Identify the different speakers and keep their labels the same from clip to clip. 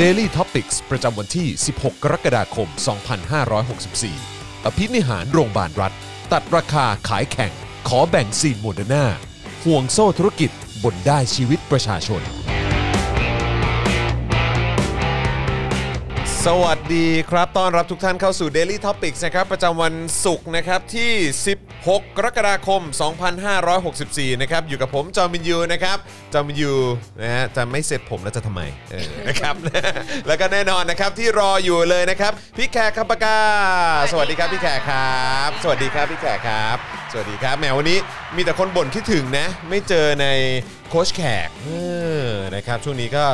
Speaker 1: Daily Topics ประจำวันที่ 16 กรกฎาคม 2564 อภินิหารโรงพยาบาลรัฐ ตัดราคาขายแข่ง ขอแบ่งซีนโมเดอร์นาห่วงโซ่ธุรกิจบนได้ชีวิตประชาชน สวัสดีครับ ต้อนรับทุกท่านเข้าสู่ Daily Topics นะครับ ประจำวันศุกร์นะครับที่ 16 กรกฎาคม 2564 นะครับ อยู่กับผม จอมินยูนะครับ จอมินยูนะฮะจะไม่เสร็จผมแล้วจะทำไมเออนะครับ แล้วก็แน่นอนนะครับที่รออยู่เลยนะครับ พี่แขกคำปากา สวัสดีครับพี่แขกครับ สวัสดีครับพี่แขกครับ สวัสดีครับแหมวันนี้มีแต่คนบ่นคิดถึงนะ ไม่เจอในโค้ชแขกเออนะครับช่วงนี้ก็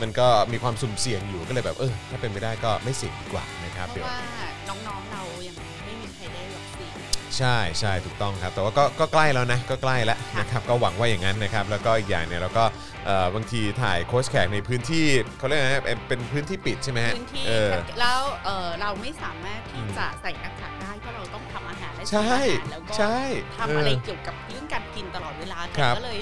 Speaker 1: มันก็มีความสุ่มเสี่ยงอยู่ก็เลยแบบเออถ้าเป็นไม่ได้ก็ไม่เสี่ยงดีกว่านะครับ
Speaker 2: เพ
Speaker 1: เดี๋ยว
Speaker 2: ราะว่าน้องๆเรายังไม่มีใครได้วัคซีน
Speaker 1: ใช่ใช่ถูกต้องครับ แต่ว่าก็ก็ใกล้แล้วนะก็ใกล้แล้วนะครับก็หวังว่าอย่างนั้นนะครับแล้วก็อีกอย่างเนี่ยเราก็เอ่อบางทีถ่ายโค้ชแขกในพื้นที่เขาเรียกอะไรนะเป็นเป็นพื้นที่ปิดใช่ไหมฮะ
Speaker 2: พื้นที่
Speaker 1: เออ
Speaker 2: แล้วเอ่อเราไม่สามารถ
Speaker 1: อื
Speaker 2: ที่
Speaker 1: ม
Speaker 2: จะใส่หน้ากากได้เพราะเราต้องทำอาหารและ
Speaker 1: ใช่
Speaker 2: ทำอาหารแล้วก็
Speaker 1: ใช่
Speaker 2: ทำอะไร
Speaker 1: เออ
Speaker 2: เกี่ยวกับเรื่องการกินตลอดเวลา
Speaker 1: ค
Speaker 2: แต่
Speaker 1: รับ
Speaker 2: ก็เลย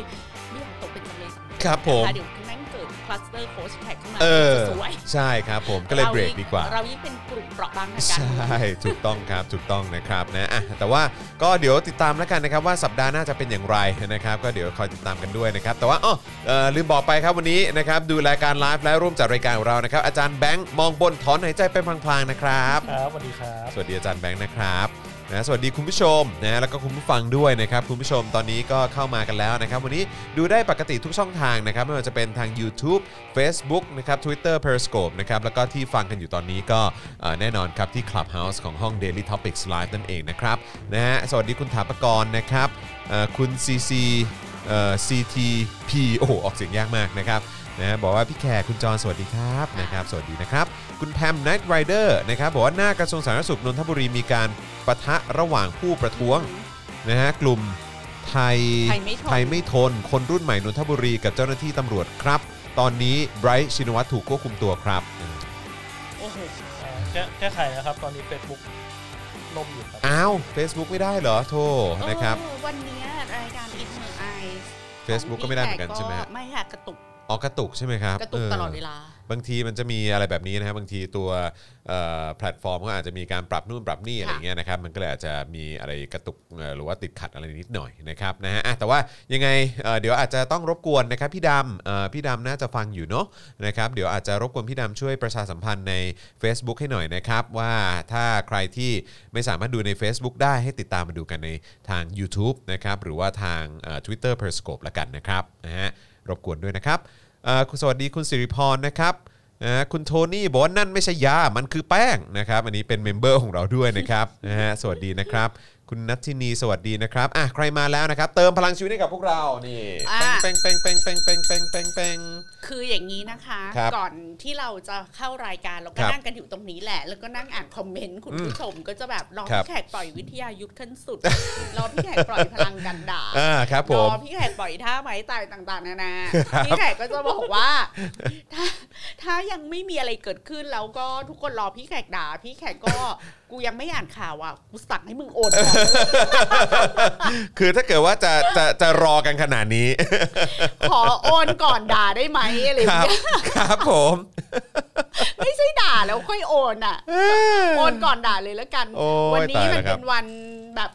Speaker 2: ไม่อยากตกเป็นจำเลยสำคัญ
Speaker 1: ครับผม
Speaker 2: นะคะเดี๋ยวแม่งเกิดคลัสเตอร์โค้ชแขกขึ้นมา
Speaker 1: เออ
Speaker 2: สวย
Speaker 1: ใช่ครับผมก็เลยเบรกดีกว่า
Speaker 2: เรายิ่งเป็นกลุ่มเปราะบางใน
Speaker 1: ใช
Speaker 2: การเมื อง่
Speaker 1: ถูกต้องครับ ถูกต้องนะครับนะอ่ะแต่ว่าก็เดี๋ยวติดตามแล้วกันนะครับว่าสัปดาห์หน้าจะเป็นอย่างไรนะครับ ก็เดี๋ยวคอยติดตามกันด้วยนะครับ แต่ว่าอ๋อเอ่อลืมบอกไปครับวันนี้นะครับ ดูรายการไลฟ์และร่วมจัดรายการของเรานะครับ อาจารย์แบงค์มองบนถอนหายใจไปพลางๆนะครับ
Speaker 3: ครับสวัสดีครับ
Speaker 1: สวัสดีอาจารย์แบงค์นะครับนะสวัสดีคุณผู้ชมนะแล้วก็คุณผู้ฟังด้วยนะครับ คุณผู้ชมตอนนี้ก็เข้ามากันแล้วนะครับ วันนี้ดูได้ปกติทุกช่องทางนะครับ ไม่ว่าจะเป็นทาง YouTube Facebook นะครับ Twitter Periscope นะครับ แล้วก็ที่ฟังกันอยู่ตอนนี้ก็เอ่อแน่นอนครับ ที่ Clubhouse ของห้อง Daily Topics Live นั่นเองนะครับนะฮะสวัสดีคุณถาปกรณ์นะครับเอ่อคุณ CC เอ่อ CTP โอ้โหออกเสียงยากมากนะครับนะฮะบอกว่าพี่แขกคุณจรสวัสดีครับนะครับ สวัสดีนะครับ คุณแพม Night Rider นะครับบอกว่าหน้ากระทรวงสาธารณสุขนนทบุรีมีการปะทะระหว่างผู้ประท้วงนะฮะกลุ่มไทย
Speaker 2: ไทยไม่ทน
Speaker 1: ไทยไม่ทน คนรุ่นใหม่นนทบุรีกับเจ้าหน้าที่ตำรวจครับ ตอนนี้ไบรท์ชินวัตรถูกควบคุมตัวครับ
Speaker 3: โอ้โหอ่าแก้แก้ไขนะครับ ตอนนี้ Facebook ล่มอยู่ครับ
Speaker 1: อ้าว Facebook ไม่ได้เหรอโทษนะครับ
Speaker 2: เออวันเนี้ยรายการ i n t e r Eyes ของ
Speaker 1: Facebook ก็ไม่ได้เหมือนกันใช่ไหมฮะ
Speaker 2: ไม่ค่ะกระตุก
Speaker 1: ออกกระตุกใช่ไหมครับ
Speaker 2: กระตุกตลอดเวลา
Speaker 1: บางทีมันจะมีอะไรแบบนี้นะครับบางทีตัวเอ่อแพลตฟอร์มก็อาจจะมีการปรับนู่นปรับนี่อะไรอย่างเงี้ยนะครับมันก็เลยอาจจะมีอะไรกระตุกเอ่อหรือว่าติดขัดอะไรนิดหน่อยนะครับนะฮะอ่ะแต่ว่ายังไงเอ่อเดี๋ยวอาจจะต้องรบกวนนะครับพี่ดำเอ่อพี่ดำน่าจะฟังอยู่เนาะนะครับเดี๋ยวอาจจะรบกวนพี่ดำช่วยประชาสัมพันธ์ใน Facebook ให้หน่อยนะครับว่าถ้าใครที่ไม่สามารถดูใน Facebook ได้ให้ติดตามมาดูกันในทาง YouTube นะครับหรือว่าทางเอ่อ Twitter Periscope ละกันนะครับนะฮะรบกวนด้วยนะครับ เอ่อคุณสวัสดีคุณสิริพรนะครับนะฮะคุณโทนี่บอกว่านั่นไม่ใช่ยา มันคือแป้งนะครับ อันนี้เป็นเมมเบอร์ของเราด้วยนะครับ นะฮะสวัสดีนะครับ คุณนัทธินีสวัสดีนะครับอ่ะใครมาแล้วนะครับ เติมพลังชีวิตให้กับพวกเรานี่
Speaker 2: อ่ะ
Speaker 1: เป้งเป้งเป้งเป้งเป้งเป้งเป้งเป้ง
Speaker 2: คืออย่างนี้นะคะ
Speaker 1: ครับ
Speaker 2: ก่อนที่เราจะเข้ารายการเรา
Speaker 1: ค
Speaker 2: ก็
Speaker 1: รับ
Speaker 2: นั่งกันอยู่ตรงนี้แหละ แล้วก็นั่งอ่านคอมเมนต์คุณผู้ชมก็จะแบบรอ
Speaker 1: ครับ
Speaker 2: พี่แขกปล่อยวิทยายุทธขั้นสุด รอพี่แขกปล่อยพลังกันด่า
Speaker 1: อ่าครับผ
Speaker 2: ร
Speaker 1: ม
Speaker 2: อพี่แขกปล่อยท่าไม้ตายต่างๆนานาพี่แขกก็จะบอกว่า ถ้าถ้ายังไม่มีอะไรเกิดขึ้นแล้วก็ทุกคนรอพี่แขกด่า พี่แขกก็กูยังไม่อ่านข่าวอ่ะกูสั่งให้มึงโอนก่อน
Speaker 1: คือถ้าเกิดว่าจะจะจะรอกันขนาดนี้
Speaker 2: ขอโอนก่อนด่าได้ไหมอะไรอ
Speaker 1: ค
Speaker 2: ย่าง
Speaker 1: รับ
Speaker 2: เงี้ย
Speaker 1: ครับผม
Speaker 2: ไม่ใช่ด่าแล้วค่อยโอนอ่ะ
Speaker 1: เอ้ย
Speaker 2: โอนก่อนด่าเลยแล้วกัน
Speaker 1: โอ้ย
Speaker 2: วันี้
Speaker 1: ตายแล้
Speaker 2: มัน
Speaker 1: วครับ
Speaker 2: เป็นวันแบบ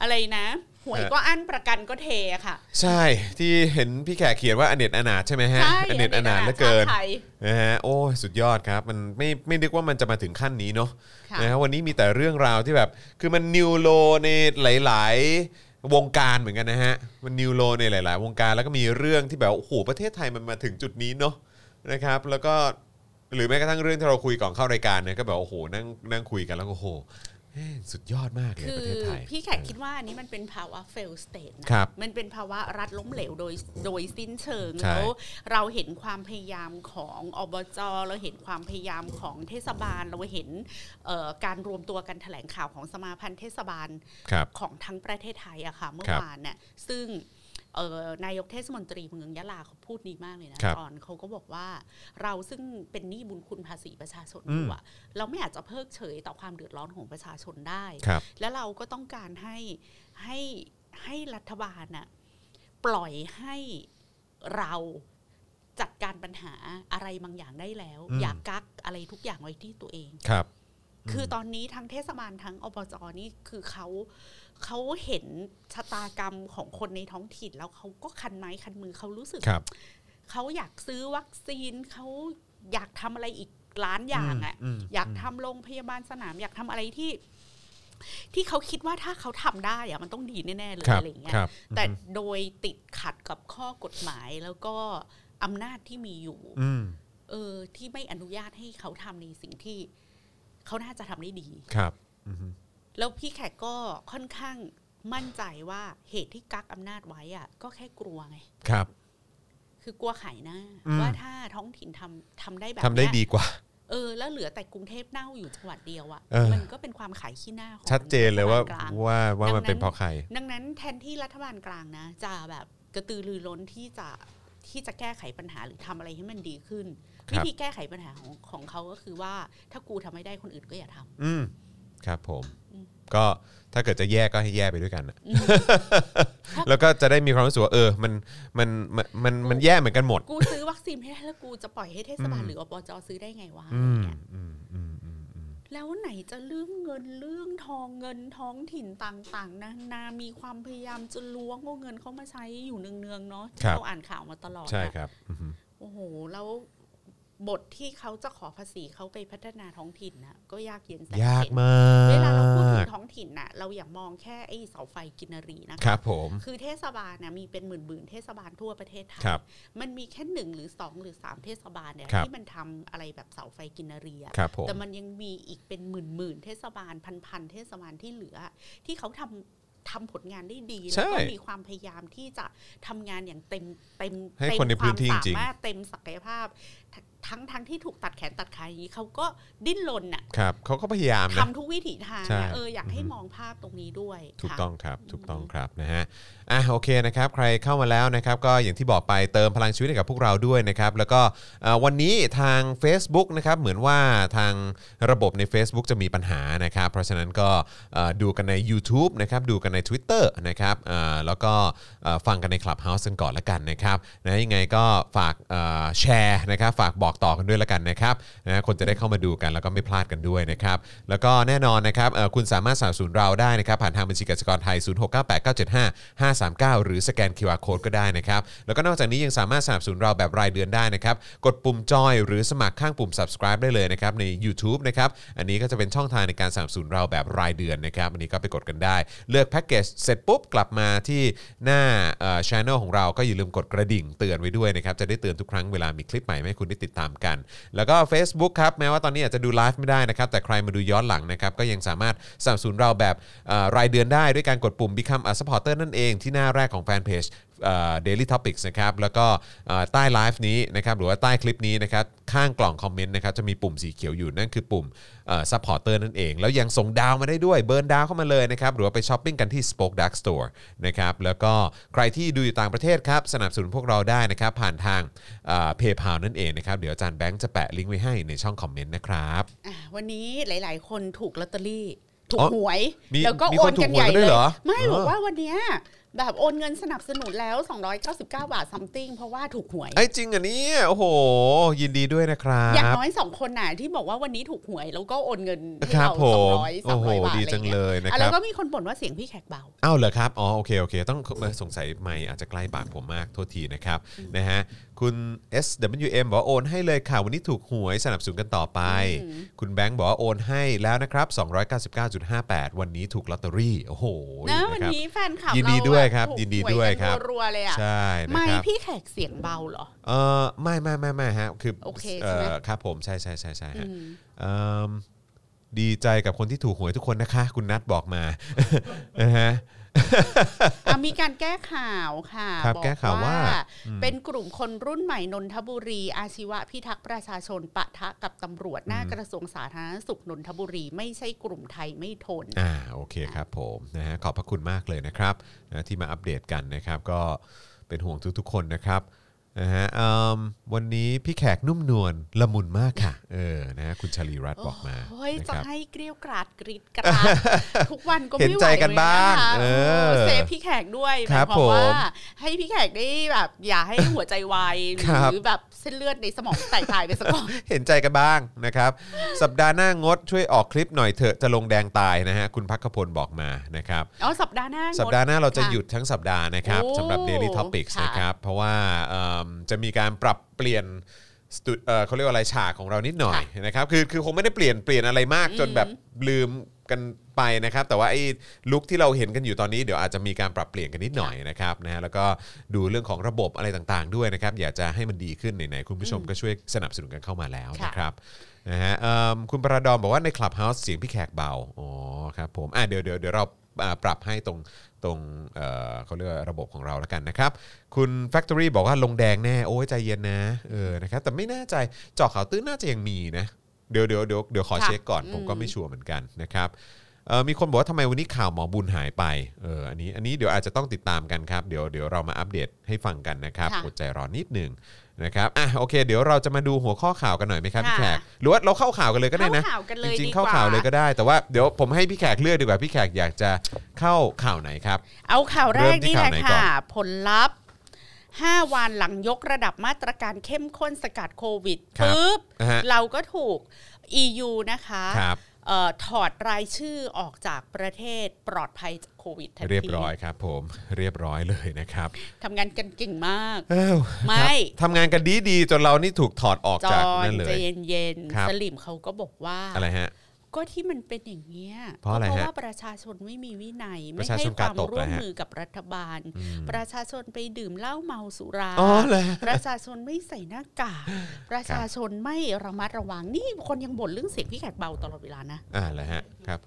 Speaker 2: อะไรนะหวย
Speaker 1: ฮะ
Speaker 2: ก็อั้นประกันก็เทค่ะ
Speaker 1: ใช่ที่เห็นพี่แขกเขียนว่าอเนตอนาถใช่ไหมฮะ
Speaker 2: ใช่
Speaker 1: อเนตอนาถเหลือเกิน
Speaker 2: ชาติไทย
Speaker 1: นะฮะโอ้ยสุดยอดครับมันไม่ไม่นึกว่ามันจะมาถึงขั้นนี้เนาะ
Speaker 2: ค่ะ
Speaker 1: นะฮะวันนี้มีแต่เรื่องราวที่แบบ คือมันนิวโลในหลาย ๆ วงการเหมือนกันนะฮะมันนิวโลในหลาย ๆ วงการแล้วก็มีเรื่องที่แบบโอ้โหประเทศไทยมันมาถึงจุดนี้เนาะนะครับ แล้วก็หรือแม้กระทั่งเรื่องที่เราคุยก่อนเข้ารายการเนี่ยก็แบบโอ้โหนั่งนั่งคุยกันแล้วก็โอ้โหเอ้ยสุดยอดมากเลย
Speaker 2: คื
Speaker 1: ประ
Speaker 2: อ
Speaker 1: เทศไทย
Speaker 2: พี่แขกคิดว่าอันนี้มันเป็นภาวะ fail state นะครับ มันเป็นภาวะรัฐล้มเหลวโดยโดยสิ้นเชิง
Speaker 1: ใช่
Speaker 2: แล้วเราเห็นความพยายามของอบจเราเห็นความพยายามของเทศบาล เราเห็นเอ่อการรวมตัวกันแถลงข่าวของสมาพันธ์เทศบาล
Speaker 1: ครับ
Speaker 2: ของทั้งประเทศไทยอะค่ะเมื่อ
Speaker 1: ครับ
Speaker 2: วานน่ะซึ่งเอ่อนายกเทศมนตรีเมืองยะลาเขาพูดดีมากเลยนะครับ ตอนเขาก็บอกว่าเราซึ่งเป็นหนี้บุญคุณภาษีประชาชนอยู่อะเราไม่อาจจะเพิกเฉยต่อความเดือดร้อนของประชาชนได้
Speaker 1: ครับ
Speaker 2: แล้วเราก็ต้องการให้ให้ให้รัฐบาลน่ะปล่อยให้เราจัดการ การปัญหาอะไรบางอย่างได้แล้ว
Speaker 1: อืม
Speaker 2: อยากกักอะไรทุกอย่างไว้ที่ตัวเอง
Speaker 1: ครับ
Speaker 2: คือตอนนี้ทั้งเทศบาลทั้งอบจนี่คือเขาเขาเห็นชะตากรรมของคนในท้องถิ่นแล้วเขาก็คันไม้คันมือเขารู้สึก
Speaker 1: ครับ
Speaker 2: เขาอยากซื้อวัคซีนเขาอยากทำอะไรอีกล้านอย่างอะ
Speaker 1: อืมอืม
Speaker 2: อยากทำโรงพยาบาลสนาม อยากทำอะไรที่ ที่เขาคิดว่าถ้าเขาทำได้อะมันต้องดีแน่ๆเลย
Speaker 1: ครับ
Speaker 2: อะไรอย่างเงี้ย
Speaker 1: ครับ
Speaker 2: แต่โดยติดขัดกับข้อกฎหมายแล้วก็อำนาจที่มีอยู่
Speaker 1: อืม
Speaker 2: เออ ที่ไม่อนุญาตให้เขาทำในสิ่งที่ เขาน่าจะทำได้ดี
Speaker 1: ครับอืม
Speaker 2: แล้วพี่แขกก็ค่อนข้างมั่นใจว่าเหตุที่กักอำนาจไว้อะก็แค่กลัวไง
Speaker 1: ครับ
Speaker 2: คือกลัวขายหน้า
Speaker 1: อืม
Speaker 2: ว่าถ้าท้องถิ่นทำทำได้แบบ
Speaker 1: ทำได้
Speaker 2: เนี้ย
Speaker 1: ดีกว่า
Speaker 2: เออแล้วเหลือแต่กรุงเทพเน่าอยู่จังหวัดเดียวอะ
Speaker 1: เออ
Speaker 2: มันก็เป็นความขายขี้หน้าของ
Speaker 1: ชัดเจนเลยว่า
Speaker 2: รัฐบกลง
Speaker 1: ว่าว่า
Speaker 2: ดัง
Speaker 1: มั
Speaker 2: นั้
Speaker 1: น
Speaker 2: น
Speaker 1: เป็นเพราะใคร
Speaker 2: ดังนั้นแทนที่รัฐบาลกลางนะ จะแบบกระตือรือร้นที่จะที่จะแก้ไขปัญหาหรือทำอะไรให้มันดีขึ้น
Speaker 1: ครับ
Speaker 2: วิธีแก้ไขปัญหาของของเขาก็คือว่าถ้ากูทำไม่ได้คนอื่นก็อย่าทำ
Speaker 1: อืมครับผม
Speaker 2: อืม
Speaker 1: ก็ถ้าเกิดจะแยกก็ให้แยกไปด้วยกันน่ะ
Speaker 2: อืม
Speaker 1: แล้วก็จะได้มีความรู้สึกว่าเออมันมันมันมันมันแย่เหมือนกันหมด
Speaker 2: กูซื้อวัคซีนให้ได้แล้วกูจะปล่อยให้เทศบาล
Speaker 1: อืม
Speaker 2: หรืออบจซื้อได้ไงวะ
Speaker 1: อืม
Speaker 2: เนี่ย
Speaker 1: อืมอืมอืมอืม
Speaker 2: แล้วไหนจะเรื่องเงินเรื่องทองเงินท้องถิ่นต่างๆนานามีความพยายามจะล้วงเอาเงินเขามาใช้อยู่เนืองๆเนาะที่เราอ่านข่าวมาตลอด
Speaker 1: ใช่
Speaker 2: อะ
Speaker 1: ครับอืม
Speaker 2: โอ้โห แล้วบทที่เขาจะขอภาษีเขาไปพัฒนาท้องถิ่นนะก็ยากเย็นแสน
Speaker 1: ยาก
Speaker 2: เข็ญ
Speaker 1: มาก
Speaker 2: เวลาเราพูดถึงท้องถิ่นน่ะ เราอย่ามองแค่ไอ้เสาไฟกินรีนะะ
Speaker 1: ครับผม
Speaker 2: คือเทศบาลนะมีเป็นหมื่นๆเทศบาลทั่วประเทศไทย
Speaker 1: ครับ
Speaker 2: มันมีแค่หนึ่งหรือสองหรือสามเทศบาลเนี่ย
Speaker 1: ครับ
Speaker 2: ที่มันทำอะไรแบบเสาไฟกินรีอะ
Speaker 1: ครับผม
Speaker 2: แต่มันยังมีอีกเป็นหมื่นๆเทศบาลพันๆเทศบาลที่เหลือ ที่เขาทำทำผลงานได้ดี
Speaker 1: ใช่
Speaker 2: แล้วก็มีความพยายามที่จะทำงานอย่างเต็มเต็ม
Speaker 1: ให้
Speaker 2: เต็ม
Speaker 1: คนในพื้นที่
Speaker 2: ความ
Speaker 1: จริงๆ
Speaker 2: สามารถเต็มศักยภาพ ทั้งทั้งทั้งที่ถูกตัดแขนตัดขาอย่างนี้เขาก็ดิ้นรนน่ะ
Speaker 1: ครับเขาก็พยายามนะ
Speaker 2: ทำทุกวิถีทาง
Speaker 1: ใช่
Speaker 2: อะเอออยากให้
Speaker 1: อือฮึ
Speaker 2: มองภาพตรงนี้ด้วย
Speaker 1: ถูก
Speaker 2: ค่ะ
Speaker 1: ต้องครับ ถูกต้อง
Speaker 2: อืม
Speaker 1: ครับนะฮะ อ่ะโอเคนะครับ ใครเข้ามาแล้วนะครับ ก็อย่างที่บอกไปเติมพลังชีวิตให้กับพวกเราด้วยนะครับ แล้วก็เอ่อวันนี้ทาง Facebook นะครับ เหมือนว่าทางระบบใน Facebook จะมีปัญหานะครับ เพราะฉะนั้นก็เอ่อดูกันใน YouTube นะครับ ดูกันใน Twitter นะครับเอ่อแล้วก็เอ่อฟังกันใน Clubhouse กันก่อนละกันนะครับนะยังไงก็ฝากเอ่อแชร์นะครับ ฝากบอกต่อกันด้วยละกันนะครับนะคนจะได้เข้ามาดูกันแล้วก็ไม่พลาดกันด้วยนะครับ แล้วก็แน่นอนนะครับเอ่อคุณสามารถสนับสนุนเราได้นะครับ ผ่านทางบัญชีกสิกรไทย 0698975539 หรือสแกน QR Code ก็ได้นะครับ แล้วก็นอกจากนี้ยังสามารถสนับสนุนเราแบบรายเดือนได้นะครับ กดปุ่มจอยหรือสมัครข้างปุ่ม subscribe ได้เลยนะครับ ใน YouTube นะครับ อันนี้ก็จะเป็นช่องทางในการสนับสนุนเราแบบรายเดือนนะครับ อันนี้ก็ไปกดกันได้ เลือกแพ็กเกจเสร็จปุ๊บกลับมาที่หน้าช่องของเราก็อย่าลืมกดกระดิ่งเตือนไว้ด้วยนะครับ จะได้เตือนทุกครั้งเวลามีคลิปใหม่ให้คุณได้ติดตามกัน แล้วก็ Facebook ครับ แม้ว่าตอนนี้อาจจะดูไลฟ์ไม่ได้นะครับ แต่ใครมาดูย้อนหลังนะครับ ก็ยังสามารถสนับสนุนเราแบบเอ่อรายเดือนได้ด้วยการกดปุ่ม Become a supporter นั่นเองที่หน้าแรกของแฟนเพจ เดลิทอพิกส์นะครับแล้วก็เอ่อใต้ไลฟ์นี้นะครับหรือว่าใต้คลิปนี้นะครับข้างกล่องคอมเมนต์นะครับจะมีปุ่มสีเขียวอยู่นั่นคือปุ่มซัพพอร์เตอร์นั่นเอง แล้วยังส่งดาวมาได้ด้วยเบิร์นดาวเข้ามาเลยนะครับหรือว่าไปช้อปปิ้งกันที่ Spoke Dark Store นะครับแล้วก็ใครที่ดูอยู่ต่างประเทศครับสนับสนุนพวกเราได้นะครับผ่านทางเพย์พานั่นเองนะครับเดี๋ยวอาจารย์แบงค์จะแปะลิงก์ไว้ให้ในช่องคอมเมนต์นะครับ
Speaker 2: ะวันนี้หลาย ๆ คนถูกลอตเตอรี่ ถู
Speaker 1: อ๋
Speaker 2: ก
Speaker 1: อ
Speaker 2: หวย
Speaker 1: มี
Speaker 2: แล้วก็
Speaker 1: มี
Speaker 2: โอ
Speaker 1: คน
Speaker 2: น
Speaker 1: ถู
Speaker 2: กั
Speaker 1: ก
Speaker 2: น
Speaker 1: หวย
Speaker 2: ใหญ่
Speaker 1: กันด้วย
Speaker 2: เล
Speaker 1: เหรอย
Speaker 2: ไม่
Speaker 1: เออ
Speaker 2: บอกว่าวันเนี้ยแบบโอนเงินสนับสนุนแล้ว 299 บาทซัมติงเพราะว่าถูกหวย
Speaker 1: ไอ้ยจริงเหรอันนี้โอ้โห ยินดีด้วยนะครั
Speaker 2: อย่าง
Speaker 1: บ
Speaker 2: น้อยสองคนน่ะที่บอกว่าวันนี้ถูกหวย แล้วก็โอนเงินให้
Speaker 1: ครับ
Speaker 2: เรา
Speaker 1: ผ
Speaker 2: สอง
Speaker 1: ม
Speaker 2: ร้อยสา
Speaker 1: โอ้
Speaker 2: ม
Speaker 1: โห
Speaker 2: ร้อยบาท
Speaker 1: ดี
Speaker 2: อะไร
Speaker 1: จัง
Speaker 2: เงี้
Speaker 1: เลย ยนะ
Speaker 2: อ่ะ
Speaker 1: ค
Speaker 2: แล้
Speaker 1: รับ
Speaker 2: วก็มีคนบ่นว่าเสียงพี่แขกเบา
Speaker 1: อ้าวเหรอครับ อ๋อ โอเค โอเค ต้องเอ่อสงสัยไม่อาจจะใกล้ปากผมมาก โทษทีนะครับ นะฮะ คุณ SWM บอกว่าโอนให้เลยค่ะ วันนี้ถูกหวยสนับสนุนกันต่อไป
Speaker 2: อืม
Speaker 1: คุณแบงค์บอกว่าโอนให้แล้วนะครับ 299.58 วันนี้ถูกลอตเตอรี่ โอ้โห
Speaker 2: นะ
Speaker 1: ะ
Speaker 2: วัน
Speaker 1: ครับ
Speaker 2: นี้แฟนข่าว
Speaker 1: ยินดี
Speaker 2: เราอะ
Speaker 1: ด้วยครับ
Speaker 2: ถูก
Speaker 1: ยินดี
Speaker 2: หกั
Speaker 1: ด้วยครับ
Speaker 2: รัวๆเลยอ่ะ
Speaker 1: ใช่นะ
Speaker 2: ไม่
Speaker 1: ครับ
Speaker 2: พี่แขกเสียงเบาเหรอ
Speaker 1: เออไม่ไม่ไม่ไม่ฮะ คือ
Speaker 2: โอเค
Speaker 1: เอ่
Speaker 2: ใช่ไหม
Speaker 1: อครับผม ใช่ใช่ใช่ใช่ฮะ
Speaker 2: อืม
Speaker 1: เอิ่มดีใจกับคนที่ถูกหวยทุกคนนะคะ คุณนัทบอกมา นะฮะ
Speaker 2: อ่ะมีการแก้ข่าวค่ะ
Speaker 1: ครับ
Speaker 2: อก
Speaker 1: แก้ข่าวว่าอืม
Speaker 2: เป็นกลุ่มคนรุ่นใหม่นนทบุรี อาชีวะพิทักษ์ประชาชนปะทะกับตำรวจหน้า
Speaker 1: อืม
Speaker 2: กระทรวงสาธารณสุขนนทบุรี ไม่ใช่กลุ่มไทยไม่ทน
Speaker 1: อ่าโอเคครับผมนะฮะขอบพระคุณมากเลยนะครับนะที่มาอัปเดตกันนะครับ ก็เป็นห่วงทุกๆคนนะครับ นะฮะอืมวันนี้พี่แขกนุ่มนวลละมุนมากค่ะ เออนะฮะคุณชลีรัตน์บอกมา
Speaker 2: โอ้ย
Speaker 1: นะ
Speaker 2: จะ
Speaker 1: ครับ
Speaker 2: ให้เกลียวกราดกรีดกราดทุกวันก็ไม่
Speaker 1: เห็
Speaker 2: ไหว
Speaker 1: นใจกันบ้าง
Speaker 2: เลยนะคะ
Speaker 1: เออ
Speaker 2: เซฟพี่แขกด้วยห
Speaker 1: ครั
Speaker 2: มาย
Speaker 1: บ
Speaker 2: ความ
Speaker 1: ผ
Speaker 2: ว่า
Speaker 1: ม
Speaker 2: ให้พี่แขกได้แบบอย่าให้หัวใจวายห
Speaker 1: ครับ
Speaker 2: รือแบบเส้นเลือดในสมองแตกตายไปซะก่อน
Speaker 1: เห็นใจกันบ้างนะครับ สัปดาห์หน้างดช่วยออกคลิปหน่อยเถอะจะลงแดงตายนะฮะคุณพักขพลบอกมานะครับ
Speaker 2: อ๋อสัปดาห์หน้างด
Speaker 1: สัปดาห์หน้าเราจะ
Speaker 2: ค่ะ
Speaker 1: หยุดทั้งสัปดาห์นะครับ
Speaker 2: โอ้
Speaker 1: สำหรับ Daily Topics
Speaker 2: ค่ะ
Speaker 1: นะครับ เพราะว่าเอิ่มจะมีการปรับเปลี่ยนสตูเอ่อเขาเรียกว่าอะไรฉากของเรานิดหน่อยนะครับคือคือคงไม่ได้เปลี่ยนเปลี่ยนอะไรมากจนแบบลืมกันไปนะครับ แต่ว่าไอ้ลุคที่เราเห็นกันอยู่ตอนนี้เดี๋ยวอาจจะมีการปรับเปลี่ยนกันนิดหน่อยนะครับนะฮะแล้วก็ดูเรื่องของระบบอะไรต่างๆ ด้วยนะครับ อยากจะให้มันดีขึ้นไหนๆคุณผู้ชมก็ช่วยสนับสนุนกันเข้ามาแล้ว
Speaker 2: ค่ะ
Speaker 1: นะครับ นะฮะเอิ่มคุณประดอมบอกว่าในคลับเฮาส์เสียงพี่แขกเบา อ๋อครับผมอ่ะเดี๋ยวเดี๋ยวเดี๋ยวเราอ่าปรับให้ตรงตรงเอ่อเขาเรียกว่าระบบของเราแล้วกันนะครับ คุณ Factory บอกว่าลงแดงแน่ โอ้ยใจเย็นนะเออนะครับแต่ไม่แน่ใจเจอข่าวตื้นน่าจะยังมีนะ เดี๋ยวเดี๋ยวเดี๋ยวเดี๋ยวขอ
Speaker 2: ค่ะ
Speaker 1: เช็คก่อนผมก็
Speaker 2: อืม
Speaker 1: ไม่ชัวร์เหมือนกันนะครับเอ่อมีคนบอกว่าทำไมวันนี้ข่าวหมอบุญหายไปเอออันนี้อันนี้เดี๋ยวอาจจะต้องติดตามกันครับเดี๋ยวเดี๋ยวเรามาอัปเดตให้ฟังกันนะครับ
Speaker 2: ค่ะ
Speaker 1: อดใจรอนิดหนึ่งนะครับอ่ะโอเค เดี๋ยวเราจะมาดูหัวข้อข่าวกันหน่อยไหมครับพี่แขก หรือว่าเราเข้าข่าวกันเลยก็ได้นะ
Speaker 2: เข้าข่าวกันเล
Speaker 1: จ
Speaker 2: ย
Speaker 1: ริง
Speaker 2: ดี
Speaker 1: ๆ
Speaker 2: ก
Speaker 1: เข้า
Speaker 2: ว่า
Speaker 1: ข่าวเลยก็ได้ แต่ว่าเดี๋ยวผมให้พี่แขกเลือกดีกว่าพี่แขกอยากจะเข้าข่าวไหนครับ
Speaker 2: เอาข่าวแรกนี่
Speaker 1: เริ่มที่
Speaker 2: แหละ
Speaker 1: ข่าวไหนก่อ
Speaker 2: ค่ะ
Speaker 1: น
Speaker 2: ผลลัพธ์ 5 วันหลังยกระดับมาตรการเข้มข้นสกัดโควิดปุ๊บ
Speaker 1: นะฮะ
Speaker 2: เราก็ถูก EU นะคะ
Speaker 1: ครับ
Speaker 2: เออถอดรายชื่อออกจากประเทศปลอดภัยจากโควิดทันที
Speaker 1: เรียบร้อยครับ ผมเรียบร้อยเลยนะครับ
Speaker 2: ทำงานกันเก่งมาก
Speaker 1: อ้าว
Speaker 2: ไม่
Speaker 1: ครับทำงานกันดีดีๆจนเรานี่ถูกถอดออก
Speaker 2: จ
Speaker 1: จาก
Speaker 2: อน
Speaker 1: นั่นเล
Speaker 2: ใจ
Speaker 1: ย
Speaker 2: เย็น
Speaker 1: ครับ
Speaker 2: ๆสลิมเขาก็บอกว่า
Speaker 1: อะไรฮะ
Speaker 2: ก็ที่มันเป็นอย่างเงี้ย
Speaker 1: เพราะอะไรฮะ
Speaker 2: ก็เพราะว่าประชาชนไม่มีวินัย
Speaker 1: ป
Speaker 2: ไม่
Speaker 1: ระชา
Speaker 2: ให้
Speaker 1: ชนกาว
Speaker 2: คา
Speaker 1: ด
Speaker 2: ม
Speaker 1: ตกเหรอฮะ
Speaker 2: ร่วมมือกับรัฐบาล
Speaker 1: อืม
Speaker 2: ประชาชนไปดื่มเหล้าเมาสุรา
Speaker 1: อ๋อเหรอ
Speaker 2: ประชาชนไม่ใส่หน้ากาก ประชาชนไม่ระมัดระวัง นี่คนยังบ่นเรื่องเสียงพี่แขกเบาตลอดเวลานะ
Speaker 1: อ่าเหรอฮะครับ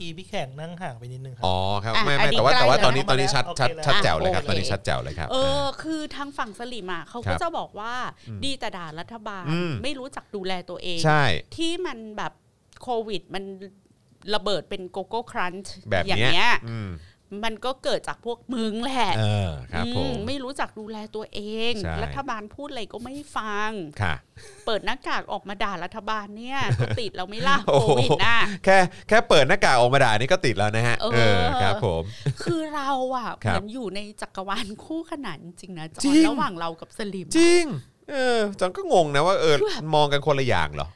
Speaker 3: อีพี่แขกนั่งห่างไปนิดนึงครับ
Speaker 1: อ๋อครับ
Speaker 2: อ่ะ
Speaker 1: ไม่
Speaker 2: อัน
Speaker 1: ไม่
Speaker 2: นี้
Speaker 1: แต่ว่าแต่ว่า
Speaker 2: ใกล้
Speaker 1: ตอนนี้
Speaker 3: แล้ว
Speaker 1: ตอนนี้ชัด
Speaker 3: โอเค
Speaker 1: ชัดชัด
Speaker 3: แล้ว
Speaker 1: แจ๋วเลยครับ
Speaker 2: อ่ะ
Speaker 1: ตอนนี้ชัดแจ๋วเลยครับ
Speaker 2: เออ คือทางฝั่งสลิมอ่ะเขา
Speaker 1: ครั
Speaker 2: ก็
Speaker 1: บ
Speaker 2: จะบอกว่า
Speaker 1: อืม
Speaker 2: ดีแต่ด่ารัฐบาล
Speaker 1: อืม
Speaker 2: ไม่รู้จักดูแลตัวเอง
Speaker 1: ใช่
Speaker 2: ที่มันแบบโควิดมันระเบิดเป็นโกโก้ครันช์
Speaker 1: แบบ
Speaker 2: อย่าง
Speaker 1: เนี้ย
Speaker 2: เงี้ย
Speaker 1: อืม
Speaker 2: มันก็เกิดจากพวกมึงแหละ
Speaker 1: เออครับ
Speaker 2: อืม
Speaker 1: ผม
Speaker 2: ไม่รู้จักดูแลตัวเอง
Speaker 1: ใช่
Speaker 2: รัฐบาลพูดอะไรก็ไม่ฟัง
Speaker 1: ค่ะ
Speaker 2: เปิดหน้ากากออกมาด่ารัฐบาล เนี่ยก็ติดเราไม่ล่ะ
Speaker 1: โอ้
Speaker 2: โค
Speaker 1: โห
Speaker 2: วิดน่ะ
Speaker 1: แค่แค่เปิดหน้ากากออกมาด่านี่ก็ติดแล้วนะฮะ
Speaker 2: เออ
Speaker 1: เออครับผม
Speaker 2: คือเราอ่ะเห
Speaker 1: ครับ
Speaker 2: มือนอยู่ในจักรวาลคู่ขนานจริงๆนะจอ
Speaker 1: จริ
Speaker 2: น
Speaker 1: ง
Speaker 2: ระหว่างเรากับสลิม
Speaker 1: จริง เออจอนก็งงนะว่าเออ
Speaker 2: คือแบบ
Speaker 1: มองกันคนละอย่างเหรอ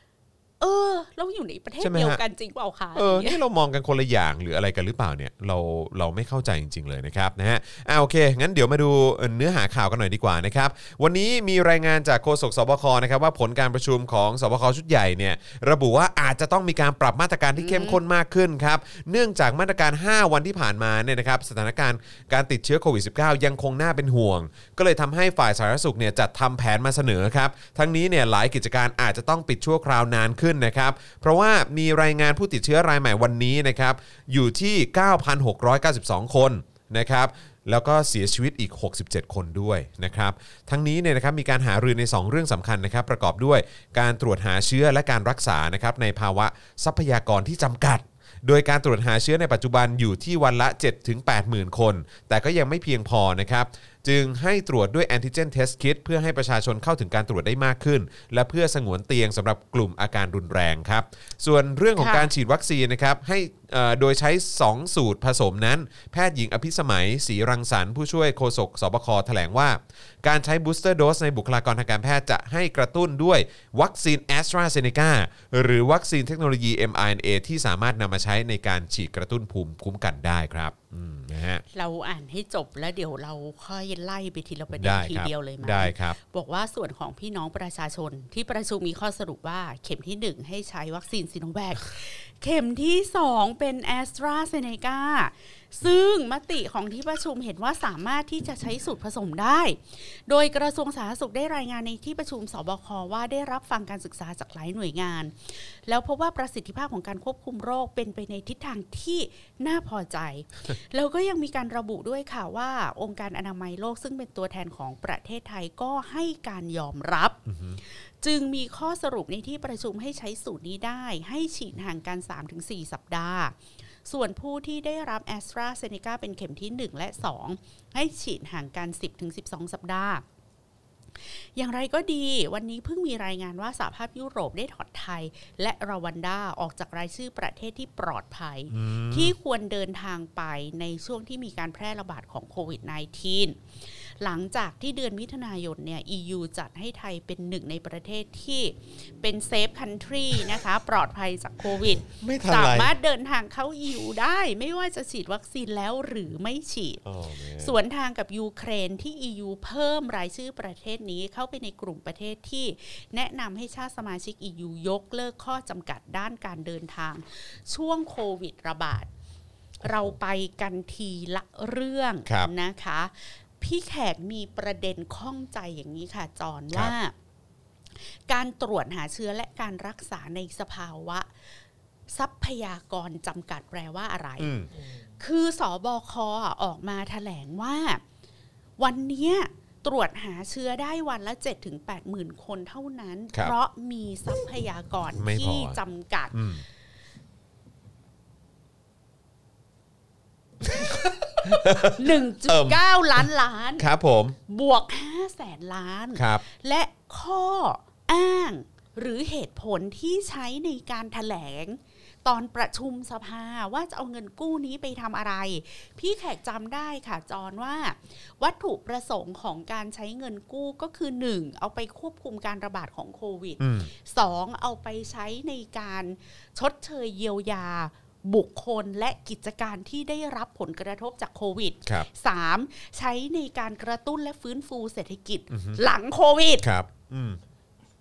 Speaker 2: เออ เราอยู่ในประเทศ
Speaker 1: ใช่ไหมฮะ
Speaker 2: เดียวกันจริงเปล่าคะ
Speaker 1: เออ
Speaker 2: ย่างเงี้ย
Speaker 1: นี่เรามองกันคนละอย่างหรืออะไรกันหรือเปล่าเนี่ย เราเราไม่เข้าใจจริง ๆ เลยนะครับนะฮะอ่าโอเค งั้นเดี๋ยวมาดูเอ่อเนื้อหาข่าวกันหน่อยดีกว่านะครับ วันนี้มีรายงานจากโฆษกสบคนะครับว่าผลการประชุมของสบคชุดใหญ่เนี่ยระบุว่าอาจจะต้องมีการปรับมาตรการที่เข้มข้นมากขึ้นครับ เนื่องจากมาตรการ 5 วันที่ผ่านมาเนี่ยนะครับสถานการณ์การติดเชื้อโควิด -19 ยังคงน่าเป็นห่วง ก็เลยทำให้ฝ่ายสาธารณสุขเนี่ยจัดทำแผนมาเสนอครับ ทั้งนี้เนี่ยหลายกิจการอาจจะต้องปิดชั่วคราวนานขึ้นนะครับ เพราะว่ามีรายงานผู้ติดเชื้อรายใหม่วันนี้นะครับอยู่ที่ 9,692 คนนะครับ แล้วก็เสียชีวิตอีก 67 คนด้วยนะครับ ทั้งนี้เนี่ยนะครับมีการหารือใน 2 เรื่องสำคัญนะครับประกอบด้วยการตรวจหาเชื้อและการรักษานะครับในภาวะทรัพยากรที่จำกัด โดยการตรวจหาเชื้อในปัจจุบันอยู่ที่วันละ 7-80,000 คน แต่ก็ยังไม่เพียงพอนะครับ จึงให้ตรวจด้วยแอนติเจนเทสคิ t เพื่อให้ประชาชนเข้าถึงการตรวจได้มากขึ้น และเพื่อสงวนเตียงสำหรับกลุ่มอาการรุนแรงครับ ส่วนเรื่องของ
Speaker 2: ค่ะ
Speaker 1: การ การฉีดวัคซีนนะครับให้เอ่อโดยใช้ 2 สูตรผสมนั้น แพทย์หญิงอภิสมัยศรีรังสรรค์ผู้ช่วยโฆษกสบคแถลงว่า การใช้บูสเตอร์โดสในบุคลากรทางการแพทย์จะให้กระตุ้นด้วยวัคซีนแอสตราเซเนกาหรือวัคซีนเทคโนโลยี mRNA ที่สามารถนำมาใช้ในการฉีดกระตุ้นภูมิคุ้มกันได้ครับอืมนะฮะ
Speaker 2: เราอ่านให้จบแล้วเดี๋ยวเราค่อยไล่ไปทีละประเด็น
Speaker 1: ได้
Speaker 2: ที
Speaker 1: ครับ
Speaker 2: เดียวเลยไหม
Speaker 1: ได้ครับ
Speaker 2: บอกว่าส่วนของพี่น้องประชาชนที่ประชุมมีข้อสรุปว่าเข็มที่ 1 ให้ใช้วัคซีนซิโนแวค เข็มที่ 2 เป็นแอสตราเซเนกาซึ่งมติของที่ประชุมเห็นว่าสามารถที่จะใช้สูตรผสมได้ โดยกระทรวงสาธารณสุขได้รายงานในที่ประชุมสบคว่าได้รับฟังการศึกษาจากหลายหน่วยงาน แล้วพบว่าประสิทธิภาพของการควบคุมโรคเป็นไปในทิศทางที่น่าพอใจ แล้วก็ยังมีการระบุด้วยค่ะว่า องค์การอนามัยโลกซึ่งเป็นตัวแทนของประเทศไทยก็ให้การยอมรับ จึงมีข้อสรุปในที่ประชุมให้ใช้สูตรนี้ได้ ให้ฉีดห่างกัน 3-4 สัปดาห์ ส่วนผู้ที่ได้รับแอสตราเซเนกาเป็นเข็มที่ 1 และ 2 ให้ฉีดห่างกัน 10-12 สัปดาห์ อย่างไรก็ดี วันนี้เพิ่งมีรายงานว่าสหภาพยุโรปได้ถอดไทย และรวันดาออกจากรายชื่อประเทศที่ปลอดภัย
Speaker 1: อืม
Speaker 2: ที่ควรเดินทางไปในช่วงที่มีการแพร่ระบาดของโควิด -19 หลังจากที่เดือนมิถุนายนเนี่ย EU จัดให้ไทยเป็นหนึ่งในประเทศที่เป็นเซฟคันทรีนะคะ ปลอดภัยจากโควิด
Speaker 1: ไม่ทัน
Speaker 2: สา
Speaker 1: ไร
Speaker 2: มารถเดินทางเข้า EU ได้ ไม่ว่าจะฉีดวัคซีนแล้วหรือไม่ฉีด
Speaker 1: โอ้แม่
Speaker 2: สวนทางกับยูเครนที่ EU เพิ่มรายชื่อประเทศนี้เข้าไปในกลุ่มประเทศที่ แนะนำให้ชาติสมาชิก EU ยกเลิกข้อจำกัดด้านการเดินทาง ช่วงโควิดระบาด เราไปกันทีละเรื่องนะคะ พี่แขกมีประเด็นข้องใจอย่างนี้ค่ะ จอนว่า การตรวจหาเชื้อและการรักษาในสภาวะ ทรัพยากรจำกัดแปลว่าอะไร
Speaker 1: อืม
Speaker 2: คือสอบอคอะออกมาแถลงว่า วันเนี้ยตรวจหาเชื้อได้วันละ 7-8ถึง8หมื่นคนเท่านั้น
Speaker 1: ครับ
Speaker 2: เพราะมีทรัพยากร
Speaker 1: ไม่พอ
Speaker 2: ที่จำ กัด
Speaker 1: อืม
Speaker 2: 1.9 ล้านล้าน
Speaker 1: ครับผม
Speaker 2: บวก 5 แสนล้าน
Speaker 1: ครับ
Speaker 2: และข้ออ้างหรือเหตุผลที่ใช้ในการแถลง ตอนประชุมสภาว่าจะเอาเงินกู้นี้ไปทำอะไร พี่แขกจำได้ค่ะจอนว่า วัตถุประสงค์ของการใช้เงินกู้ก็คือ 1. เอาไปควบคุมการระบาดของโควิด
Speaker 1: อืม
Speaker 2: 2. เอาไปใช้ในการชดเชยเยียวยา บุคคลและกิจการที่ได้รับผลกระทบจากโควิด
Speaker 1: ครับ
Speaker 2: 3. ใช้ในการกระตุ้นและฟื้นฟูเศรษฐกิจ
Speaker 1: อือฮึ
Speaker 2: หลังโควิด
Speaker 1: ครับอืม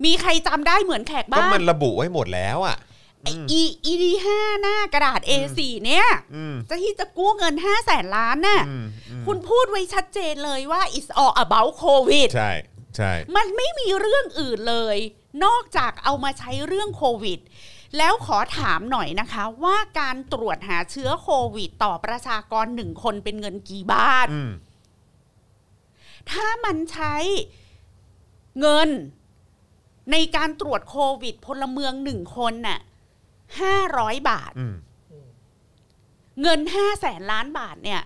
Speaker 2: มีใครจำได้เหมือนแขก
Speaker 1: ก็
Speaker 2: บ้าง
Speaker 1: มันระบุไว้หมดแล้วอ่ะ
Speaker 2: ไอ้อีอีดีห้าหน้ากระดาษ A4 เนี่ย
Speaker 1: อืม
Speaker 2: จะที่จะกู้เงิน5แสนล้านน่ะ
Speaker 1: อืมอืม
Speaker 2: คุณพูดไว้ชัดเจนเลยว่า it's all about covid
Speaker 1: ใช่ใช่
Speaker 2: มันไม่มีเรื่องอื่นเลย นอกจากเอามาใช้เรื่องโควิด แล้วขอถามหน่อยนะคะ ว่าการตรวจหาเชื้อโควิด ต่อประชากรหนึ่งคนเป็นเงินกี่บาท
Speaker 1: อืม
Speaker 2: ถ้ามันใช้เงินในการตรวจโควิด พลเมืองหนึ่งคนน่ะห้าร้อยบาท
Speaker 1: อืม
Speaker 2: เงินห้าแสนล้านบาทเนี่ย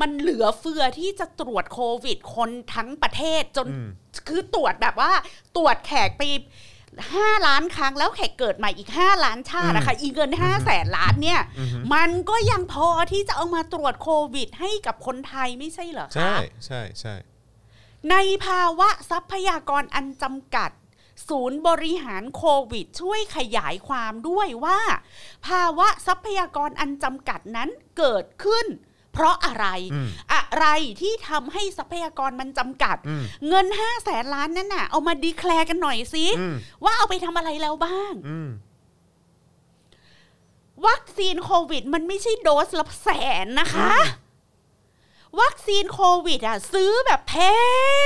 Speaker 2: มันเหลือเฟือที่จะตรวจโควิด คนทั้งประเทศจน
Speaker 1: อืม
Speaker 2: คือตรวจแบบว่าตรวจแขกไปห้าล้านครั้งแล้วแขกเกิดใหม่อีกห้าล้านชาตินะคะ อีกเงินห้าแสนล้านเนี่ย
Speaker 1: อืม
Speaker 2: มันก็ยังพอที่จะเอามาตรวจโควิด ให้กับคนไทยไม่ใช่เหรอคะ
Speaker 1: ใช่ใช่ใช่
Speaker 2: ในภาวะทรัพยากรอันจำกัด ศูนย์บริหารโควิด ช่วยขยายความด้วยว่า ภาวะทรัพยากรอันจำกัดนั้นเกิดขึ้น เพราะอะไร
Speaker 1: อืม
Speaker 2: อะไรที่ทำให้ทรัพยากรมันจำกัด
Speaker 1: อืม
Speaker 2: เงิน5้าแสนล้านนั่นน่ะ เอามาดีแคลร์กันหน่อยสิ
Speaker 1: อืม
Speaker 2: ว่าเอาไปทำอะไรแล้วบ้าง
Speaker 1: อืม
Speaker 2: วัคซีนโควิด มันไม่ใช่โดสละแสนนะคะ วัคซีนโควิดอ่ะ ซื้อแบบแพ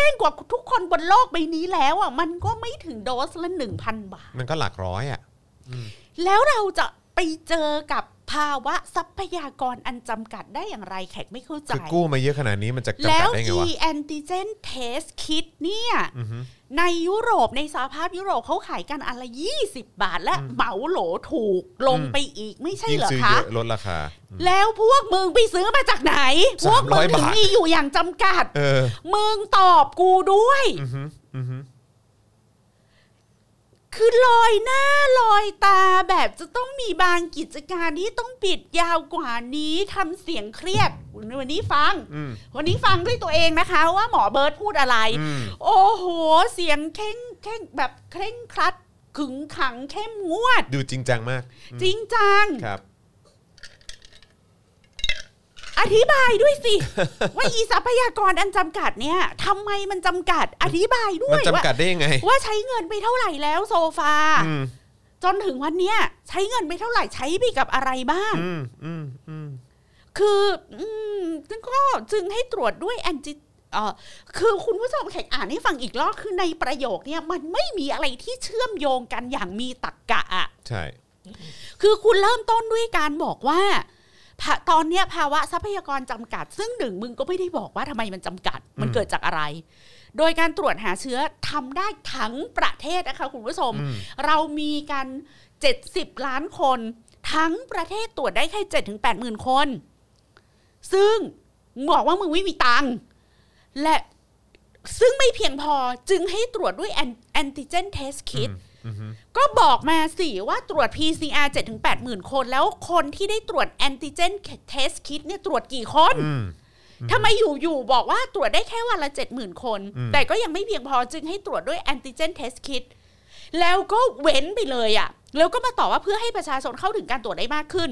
Speaker 2: งกว่าทุกคนบนโลกใบนี้แล้วอ่ะ มันก็ไม่ถึงโดสละหนึ่งพันบาท
Speaker 1: มันก็หลักร้อยอ่ะ
Speaker 2: แล้วเราจะไปเจอกับภาวะทรัพยากรอันจำกัดได้อย่างไรแขกไม่เข้าใจ
Speaker 1: คือกู้มาเยอะขนาดนี้มันจะจำ
Speaker 2: แล้
Speaker 1: กัด
Speaker 2: ว
Speaker 1: ได้ไง
Speaker 2: e
Speaker 1: วะ
Speaker 2: แอนติเจนเทสคิดเนี่ย
Speaker 1: อือฮึ
Speaker 2: ในยุโรปในสหภาพยุโรปเขาขายกันอันละ 20 บาท และ
Speaker 1: อืม
Speaker 2: เหมาโหลถูกลง
Speaker 1: อืม
Speaker 2: ไปอีกไม่ใช่
Speaker 1: ยิ่ง
Speaker 2: เหรอ
Speaker 1: ซื้อ
Speaker 2: คะ
Speaker 1: เยอะลดราคาอืม
Speaker 2: แล้วพวกมึงไปซื้อมาจากไหน พวกมึง
Speaker 1: 300
Speaker 2: ถึง
Speaker 1: บาท
Speaker 2: มีอยู่อย่างจำกัด
Speaker 1: เออ
Speaker 2: มึงตอบกูด้วย
Speaker 1: อือฮึอือฮึ
Speaker 2: คือลอยหน้าลอยตาแบบจะต้องมีบางกิจการที่ต้องปิดยาวกว่านี้ทำเสียงเครียด วันนี้ฟัง
Speaker 1: อืม
Speaker 2: วันนี้ฟังด้วยตัวเองนะคะ ว่าหมอเบิร์ตพูดอะไร
Speaker 1: อืม
Speaker 2: โอ้โห เสียงเข่งเข่งแบบเคร่งครัดขึงขังเข้มงวด
Speaker 1: ดูจริงจังมากอืม
Speaker 2: จริงจัง
Speaker 1: ครับ
Speaker 2: อธิบายด้วยสิ ว่าอีทรัพยากรอันจำกัดเนี่ยทำไมมันจำกัด อธิบายด้ว
Speaker 1: มัน
Speaker 2: ย
Speaker 1: จำ
Speaker 2: ว่า
Speaker 1: กัดได้ยังไง
Speaker 2: ว่าใช้เงินไปเท่าไหร่แล้วโซฟา
Speaker 1: อืม
Speaker 2: จนถึงวันเนี้ยใช้เงินไปเท่าไหร่ใช้ไปกับอะไรบ้าง
Speaker 1: อืมอืมอืม
Speaker 2: คืออืมซึ่งก็จึงให้ตรวจด้วยแอนจิเอ่อคือคุณผู้ชมแขกอ่านให้ฟังอีกรอบคือในประโยคเนี่ยมันไม่มีอะไรที่เชื่อมโยงกันอย่างมีตรรกกะอะ
Speaker 1: ใช่
Speaker 2: คือคุณเริ่มต้นด้วยการบอกว่าภาตอนเนี้ยภาวะทรัพยากรจำกัด ซึ่งหนึ่งมึงก็ไม่ได้บอกว่าทำไมมันจำกัด มันเกิดจากอะไร โดยการตรวจหาเชื้อทำได้ทั้งประเทศนะคะคุณผู้ชม
Speaker 1: อืม
Speaker 2: เรามีกัน 70 ล้านคน ทั้งประเทศตรวจได้แค่7ถึง8หมื่นคน ซึ่งมึงบอกว่ามึงไม่มีตังค์และ ซึ่งไม่เพียงพอจึงให้ตรวจด้วยแอนติเจนเทสคิด ก็บอกมาสิว่าตรวจ PCR 7-8หมื่นคน แล้วคนที่ได้ตรวจแอนติเจนเทสคิดเนี่ยตรวจกี่คน
Speaker 1: อืม
Speaker 2: ทำไมอยู่ๆบอกว่าตรวจได้แค่วันละ 70,000 คน
Speaker 1: อืม
Speaker 2: แต่ก็ยังไม่เพียงพอจึงให้ตรวจด้วยแอนติเจนเทสคิดแล้วก็เว้นไปเลยอะ่ะ แล้วก็มาต่อว่าเพื่อให้ประชาชนเข้าถึงการตรวจได้มากขึ้น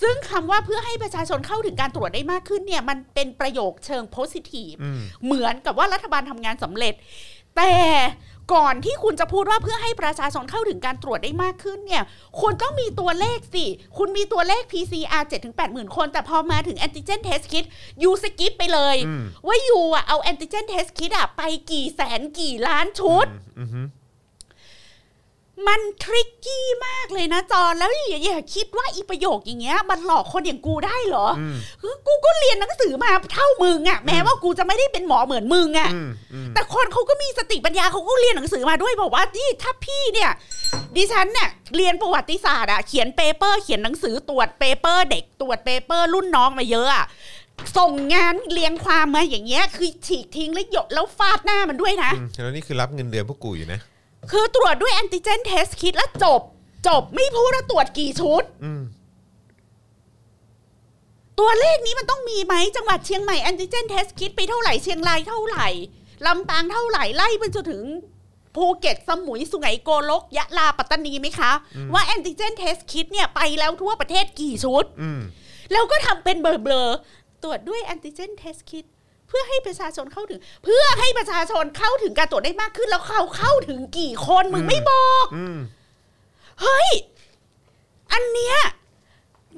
Speaker 2: ซึ่งคำว่าเพื่อให้ประชาชนเข้าถึงการตรวจได้มากขึ้นเนี่ยมันเป็นประโยคเชิงโพสิทีฟ
Speaker 1: อืม
Speaker 2: เหมือนกับว่ารัฐบาลทำงานสำเร็จ แต่ก่อนที่คุณจะพูดว่าเพื่อให้ประชาชนเข้าถึงการตรวจได้มากขึ้นเนี่ยคุณต้องมีตัวเลขสิ คุณมีตัวเลข PCR 7 8 0 0 0 คน แต่พอมาถึงแอนติเจนเทสคิดยูสกิปไปเลย
Speaker 1: อืม
Speaker 2: ว่ายูอะเอาแอนติเจนเทสคิดอะไปกี่แสนกี่ล้านชุด
Speaker 1: อืมอืม
Speaker 2: มันทริกกี้มากเลยนะจอนแล้วอย่าอย่าคิดว่าอีประโยคอย่างเงี้ย มันหลอกคนอย่างกูได้เหรอ
Speaker 1: อืม
Speaker 2: คือกูก็เรียนหนังสือมาเท่ามึงอะแม้ว่ากูจะไม่ได้เป็นหมอเหมือนมึงอะ
Speaker 1: อืมอืม
Speaker 2: แต่คนเขาก็มีสติปัญญาเขาก็เรียนหนังสือมาด้วยบอกว่านี่ถ้าพี่เนี่ย ดิฉันเนี่ยเรียนประวัติศาสตร์อะเขียนเปเปอร์ เขียนหนังสือตรวจเปเปอร์ เด็กตรวจเปเปอร์ รุ่นน้องมาเยอะอะส่งงานเรียงความมาอย่างเงี้ยคือฉีกทิ้งแล้วหยดแล้วฟาดหน้ามันด้วยนะ
Speaker 1: อืมแล้วนี่คือรับเงินเดือนพวกกูอยู่นะ
Speaker 2: คือตรวจด้วยแอนติเจนเทสคิดแล้วจบ จบไม่พูดว่าตรวจกี่ชุด
Speaker 1: อืม
Speaker 2: ตัวเลขนี้มันต้องมีไหมจังหวัดเชียงใหม่แอนติเจนเทสคิดไปเท่าไหร่เชียงรายเท่าไหร่ลำปางเท่าไหร่ไล่ไปจนถึงภูเก็ตสมุยสุไหงโกลก ยะลาปัตตานีไหมคะ ว่าแอนติเจนเทสคิดเนี่ยไปแล้วทั่วประเทศกี่ชุด
Speaker 1: อืม
Speaker 2: แล้วก็ทำเป็นเบลอๆตรวจด้วยแอนติเจนเทสคิดเพื่อให้ประชาชนเข้าถึง เพื่อให้ประชาชนเข้าถึงการตรวจได้มากขึ้นแล้วเขาเข้าถึงกี่คนมึงไม่บอก
Speaker 1: อืม
Speaker 2: เฮ้ย อันเนี้ย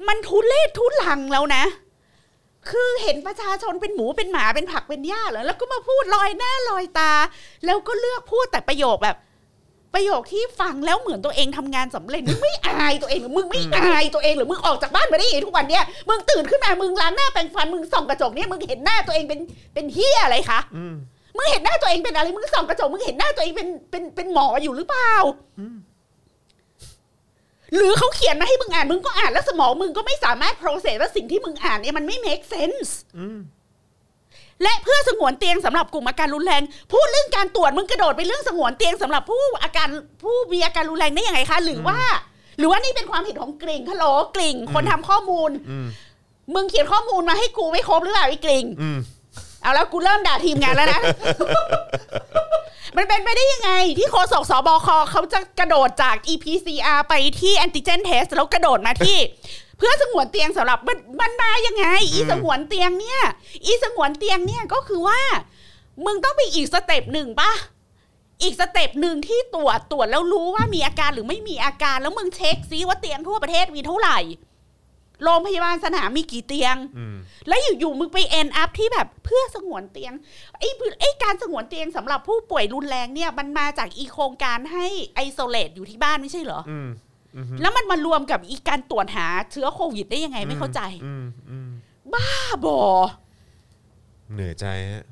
Speaker 2: มันทุเลศทุลังแล้วนะ คือเห็นประชาชนเป็นหมูเป็นหมาเป็นผักเป็นหญ้าเหรอแล้วก็มาพูดลอยหน้าลอยตา แล้วก็เลือกพูดแต่ประโยคแบบ ประโยคที่ฟังแล้วเหมือนตัวเองทำงานสำเร็จมึงไม่อายตัวเองเหรือมึงไม่อายตัวเองเหรือมึงออกจากบ้านมาได้ยังไงทุกวันเนี้ยมึงตื่นขึ้นมามึงล้างหน้าแปรงฟันมึงส่องกระจกเนี่ยมึงเห็นหน้าตัวเองเป็นเป็นเฮียอะไรคะ
Speaker 1: อืม
Speaker 2: มึงเห็นหน้าตัวเองเป็นอะไร มึงส่องกระจก มึงเห็นหน้าตัวเองเป็นเป็นเป็นหมออยู่หรือเปล่า หรือเขาเขียนมาให้มึงอ่าน มึงก็อ่านแล้วสมองมึงก็ไม่สามารถ process ว่าสิ่งที่มึงอ่านเนี่ยมันไม่ make sense
Speaker 1: อืม
Speaker 2: และเพื่อสงวนเตียงสำหรับกลุ่มอาการรุนแรง พูดเรื่องการตรวจมึงกระโดดไปเรื่องสงวนเตียงสำหรับผู้อาการผู้มีอาการรุนแรงได้ยังไงคะ หรือว่า หรือว่านี่เป็นความผิดของกลิ่งฮัลโหลกลิ่ง คนทำข้อมูล
Speaker 1: อืม
Speaker 2: มึงเขียนข้อมูลมาให้กูไม่ครบหรือเปล่าไอ้กลิ่ง
Speaker 1: อืม
Speaker 2: เอาแล้วกูเริ่มด่าทีมงานแล้วนะ มันเป็นไปได้ยังไง ที่โฆษกสบคเขาจะกระโดดจาก EPCR ไปที่แอนติเจนเทสแล้วกระโดดมาที่ เพื่อสงวนเตียงสำหรับมันมันมายังไง อีสงวนเตียงเนี่ย อีสงวนเตียงเนี่ยก็คือว่า มึงต้องไปอีกสเต็ปหนึ่งปะอีกสเต็ปหนึ่งที่ตรวจตรวจแล้วรู้ว่ามีอาการหรือไม่มีอาการ แล้วมึงเช็คซิว่าเตียงทั่วประเทศมีเท่าไหร่โรงพยาบาลสนามมีกี่เตียง
Speaker 1: อืม
Speaker 2: แล้วอยู่ๆมึงไปเอ็นอัพที่แบบเพื่อสงวนเตียงไอ้พื้นไอ้การสงวนเตียงสำหรับผู้ป่วยรุนแรงเนี่ย มันมาจากอีโครงการให้ไอโซเลตอยู่ที่บ้านไม่ใช่เหรอ
Speaker 1: อืมอืม
Speaker 2: แล้วมันมารวมกับอีการตรวจหาเชื้อโควิดได้ยังไงไม่เข้าใจ
Speaker 1: อืมอืม
Speaker 2: บ้าบอ
Speaker 1: เหนื่อยใจฮะ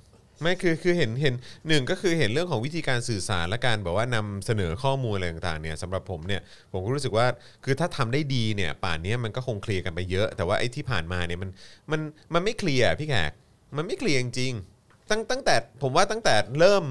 Speaker 1: ไม่คือคือเห็นเห็นหนึ่งก็คือเห็นเรื่องของวิธีการสื่อสารและการแบบว่านำเสนอข้อมูลอะไรต่างๆเนี่ยสำหรับผมเนี่ยผมก็รู้สึกว่าคือถ้าทำได้ดีเนี่ยป่านเนี้ยมันก็คงเคลียร์กันไปเยอะ แต่ว่าไอ้ที่ผ่านมาเนี่ยมันมันมันไม่เคลียร์อะพี่แขกมันไม่เคลียร์จริงๆตั้งตั้งแต่ผมว่าตั้งแต่เริ่ม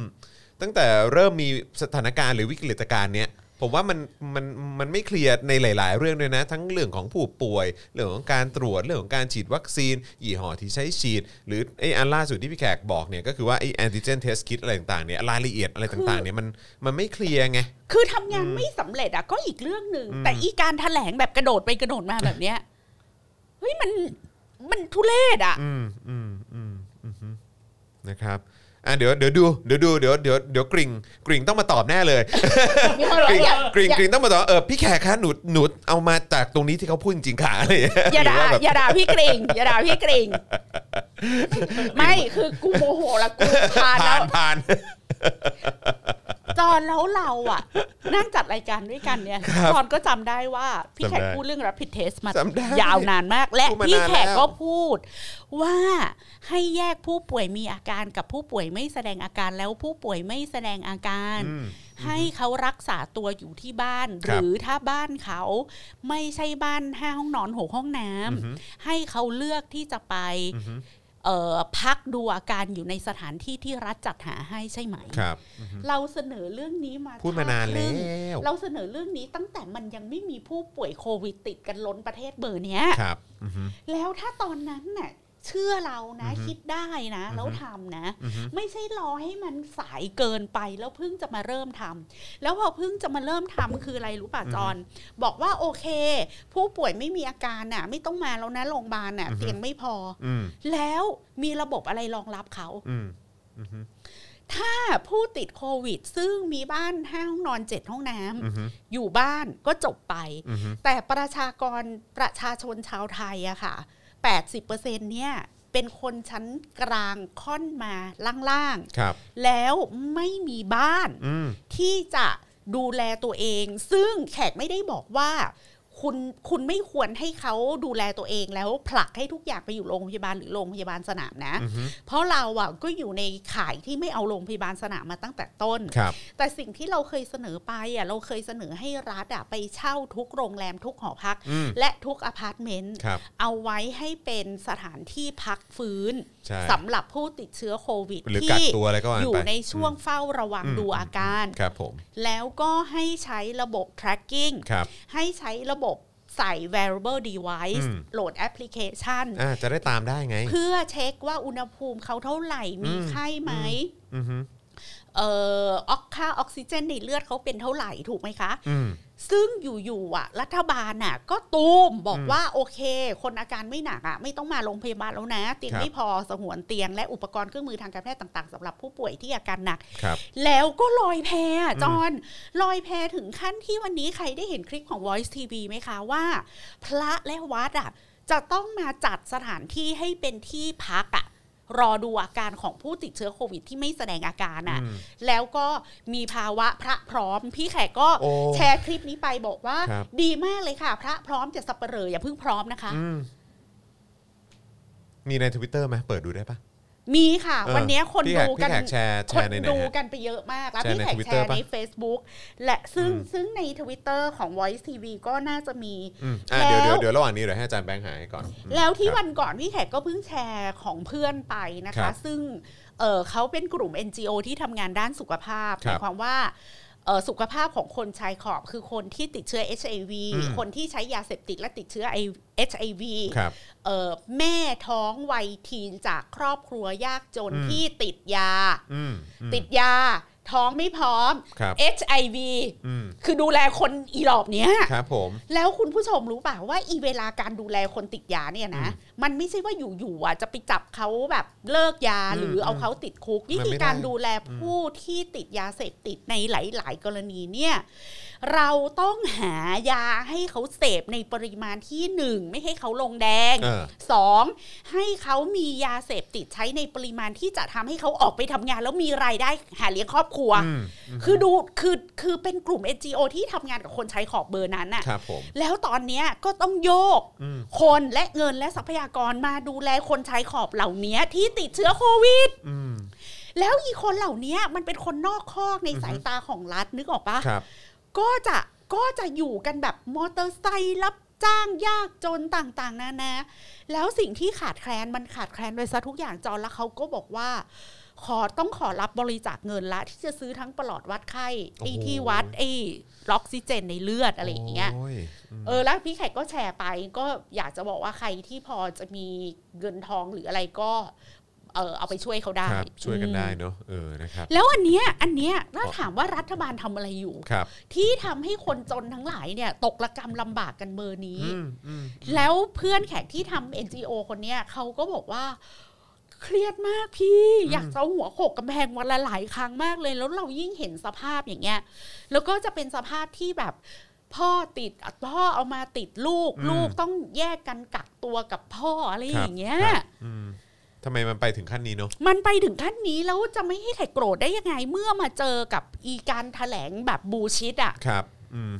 Speaker 1: ตั้งแต่เริ่มมีสถานการณ์หรือวิกฤตการณ์เนี้ยผมว่ามันมันมันไม่เคลียร์ในหลาย ๆ เรื่องด้วยนะ ทั้งเรื่องของผู้ป่วย เรื่องของการตรวจเรื่องของการฉีดวัคซีนยี่ห้อที่ใช้ฉีด หรือไออันล่าสุดที่พี่แขกบอกเนี่ยก็คือว่าไอแอนติเจนเทสคิดอะไรต่างๆเนี่ยรายละเอียดอะไรต่างๆเนี่ยมันมันไม่เคลียร์ไง
Speaker 2: คือทำงานไม่สำเร็จอะก็อีกเรื่องหนึ่ง
Speaker 1: อืม
Speaker 2: แต่อีการแถลงแบบกระโดดไปกระโดดมาแบบเนี้ยเฮ้ยมันมันทุเลศอะ
Speaker 1: อืมอืมอืมอืมฮึนะครับอ่ะเดี๋ยวเดี๋ยวดูเดี๋ยวดูเดี๋ยวเดี๋ยวเดี๋ยวกริ่งกริ่งต้องมาตอบแน่เลย
Speaker 2: มีคนบอก
Speaker 1: ก
Speaker 2: ว่า
Speaker 1: ริ่ง
Speaker 2: อย่าก
Speaker 1: ริ่งกริ่งต้องมาตอบเออพี่แขกคะหนูหนูเอามาจากตรงนี้ที่เขาพูดจริงๆค่ะอะไรอย่างเงี้ย
Speaker 2: อย่า
Speaker 1: หรื
Speaker 2: ด่า
Speaker 1: ว่แบบ
Speaker 2: อย่าด่าพี่เกรงอย่าด่าพี่เกรงไม่คือกูโมโหละกูผ่านแล้
Speaker 1: ผ่าน
Speaker 2: ว
Speaker 1: ผ่าน
Speaker 2: จอนแล้วเราอะนั่งจัดรายการด้วยกันเนี่ย
Speaker 1: ครับ
Speaker 2: จอนก็จำได้ว่า พี่แขก
Speaker 1: จำได้
Speaker 2: พูดเรื่องรับผิดเทสมา
Speaker 1: จำได้
Speaker 2: ยาวนานมาก และ
Speaker 1: พูดมา
Speaker 2: พี่
Speaker 1: นาน
Speaker 2: แขก
Speaker 1: แล้ว
Speaker 2: ก็พูด ว่าให้แยกผู้ป่วยมีอาการกับผู้ป่วยไม่แสดงอาการแล้วผู้ป่วยไม่แสดงอาการ
Speaker 1: อืม
Speaker 2: ให้เขารักษาตัวอยู่ที่บ้าน
Speaker 1: ค
Speaker 2: ห
Speaker 1: รับ
Speaker 2: รือถ้าบ้านเขาไม่ใช่บ้านห้าห้องนอนหกห้องน้ำ
Speaker 1: อืมฮึ
Speaker 2: ให้เขาเลือกที่จะไป
Speaker 1: อืมฮึ
Speaker 2: เอ เอ่อพักดูอาการอยู่ในสถานที่ที่รัฐจัดหาให้ใช่ไหม
Speaker 1: ครับอือฮึ
Speaker 2: เราเสนอเรื่องนี้มา
Speaker 1: พูดมานานแล้
Speaker 2: สักพักห
Speaker 1: ว
Speaker 2: งเราเสนอเรื่องนี้ตั้งแต่มันยังไม่มีผู้ป่วยโควิดติดกันล้นประเทศเบอร์เนี้ย
Speaker 1: ครับอือฮึ
Speaker 2: แล้วถ้าตอนนั้นน่ะเชื่อเรานะ
Speaker 1: อือฮึ
Speaker 2: คิดได้นะ
Speaker 1: อือฮึ
Speaker 2: แล้วทำนะ
Speaker 1: อือฮึ
Speaker 2: ไม่ใช่รอให้มันสายเกินไปแล้วเพิ่งจะมาเริ่มทำแล้วพอเพิ่งจะมาเริ่มทำคืออะไรรู้ป่ะ
Speaker 1: อือฮึ
Speaker 2: จอนบอกว่าโอเค ผู้ป่วยไม่มีอาการน่ะ ไม่ต้องมาแล้วนะโรงพยาบาลน่ะ
Speaker 1: อือฮึ
Speaker 2: เตียงไม่พอ
Speaker 1: อืม
Speaker 2: แล้วมีระบบอะไรรองรับเขา
Speaker 1: อืมอือฮึ
Speaker 2: ถ้าผู้ติดโควิด ซึ่งมีบ้านห้าห้องนอนเจ็ดห้องน้ำ
Speaker 1: อือฮึ
Speaker 2: อยู่บ้านก็จบไป
Speaker 1: อือฮึ
Speaker 2: แต่ประชากรประชาชนชาวไทยอะค่ะ 80%เนี่ยเป็นคนชั้นกลางค่อนมาล่าง
Speaker 1: ครับ
Speaker 2: ๆ แล้วไม่มีบ้าน
Speaker 1: อืม
Speaker 2: ที่จะดูแลตัวเอง ซึ่งแขกไม่ได้บอกว่า คุณคุณไม่ควรให้เขาดูแลตัวเองแล้วผลักให้ทุกอย่างไปอยู่โรงพยาบาลหรือโรงพยาบาลสนามนะ
Speaker 1: อือฮึ
Speaker 2: เพราะเราอะก็อยู่ในข่ายที่ไม่เอาโรงพยาบาลสนามมาตั้งแต่ต้น
Speaker 1: ครับ
Speaker 2: แต่สิ่งที่เราเคยเสนอไปอ่ะเราเคยเสนอให้รัฐอ่ะไปเช่าทุกโรงแรมทุกหอพัก
Speaker 1: อืม
Speaker 2: และทุกอพาร์ตเมนต์
Speaker 1: ครับ
Speaker 2: เอาไว้ให้เป็นสถานที่พักฟื้น
Speaker 1: ใช่
Speaker 2: สำหรับผู้ติดเชื้อโควิด
Speaker 1: หรือกัก
Speaker 2: ที่
Speaker 1: ตัวอะไรก็ว่าไป
Speaker 2: อยู่ในช่วง
Speaker 1: อื
Speaker 2: เฝ้าระวัง
Speaker 1: อืม
Speaker 2: ดูอาการ
Speaker 1: มครับผม
Speaker 2: แล้วก็ให้ใช้ระบบ tracking
Speaker 1: ครับ
Speaker 2: ให้ใช้ระบบใส่ variable device
Speaker 1: อืม
Speaker 2: โหลดแอปพลิเคชัน
Speaker 1: อ่าจะได้ตามได้ไง
Speaker 2: เพื่อเช็คว่าอุณหภูมิเขาเท่าไหร่มี
Speaker 1: อืม
Speaker 2: ไข้ไหม
Speaker 1: อือฮึ
Speaker 2: เอ่อออกค่าออกซิเจนในเลือดเขาเป็นเท่าไหร่ถูกไหมคะ
Speaker 1: อืม
Speaker 2: ซึ่งอยู่ๆอ่ะ รัฐบาลน่ะ ก็ตูมบอก
Speaker 1: อืม
Speaker 2: ว่าโอเค คนอาการไม่หนักอ่ะ ไม่ต้องมาโรงพยาบาลแล้วนะ เตียง
Speaker 1: ครับ
Speaker 2: ไม่พอสงวนเตียง และอุปกรณ์เครื่องมือทางการแพทย์ต่างๆสำหรับผู้ป่วยที่อาการหนัก
Speaker 1: ครับ
Speaker 2: แล้วก็ลอยแพอะ
Speaker 1: อืม
Speaker 2: จอนลอยแพถึงขั้นที่วันนี้ใครได้เห็นคลิปของ Voice TV ไหมคะว่า พระและวัดอ่ะ จะต้องมาจัดสถานที่ให้เป็นที่พักอ่ะ รอดูอาการของผู้ติดเชื้อโควิดที่ไม่แสดงอาการอ่ะ
Speaker 1: อืม
Speaker 2: แล้วก็มีภาวะพระพร้อม พี่แขกก็
Speaker 1: โอ้
Speaker 2: แชร์คลิปนี้ไปบอกว่า
Speaker 1: ครับ
Speaker 2: ดีมากเลยค่ะ พระพร้อมจะสับเปะเหร่ออย่าเพิ่งพร้อมนะคะ
Speaker 1: อืมมีในทวิตเตอร์ไหมเปิดดูได้ปะ
Speaker 2: มีค่ะ
Speaker 1: เออ
Speaker 2: วันนี้คน
Speaker 1: พี่แข
Speaker 2: ดูกัน
Speaker 1: พี่แขกแชร์แช
Speaker 2: คน
Speaker 1: ร์ในไหน
Speaker 2: ดู
Speaker 1: ฮะ
Speaker 2: กันไปเยอะมากแล้ว
Speaker 1: แชร์
Speaker 2: พี่
Speaker 1: ใน
Speaker 2: แขก
Speaker 1: Twitter
Speaker 2: แชร์ใน
Speaker 1: ปะ
Speaker 2: Facebook และซึ่ง
Speaker 1: อืม
Speaker 2: ซึ่งใน Twitter ของ Voice TV ก็น่าจะมี
Speaker 1: อืมอ่ะเดี๋ยว
Speaker 2: แล้
Speaker 1: เดี๋ยว วเดี๋ยวระหว่างนี้เดี๋ยวให้อาจารย์แบงค์หายก่อนอืม
Speaker 2: แล้วที่
Speaker 1: ครับ
Speaker 2: วันก่อนพี่แขกก็เพิ่งแชร์ของเพื่อนไปนะ
Speaker 1: ครั
Speaker 2: คะ
Speaker 1: บ
Speaker 2: ซึ่งเอ่อเขาเป็นกลุ่ม NGO ที่ทำงานด้านสุขภาพ
Speaker 1: ค
Speaker 2: ห
Speaker 1: รับ
Speaker 2: มายความว่าเอ่อสุขภาพของคนชายขอบคือคนที่ติดเชื้อ HIV
Speaker 1: อืม
Speaker 2: คนที่ใช้ยาเสพติดและติดเชื้อ HIV
Speaker 1: ครับ
Speaker 2: เอ่อแม่ท้องวัยทีนจากครอบครัวยากจน
Speaker 1: อืม
Speaker 2: ที่ติดยา
Speaker 1: อืมอืม
Speaker 2: ติดยา ท้องไม่พร้อม
Speaker 1: ครับ
Speaker 2: HIV
Speaker 1: อืม
Speaker 2: คือดูแลคนอีหลอบเนี้ย
Speaker 1: ครับผม
Speaker 2: แล้วคุณผู้ชมรู้ป่ะว่าอีเวลาการดูแลคนติดยาเนี่ยนะ มันไม่ใช่ว่าอยู่ๆอ่ะจะไปจับเขาแบบเลิกยา
Speaker 1: อืม
Speaker 2: หรือเอาเขาติดคุกนี่
Speaker 1: มัน
Speaker 2: คื
Speaker 1: ไม่
Speaker 2: อ
Speaker 1: ได้
Speaker 2: การดูแลผู้ที่ติดยาเสพติดในหลาย ๆ กรณีเนี่ย เราต้องหายาให้เขาเสพในปริมาณที่หนึ่งไม่ให้เขาลงแดง
Speaker 1: เออ
Speaker 2: สองให้เขามียาเสพติดใช้ในปริมาณที่จะทำให้เขาออกไปทำงาน แล้วมีรายได้หาเลี้ยงครอบครัว
Speaker 1: อืมม
Speaker 2: คือดูคือคือเป็นกลุ่ม NGO ที่ทำงานกับคนใช้ขอบเบอร์นั้นน่ะ
Speaker 1: ครับผม
Speaker 2: แล้วตอนเนี้ยก็ต้องโยก
Speaker 1: อืม
Speaker 2: คนและเงินและทรัพยากรมาดูแลคนชายขอบเหล่านี้ที่ติดเชื้อโควิด
Speaker 1: อืม
Speaker 2: แล้วอีกคนเหล่านี้มันเป็นคนนอกคอกในสายตาของรัฐนึกออกปะ
Speaker 1: ครับ
Speaker 2: ก็จะก็จะอยู่กันแบบมอเตอร์ไซค์รับจ้างยากจนต่างๆนานาแล้วสิ่งที่ขาดแคลนมันขาดแคลนไปซะทุกอย่างจอนแล้วเขาก็บอกว่า ขอต้องขอรับบริจาคเงินละ ที่จะซื้อทั้งปลอดวัดไข้ไอ้ที่วัดไอ้ล็อกซิเจนในเลือดอะไรอย่างเงี้ย
Speaker 1: โอ้ม
Speaker 2: เออแล้วพี่ไข่ก็แชร์ไปก็อยากจะบอกว่าใครที่พอจะมีเงินทองหรืออะไรก็ เออเอาไปช่วยเขาได้
Speaker 1: ครับ ช่วยกันได้
Speaker 2: อืม
Speaker 1: เนอะเออนะครับ
Speaker 2: แล้วอันเนี้ยอันเนี้ยถ้าถามว่ารัฐบาลทำอะไรอยู่
Speaker 1: ครับ
Speaker 2: ที่ทำให้คนจนทั้งหลายเนี่ย ตกระกรรมลำบากกันเบอร์นี้
Speaker 1: อืมอืม
Speaker 2: แล้วเพื่อนแขกที่ทำ NGO คนเนี้ยเขาก็บอกว่า เครียดมากพี่ อยากจะเอาหัวโขกกำแพงวันละหลายครั้งมากเลย แล้วเรายิ่งเห็นสภาพอย่างเงี้ย แล้วก็จะเป็นสภาพที่แบบ พ่อติดพ่อเอามาติดลูก ลูกต้องแยกกันกักตัวกับพ่ออะไรอย่างเงี้ย
Speaker 1: ครับอืมทำไมมันไปถึงขั้นนี้เนอะ
Speaker 2: มันไปถึงขั้นนี้แล้วจะไม่ให้แขกโกรธได้ยังไง เมื่อมาเจอกับอีการแถลงแบบบูชิดอ่ะ
Speaker 1: ครับ อืม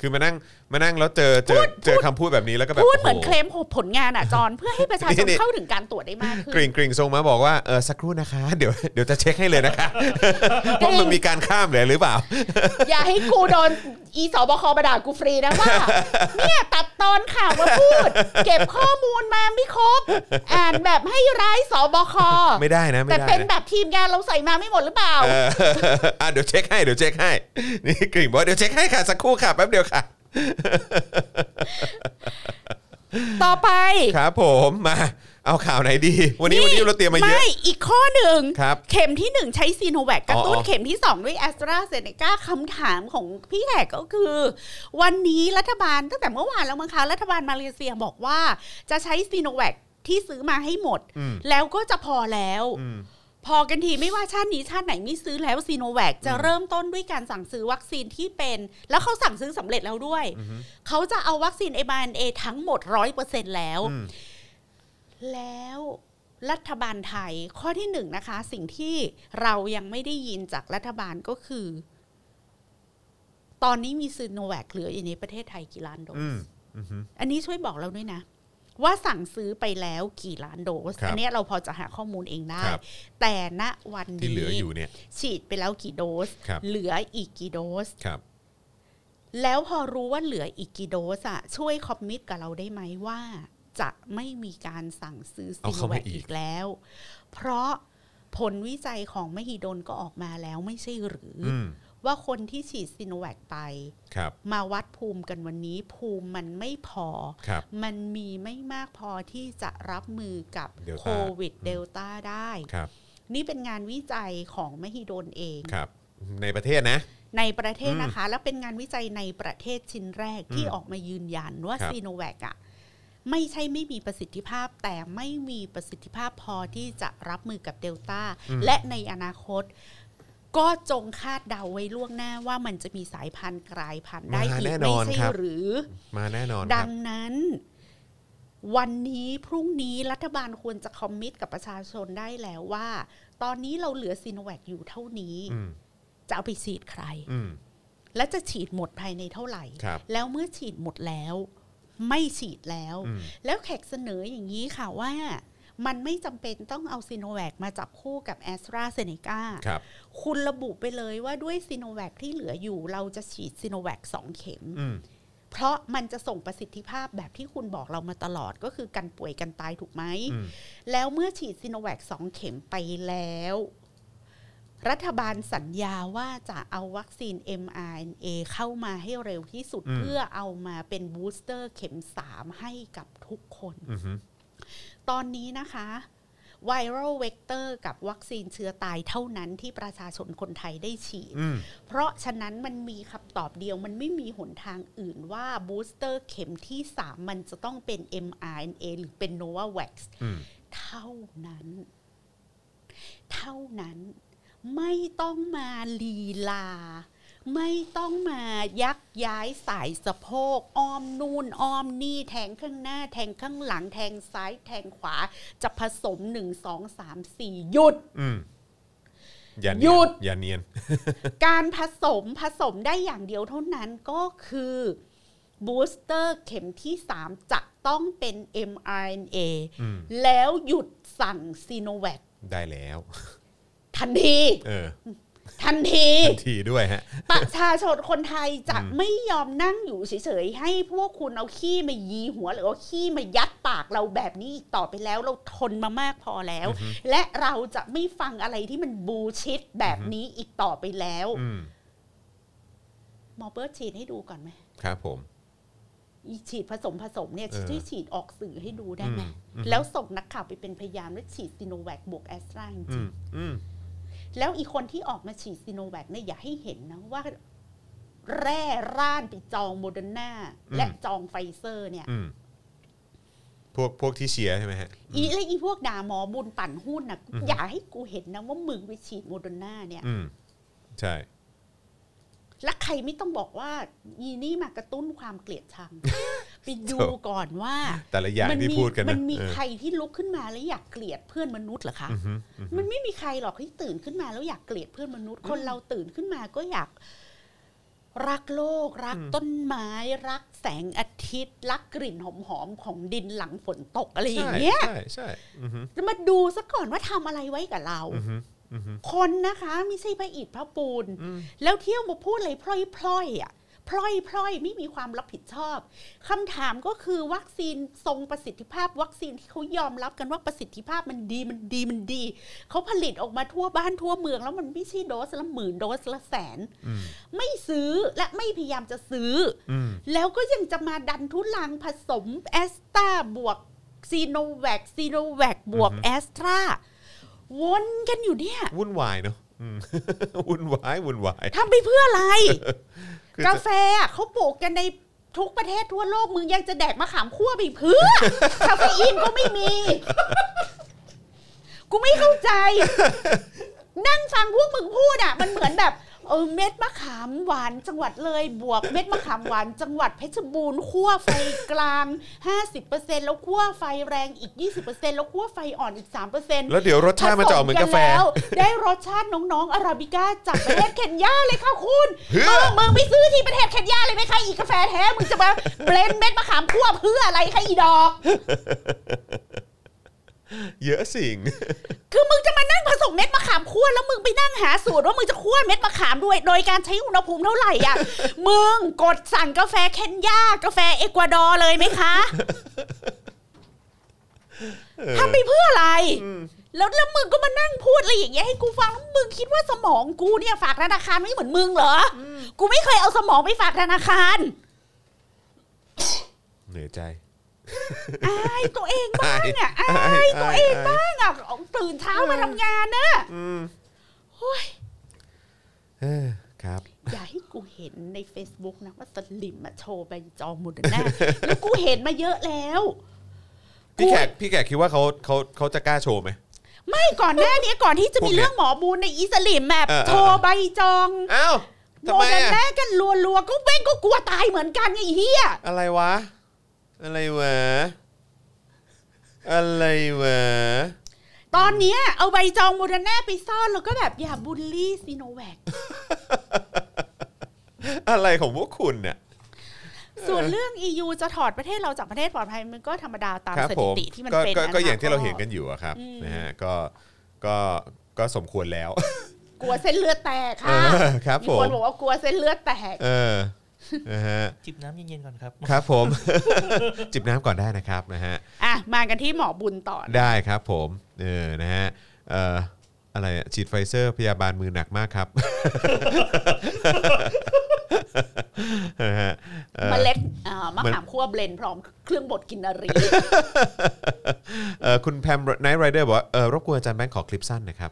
Speaker 1: คือมานั่งมานั่งแล้วเจอเจอเจอคำพูดแบบนี้แล้วก็แบบ
Speaker 2: พูดเหมือน
Speaker 1: โโ
Speaker 2: เคลมผลงานอ่ะจอนเพื่อให้ประชาชนเข้าถึงการตรวจได้มากขึ้น
Speaker 1: กริ่งกริ่งส่งมาบอกว่าเออสักครู่นะคะ เดี๋ยว เดี๋ยวจะเช็คให้เลยนะคะว่ามันมีการข้ามเหรือหรือเปล่า
Speaker 2: อย่าให้กูโดน อีสบคมาด่ากูฟรีนะว่า เนี่ยตัดตอนข่าวมาพูด เก็บข้อมูลมาไม่ครบ อ่านแบบให้ร้ายสบค
Speaker 1: ไม่ได้นะ ไม่
Speaker 2: แต่
Speaker 1: ได้
Speaker 2: เป็น
Speaker 1: นะ
Speaker 2: แบบทีมงานเราใส่มาไม่หมดหรือเปล่า
Speaker 1: เออ อ่ะเดี๋ยวเช็คให้เดี๋ยวเช็คให้นี่กริ่งบอกว่าเดี๋ยวเช็คให้ค่ะสักครู่ค่ะแป๊บเดียวค่ะ
Speaker 2: ต่อไป
Speaker 1: ครับผมมาเอาข่าวไหนดี วันนี้วันนี้เราเตรียมมาเยอะ
Speaker 2: ไม่ อีกข้อหนึ่ง
Speaker 1: ครับ
Speaker 2: เข็มที่ 1 ใช้ซีโนแวคกระตุ้น
Speaker 1: อ๋อ
Speaker 2: เข็มที่ 2 ด้วยแอสตราเซเนกาคำถามของพี่แขกก็คือ วันนี้รัฐบาลตั้งแต่เมื่อวานแล้วมั้งคะ รัฐบาลมาเลเซียบอกว่าจะใช้ซีโนแวคที่ซื้อมาให้หมด
Speaker 1: อืม
Speaker 2: แล้วก็จะพอแล้ว
Speaker 1: อืม
Speaker 2: พอกันทีไม่ว่าชาตินี้ชาติไหนไม่ซื้อแล้วซีโนแวคจะ
Speaker 1: อืม
Speaker 2: เริ่มต้นด้วยการสั่งซื้อวัคซีนที่เป็น แล้วเขาสั่งซื้อสำเร็จแล้วด้วย
Speaker 1: อืม
Speaker 2: เขาจะเอาวัคซีน m อ n a ทั้งหมด 100%แล้ว
Speaker 1: อืม
Speaker 2: แล้วรัฐบาลไทยข้อที่หนึ่งนะคะ สิ่งที่เรายังไม่ได้ยินจากรัฐบาลก็คือ ตอนนี้มีซีโนแวคเหลืออยู่ในประเทศไทยกี่ล้านโด
Speaker 1: อื
Speaker 2: ส
Speaker 1: มอืม
Speaker 2: อันนี้ช่วยบอกเราด้วยนะ ว่าสั่งซื้อไปแล้วกี่ล้านโดส
Speaker 1: ครับ
Speaker 2: อัเนี้ยเราพอจะหาข้อมูลเองได้
Speaker 1: ครับ
Speaker 2: แต่ณวันนี้
Speaker 1: ที่เหลืออยู่เนี่ย
Speaker 2: ฉีดไปแล้วกี่โดส
Speaker 1: ครับ
Speaker 2: เหลืออีกกี่โดส
Speaker 1: ครับ
Speaker 2: แล้วพอรู้ว่าเหลืออีกกี่โดสอะช่วยคอมมิตกับเราได้ไหมว่า จะไม่มีการสั่งซื้อซี
Speaker 1: เอา
Speaker 2: โน
Speaker 1: เข้า
Speaker 2: แว
Speaker 1: มา
Speaker 2: ค
Speaker 1: อีก
Speaker 2: อีกแล้ว เพราะผลวิจัยของมหิดลก็ออกมาแล้วไม่ใช่หรืออ
Speaker 1: อืม
Speaker 2: ว่าคนที่ฉีดซีโนแวคไป
Speaker 1: ครับ
Speaker 2: มาวัดภูมิกันวันนี้ ภูมิมันไม่พอ
Speaker 1: ครับ
Speaker 2: มันมีไม่มากพอที่จะรับมือกับ
Speaker 1: เดลต้า
Speaker 2: โควิดเดลต้าได้
Speaker 1: ครับ
Speaker 2: นี่เป็นงานวิจัยของมหิดลเอง
Speaker 1: ครับ ในประเทศนะ
Speaker 2: ในประเทศ
Speaker 1: อืม
Speaker 2: นะคะ แล้วเป็นงานวิจัยในประเทศชิ้นแรกที่
Speaker 1: อืม
Speaker 2: ออกมายืนยันว่า
Speaker 1: ครับ
Speaker 2: ซีโนแวคอะไม่ใช่ไม่มีประสิทธิภาพ แต่ไม่มีประสิทธิภาพพอที่จะรับมือกับเดลต้าและในอนาคต ก็จงคาดเดาไว้ล่วงหน้าว่ามันจะมีสายพันธุ์กลายพันธุ์ได้
Speaker 1: มา
Speaker 2: อีก
Speaker 1: แน่น
Speaker 2: ไม่
Speaker 1: อน
Speaker 2: ใช่
Speaker 1: ครับ
Speaker 2: หรือ
Speaker 1: มาแน่นอนครั
Speaker 2: ดั
Speaker 1: บ
Speaker 2: งนั้น วันนี้พรุ่งนี้รัฐบาลควรจะคอมมิตกับประชาชนได้แล้วว่า ตอนนี้เราเหลือซีโนแวคอยู่เท่านี้
Speaker 1: อืม
Speaker 2: จะเอาไปฉีดใคร
Speaker 1: อืม
Speaker 2: และจะฉีดหมดภายในเท่าไหร่
Speaker 1: ครับ
Speaker 2: แล้วเมื่อฉีดหมดแล้ว ไม่ฉีดแล้ว
Speaker 1: อืม
Speaker 2: แล้วแขกเสนออย่างนี้ค่ะว่า มันไม่จำเป็นต้องเอาซีโนแวคมาจับคู่กับแอสตราเซเนกา
Speaker 1: ครับ
Speaker 2: คุณระบุไปเลยว่าด้วยซีโนแวคที่เหลืออยู่เราจะฉีดซีโนแวคสองเข็ม
Speaker 1: อืม
Speaker 2: เพราะมันจะส่งประสิทธิภาพแบบที่คุณบอกเรามาตลอดก็คือกันป่วยกันตายถูกไหม
Speaker 1: อืม
Speaker 2: แล้วเมื่อฉีดซิโนแวคสองเข็มไปแล้ว รัฐบาลสัญญาว่าจะเอาวัคซีน mRNA เข้ามาให้เร็วที่สุดเพื่อเอามาเป็นบูสเตอร์เข็ม 3 ให้กับทุกคน
Speaker 1: อืม
Speaker 2: ตอนนี้นะคะไวรัลเวกเตอร์กับวัคซีนเชื้อตายเท่านั้นที่ประชาชนคนไทยได้ฉีด
Speaker 1: อืม
Speaker 2: เพราะฉะนั้นมันมีคำตอบเดียวมันไม่มีหนทางอื่นว่าบูสเตอร์เข็มที่ 3 มันจะต้องเป็น mRNA หรือเป็น Novavax
Speaker 1: อืม
Speaker 2: เท่านั้น เท่านั้น ไม่ต้องมาลีลา ไม่ต้องมายักย้ายสายสะโพก อ้อมนู่นอ้อมนี่ แทงข้างหน้า แทงข้างหลัง แทงซ้าย แทงขวา จะผสมหนึ่งสองสามสี่หยุด
Speaker 1: อืมอย่าเนีน
Speaker 2: หยุด
Speaker 1: อย่าเนียน
Speaker 2: การผสมผสมได้อย่างเดียวเท่านั้นก็คือบูสเตอร์เข็มที่ 3 จะต้องเป็น mRNA
Speaker 1: อืม
Speaker 2: แล้วหยุดสั่งซีโนแวค
Speaker 1: ได้แล้ว
Speaker 2: ทันที
Speaker 1: เออ
Speaker 2: ทันที
Speaker 1: ทันทีด้วยฮะ
Speaker 2: ประชาชนคนไทยจะ
Speaker 1: อืม
Speaker 2: ไม่ยอมนั่งอยู่เฉยๆ ให้พวกคุณเอาขี้มายีหัวหรือเอาขี้มายัดปากเราแบบนี้อีกต่อไปแล้วเราทนมามากพอแล้ว และเราจะไม่ฟังอะไรที่มันบูชิดแบบนี้อีกต่อไปแล้ว
Speaker 1: อืม
Speaker 2: หมอเบิร์ตฉีดให้ดูก่อนไหม
Speaker 1: ครับผม
Speaker 2: อีฉีดผสมผสมเนี่ย
Speaker 1: เออ
Speaker 2: ที่ฉีดออกสื่อให้ดูได้ไหม
Speaker 1: อืมอืม
Speaker 2: แล้วส่งนักข่าวไปเป็นพยานว่าฉีดซิโนแวคบวกแอสตราจ
Speaker 1: อื
Speaker 2: ริ
Speaker 1: ม
Speaker 2: ง
Speaker 1: อืม
Speaker 2: ๆแล้วอีกคนที่ออกมาฉีดซิโนแวคเนี่ยอย่าให้เห็นนะว่า แร่ร่านไปจองโมเดอร์นาและจองไฟเซอร์เนี่ย
Speaker 1: อืมพวกพวกที่เชียร์ใช่ไหมฮะ
Speaker 2: อีและอีพวกด่าหมอบุญปั่นหุ้นนะอย่าให้กูเห็นนะว่ามึงไปฉีดโมเดอร์นาเนี่ย
Speaker 1: อืมใช่
Speaker 2: และใครไม่ต้องบอกว่าอีนี่มากระตุ้นความเกลียดชัง ไปดู
Speaker 1: โถ่
Speaker 2: ก่อนว่า
Speaker 1: แต่ละอย่าง
Speaker 2: มั
Speaker 1: ที่
Speaker 2: มี
Speaker 1: พูดกันนะ
Speaker 2: มันมี
Speaker 1: เออ
Speaker 2: ใครที่ลุกขึ้นมาแล้วอยากเกลียดเพื่อนมนุษย์เหรอคะ
Speaker 1: อือฮึอือฮึ
Speaker 2: มันไม่มีใครหรอกที่ตื่นขึ้นมาแล้วอยากเกลียดเพื่อนมนุษย์ คนเราตื่นขึ้นมาก็อยาก รักโลก รักต้นไม้ รักแสงอาทิตย์ รักกลิ่นหอมๆของดินหลังฝนตกอะไรอย่างเงี้ย
Speaker 1: ใช่ใช่อือฮึ
Speaker 2: จะมาดูซะก่อนว่าทำอะไรไว้กับเรา
Speaker 1: อือฮึอือฮึ
Speaker 2: คนนะคะไม่ใช่พระอิฐพระปูน
Speaker 1: อืม
Speaker 2: แล้วเที่ยวมาพูดอะไรพร่อยๆอ่ะ พล่อยพล่อยไม่มีความรับผิดชอบคำถามก็คือวัคซีนทรงประสิทธิภาพ วัคซีนที่เขายอมรับกันว่าประสิทธิภาพมันดีมันดีมันดีเขาผลิตออกมาทั่วบ้านทั่วเมือง แล้วมันไม่ใช่โดสละหมื่นโดสละแสน
Speaker 1: อืม
Speaker 2: ไม่ซื้อและไม่พยายามจะซื้อ
Speaker 1: อืม
Speaker 2: แล้วก็ยังจะมาดันทุลังผสมแอสตราบวกซีโนแวคซีโนแวคบวกแอสตราวนกันอยู่เนี่ย
Speaker 1: วุ่นวายเนอะอืม วุ่นวายวุ่นวาย
Speaker 2: ทำไปเพื่ออะไร
Speaker 1: คือ
Speaker 2: กาแฟอะเขาปลูกกันในทุกประเทศทั่วโลกมึงยังจะแดกมะขามคั่วไปเพื่อ คาเฟอีนก็ไม่มี กูไม่เข้าใจ นั่งฟังพวกมึงพูดอ่ะ มันเหมือนแบบ เออเม็ดมะขามหวานจังหวัดเลย บวกเม็ดมะขามหวานจังหวัดเพชรบูรณ์คั่วไฟกลาง 50%แล้วคั่วไฟแรงอีก 20%แล้วคั่วไฟอ่อนอีก 3%
Speaker 1: แล้วเดี๋ยวรสชาติมันจะออกเหมือนกาแฟ
Speaker 2: ผสแล้ว ได้รสชาติน้องๆอาราบิก้าจากประเทศเคนยาเลยค่ะคุณ
Speaker 1: เฮ้
Speaker 2: เอย อมึงไปซื้อที่ประเทศเคนยาเลยไหมคะอีกาแฟแท้ มึงจะมาเบลนด์เม็ดมะขามคั่วเพื่ออะไรคะอีดอก
Speaker 1: เยอะสิ่ง
Speaker 2: คือมึงจะมานั่งผสมเม็ดมะขามคั่วแล้วมึงไปนั่งหาสูตรว่ามึงจะคั่วเม็ดมะขามด้วย โดยการใช้อุณหภูมิเท่าไหร่อ่ะ มึงกดสั่งกาแฟเคนยากาแฟเอกวาดอร์เลยไหม คะ
Speaker 1: เออ
Speaker 2: ทำไปเพื่ออะไร
Speaker 1: อืม
Speaker 2: แล้วแล้วมึงก็มานั่งพูดอะไรอย่างเงี้ยให้กูฟังแล้วมึงคิดว่าสมองกูเนี่ยฝากธนาคารไม่เหมือนมึงเหรออกูไม่เคยเอาสมองไปฝากธนาคาร
Speaker 1: เหนื่อยใจ
Speaker 2: อายตัวเองบ้างอ่ะ
Speaker 1: อา
Speaker 2: อาย ยตัวเอง
Speaker 1: อาย
Speaker 2: บ้างอ่ะ ตื่นเช้ามาทำงานนะ
Speaker 1: อืม
Speaker 2: โอ้ย
Speaker 1: เออครับ
Speaker 2: อย่าให้กูเห็นใน Facebook นะว่าสลิมมาโชว์ใบจองมูเดอร์นา แล้วกูเห็นมาเยอะแล้ว
Speaker 1: พี่แขกพี่แขกคิดว่าเขาเขาเขาจะกล้าโชว์ไหม
Speaker 2: ไม่ก่อนหน้านี้ก่อนที่จะมีเรื่องหมอบูนในอีสลิมแบบ
Speaker 1: เออเออ
Speaker 2: โชว์ใบจอง
Speaker 1: อ้าวทำ
Speaker 2: โม
Speaker 1: ไม
Speaker 2: เดอร์
Speaker 1: อะ
Speaker 2: นากันรัวๆก็เว้งก็กลัวตายเหมือนกันไอ้เหี้ย
Speaker 1: อะไรวะ อะไรวะ อะไรวะ
Speaker 2: ตอนเนี้ยเอาใบจองโมเดอร์นาไปซ่อนแล้วก็แบบอย่าบูลลี่ซีโนแวค
Speaker 1: อะไรของพวกคุณเนี่ย
Speaker 2: ส่วนเรื่อง EU จะถอดประเทศเราจากประเทศปลอดภัยมันก็ธรรมดาตาม
Speaker 1: ครับ
Speaker 2: ส
Speaker 1: ผ
Speaker 2: ถิ
Speaker 1: ม
Speaker 2: ติที่มัน
Speaker 1: ก็
Speaker 2: เป็
Speaker 1: ก็
Speaker 2: นะ
Speaker 1: ก็
Speaker 2: คะ
Speaker 1: อย่างที่เราเห็นกันอยู่อะครับนะฮะก็ก็ก็สมควรแล้ว
Speaker 2: กลัวเส้นเลือดแตก
Speaker 1: เอ
Speaker 2: ค่ะ
Speaker 1: อ ครับผม
Speaker 2: มีคนบอกว่ากลัวเส้นเลือดแตก
Speaker 1: เออนะฮะ
Speaker 3: จิบน้ำเย็นๆก่อนครับ
Speaker 1: ครับผม จิบน้ำก่อนได้นะครับนะฮะ
Speaker 2: อ่ะมากันที่หมอบุญต่อนะ
Speaker 1: ได้ครับผมเออนะฮะเอ่ออะไรอะฉีดไฟเซอร์พยาบาลมือหนักมากครับ นะฮะเอ่อ
Speaker 2: เมล็ดอ่ามะ
Speaker 1: มัน
Speaker 2: ขามคั่วเบลนด์พร้อมเครื่องบดกินนา รี
Speaker 1: เอ่อคุณแพมไนท์ไรเดอร์บอกว่าเออรบกวนอาจารย์แบงค์ขอคลิปสั้นนะครับ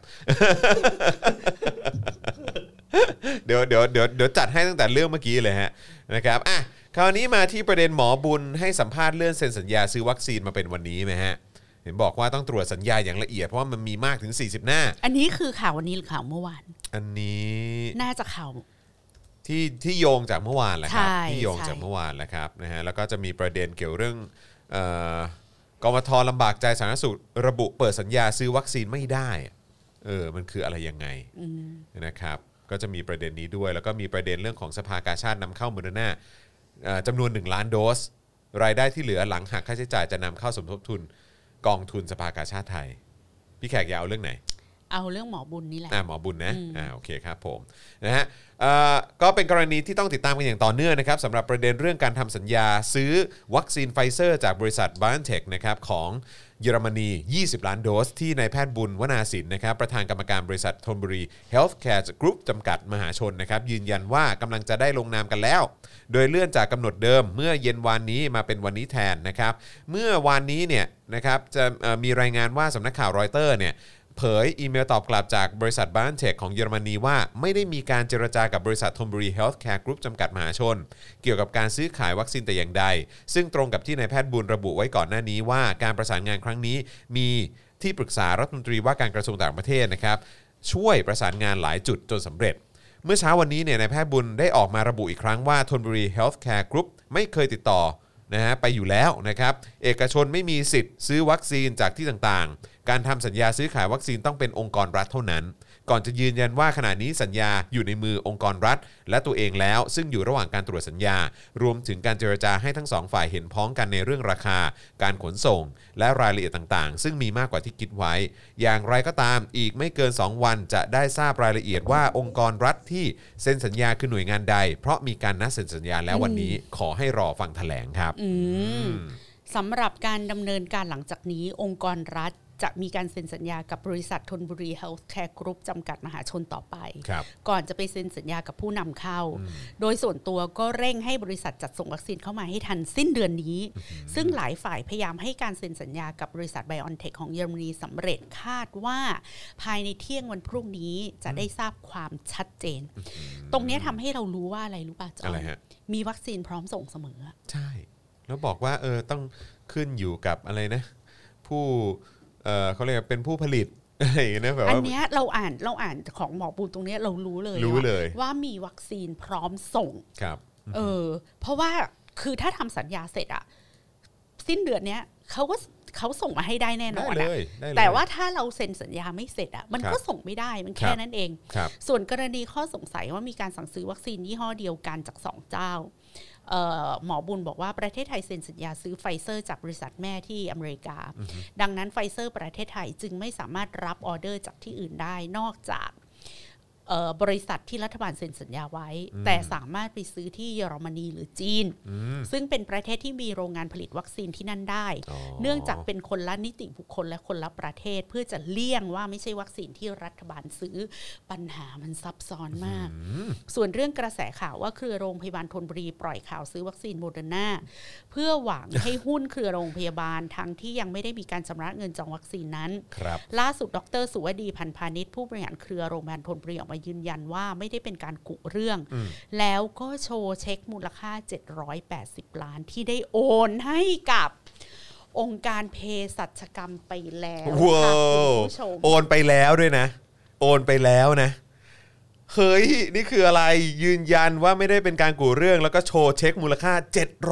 Speaker 1: เดี๋ยวเดี๋ยวเดี๋ยวเดี๋ยวจัดให้ตั้งแต่เรื่องเมื่อกี้เลยฮะนะครับอ่ะคราวนี้มาที่ประเด็นหมอบุญให้สัมภาษณ์เลื่อนเซ็นสัญญาซื้อวัคซีนมาเป็นวันนี้ไหมฮะ เห็นบอกว่าต้องตรวจสัญญาอย่างละเอียดเพราะว่ามันมีมากถึง 40 หน้า
Speaker 2: อันนี้คือข่าววันนี้หรือข่าวเมื่อวาน
Speaker 1: อันนี้
Speaker 2: น่าจะข่าว
Speaker 1: ที่ที่โยงจากเมื่อวานแหละครับ
Speaker 2: ใช่
Speaker 1: ที่โยงจากเมื่อวานแหละครับนะฮะแล้วก็จะมีประเด็นเกี่ยวเรื่องเอ่อกมทลำบากใจสาธารณสุขระบุเปิดสัญญาซื้อวัคซีนไม่ได้เออมันคืออะไรยังไงนะครับก็จะมีประเด็นนี้ด้วย แล้วก็มีประเด็นเรื่องของสภากาชาตินำเข้าโมเดอร์นาเอ่อจำนวน 1 ล้านโดส รายได้ที่เหลือหลังหักค่าใช้จ่ายจะนำเข้าสมทบทุนกองทุนสภากาชาติไทย พี่แขกอยากเอาเรื่องไหน
Speaker 2: เอาเรื่องหมอบุญนี่แหละ
Speaker 1: อ่าหมอบุญนะอ่าโอเคครับผมนะฮะเอ่อก็เป็นกรณีที่ต้องติดตามกันอย่างต่อเนื่องนะครับสำหรับประเด็นเรื่องการทำสัญญาซื้อวัคซีนไฟเซอร์จากบริษัท b i o n t e c h นะครับของเยอรมนี 20 ล้านโดส ที่นายแพทย์บุญวนาสินนะครับประธานกรรมการบริษัทธนบุรี Healthcare Group จำกัดมหาชนนะครับยืนยันว่ากำลังจะได้ลงนามกันแล้ว โดยเลื่อนจากกำหนดเดิมเมื่อเย็นวานนี้มาเป็นวันนี้แทนนะครับเมื่อวานนี้เนี่ยนะครับจะเอ่อมีรายงานว่าสำนักข่าวรอยเตอร์เนี่ย เผยอีเมลตอบกลับจากบริษัทบ้านเทคของเยอรมนีว่า ไม่ได้มีการเจรจากับบริษัททมบุรีเฮลท์แคร์กรุ๊ปจำกัดมหาชน เกี่ยวกับการซื้อขายวัคซีนแต่อย่างใด ซึ่งตรงกับที่นายแพทย์บุญระบุไว้ก่อนหน้านี้ว่าการประสานงานครั้งนี้มีที่ปรึกษารัฐมนตรีว่าการกระทรวงต่างประเทศนะครับช่วยประสานงานหลายจุดจนสำเร็จ เมื่อเช้าวันนี้เนี่ยนายแพทย์บุญได้ออกมาระบุอีกครั้งว่าทนบุรีเฮลท์แคร์กรุ๊ปไม่เคยติดต่อนะฮะไปอยู่แล้วนะครับ เอกชนไม่มีสิทธิ์ซื้อวัคซีนจากที่ต่างๆ การทำสัญญาซื้อขายวัคซีนต้องเป็นองค์กรรัฐเท่านั้น ก่อนจะยืนยันว่าขณะนี้สัญญาอยู่ในมือองค์กรรัฐ และตัวเองแล้ว ซึ่งอยู่ระหว่างการตรวจสัญญา รวมถึงการเจรจาให้ทั้งสองฝ่ายเห็นพ้องกันในเรื่องราคา การขนส่ง และรายละเอียดต่างๆ ซึ่งมีมากกว่าที่คิดไว้ อย่างไรก็ตามอีกไม่เกิน 2 วันจะได้ทราบรายละเอียดว่าองค์กรรัฐที่เซ็นสัญญาคือหน่วยงานใด เพราะมีการนัดเซ็นสัญญาแล้ววันนี้ขอให้รอฟังแถลงครับ
Speaker 2: อืมสำหรับการดำเนินการหลังจากนี้ องค์กรรัฐจะมีการเซ็นสัญญากับบริษัทธนบุรีเฮลท์แคร์กรุ๊ปจำกัดมหาชนต่อไป
Speaker 1: ครับ
Speaker 2: ก่อนจะไปเซ็นสัญญากับผู้นำเข้า โดยส่วนตัวก็เร่งให้บริษัทจัดส่งวัคซีนเข้ามาให้ทันสิ้นเดือนนี้ ซึ่งหลายฝ่ายพยายามให้การเซ็นสัญญากับบริษัทไบออนเทคของเยอรมนีสำเร็จคาดว่า ภายในเที่ยงวันพรุ่งนี้จะได้ทราบความชัดเจน ตรงเนี้ยทำให้เรารู้ว่าอะไรรู้ป่ะจอม
Speaker 1: อะไรฮะ
Speaker 2: มีวัคซีนพร้อมส่งเสมอ
Speaker 1: ใช่ แล้วบอกว่าเออต้องขึ้นอยู่กับอะไรนะ ผู้เออเขาเรียกว่าเป็นผู้ผลิต อะไรอย่างเงี้ยนะแบบ
Speaker 2: อัน
Speaker 1: ว่า
Speaker 2: เนี้ยเราอ่านเราอ่านของหมอปูตรงเนี้ยเรารู้เลย
Speaker 1: รู้
Speaker 2: ว่า
Speaker 1: เลย
Speaker 2: ว่ามีวัคซีนพร้อมส่ง
Speaker 1: ครับ
Speaker 2: เออ เพราะว่าคือถ้าทำสัญญาเสร็จอะสิ้นเดือนเนี้ยเขาก็เขาส่งมาให้ได้แน่น
Speaker 1: ได้
Speaker 2: อน
Speaker 1: เล
Speaker 2: อะ
Speaker 1: ยได้เลย
Speaker 2: แต่ว่าถ้าเราเซ็นสัญญาไม่เสร็จอะมัน
Speaker 1: ครับ
Speaker 2: ก็ส่งไม่ได้มัน
Speaker 1: ค
Speaker 2: แค่
Speaker 1: รับ
Speaker 2: นั้นเอง
Speaker 1: ครับ
Speaker 2: ส่วนกรณีข้อสงสัยว่ามีการสั่งซื้อวัคซีนยี่ห้อเดียวกันจากสองเจ้าเอ่อหมอบุญบอกว่าประเทศไทยเซ็นสัญญาซื้อไฟเซอร์จากบริษัทแม่ที่อเมริกา ดังนั้นไฟเซอร์ประเทศไทยจึงไม่สามารถรับออเดอร์จากที่อื่นได้นอกจากเอ่อบริษัทที่รัฐบาลเซ็นสัญญาไว้ แต่สามารถไปซื้อที่เยอรมนีหรือจีน
Speaker 1: อืม
Speaker 2: ซึ่งเป็นประเทศที่มีโรงงานผลิตวัคซีนที่นั่นได้ เนื่องจากเป็นคนละนิติบุคคลและคนละประเทศเพื่อจะเลี่ยงว่าไม่ใช่วัคซีนที่รัฐบาลซื้อปัญหามันซับซ้อนมาก ส่วนเรื่องกระแสข่าวว่าเครือโรงพยาบาลธนบุรีปล่อยข่าวซื้อวัคซีนโมเดอร์นาเพื่อหวังให้หุ้นเครือโรงพยาบาลทั้งที่ยังไม่ได้มีการชำระเงินจองวัคซีนนั้น
Speaker 1: ครับ
Speaker 2: ล่าสุดดรสุวดีพันธ์พาณิชย์ผู้บริหารเครือโรงพยาบาลธนบุรีออกมายืนยันว่าไม่ได้เป็นการกุเรื่อง
Speaker 1: อืม
Speaker 2: แล้วก็โชว์เช็คมูลค่า 780 ล้านที่ได้โอนให้กับองค์การเภสัชกรรมไปแล้ว
Speaker 1: ว้า
Speaker 2: ค่ะ
Speaker 1: ว
Speaker 2: คุณผู้ชม
Speaker 1: โอนไปแล้วด้วยนะ โอนไปแล้วนะ เฮ้ย นี่คืออะไรยืนยันว่าไม่ได้เป็นการกู่เรื่อง แล้วก็โชว์เช็คมูลค่า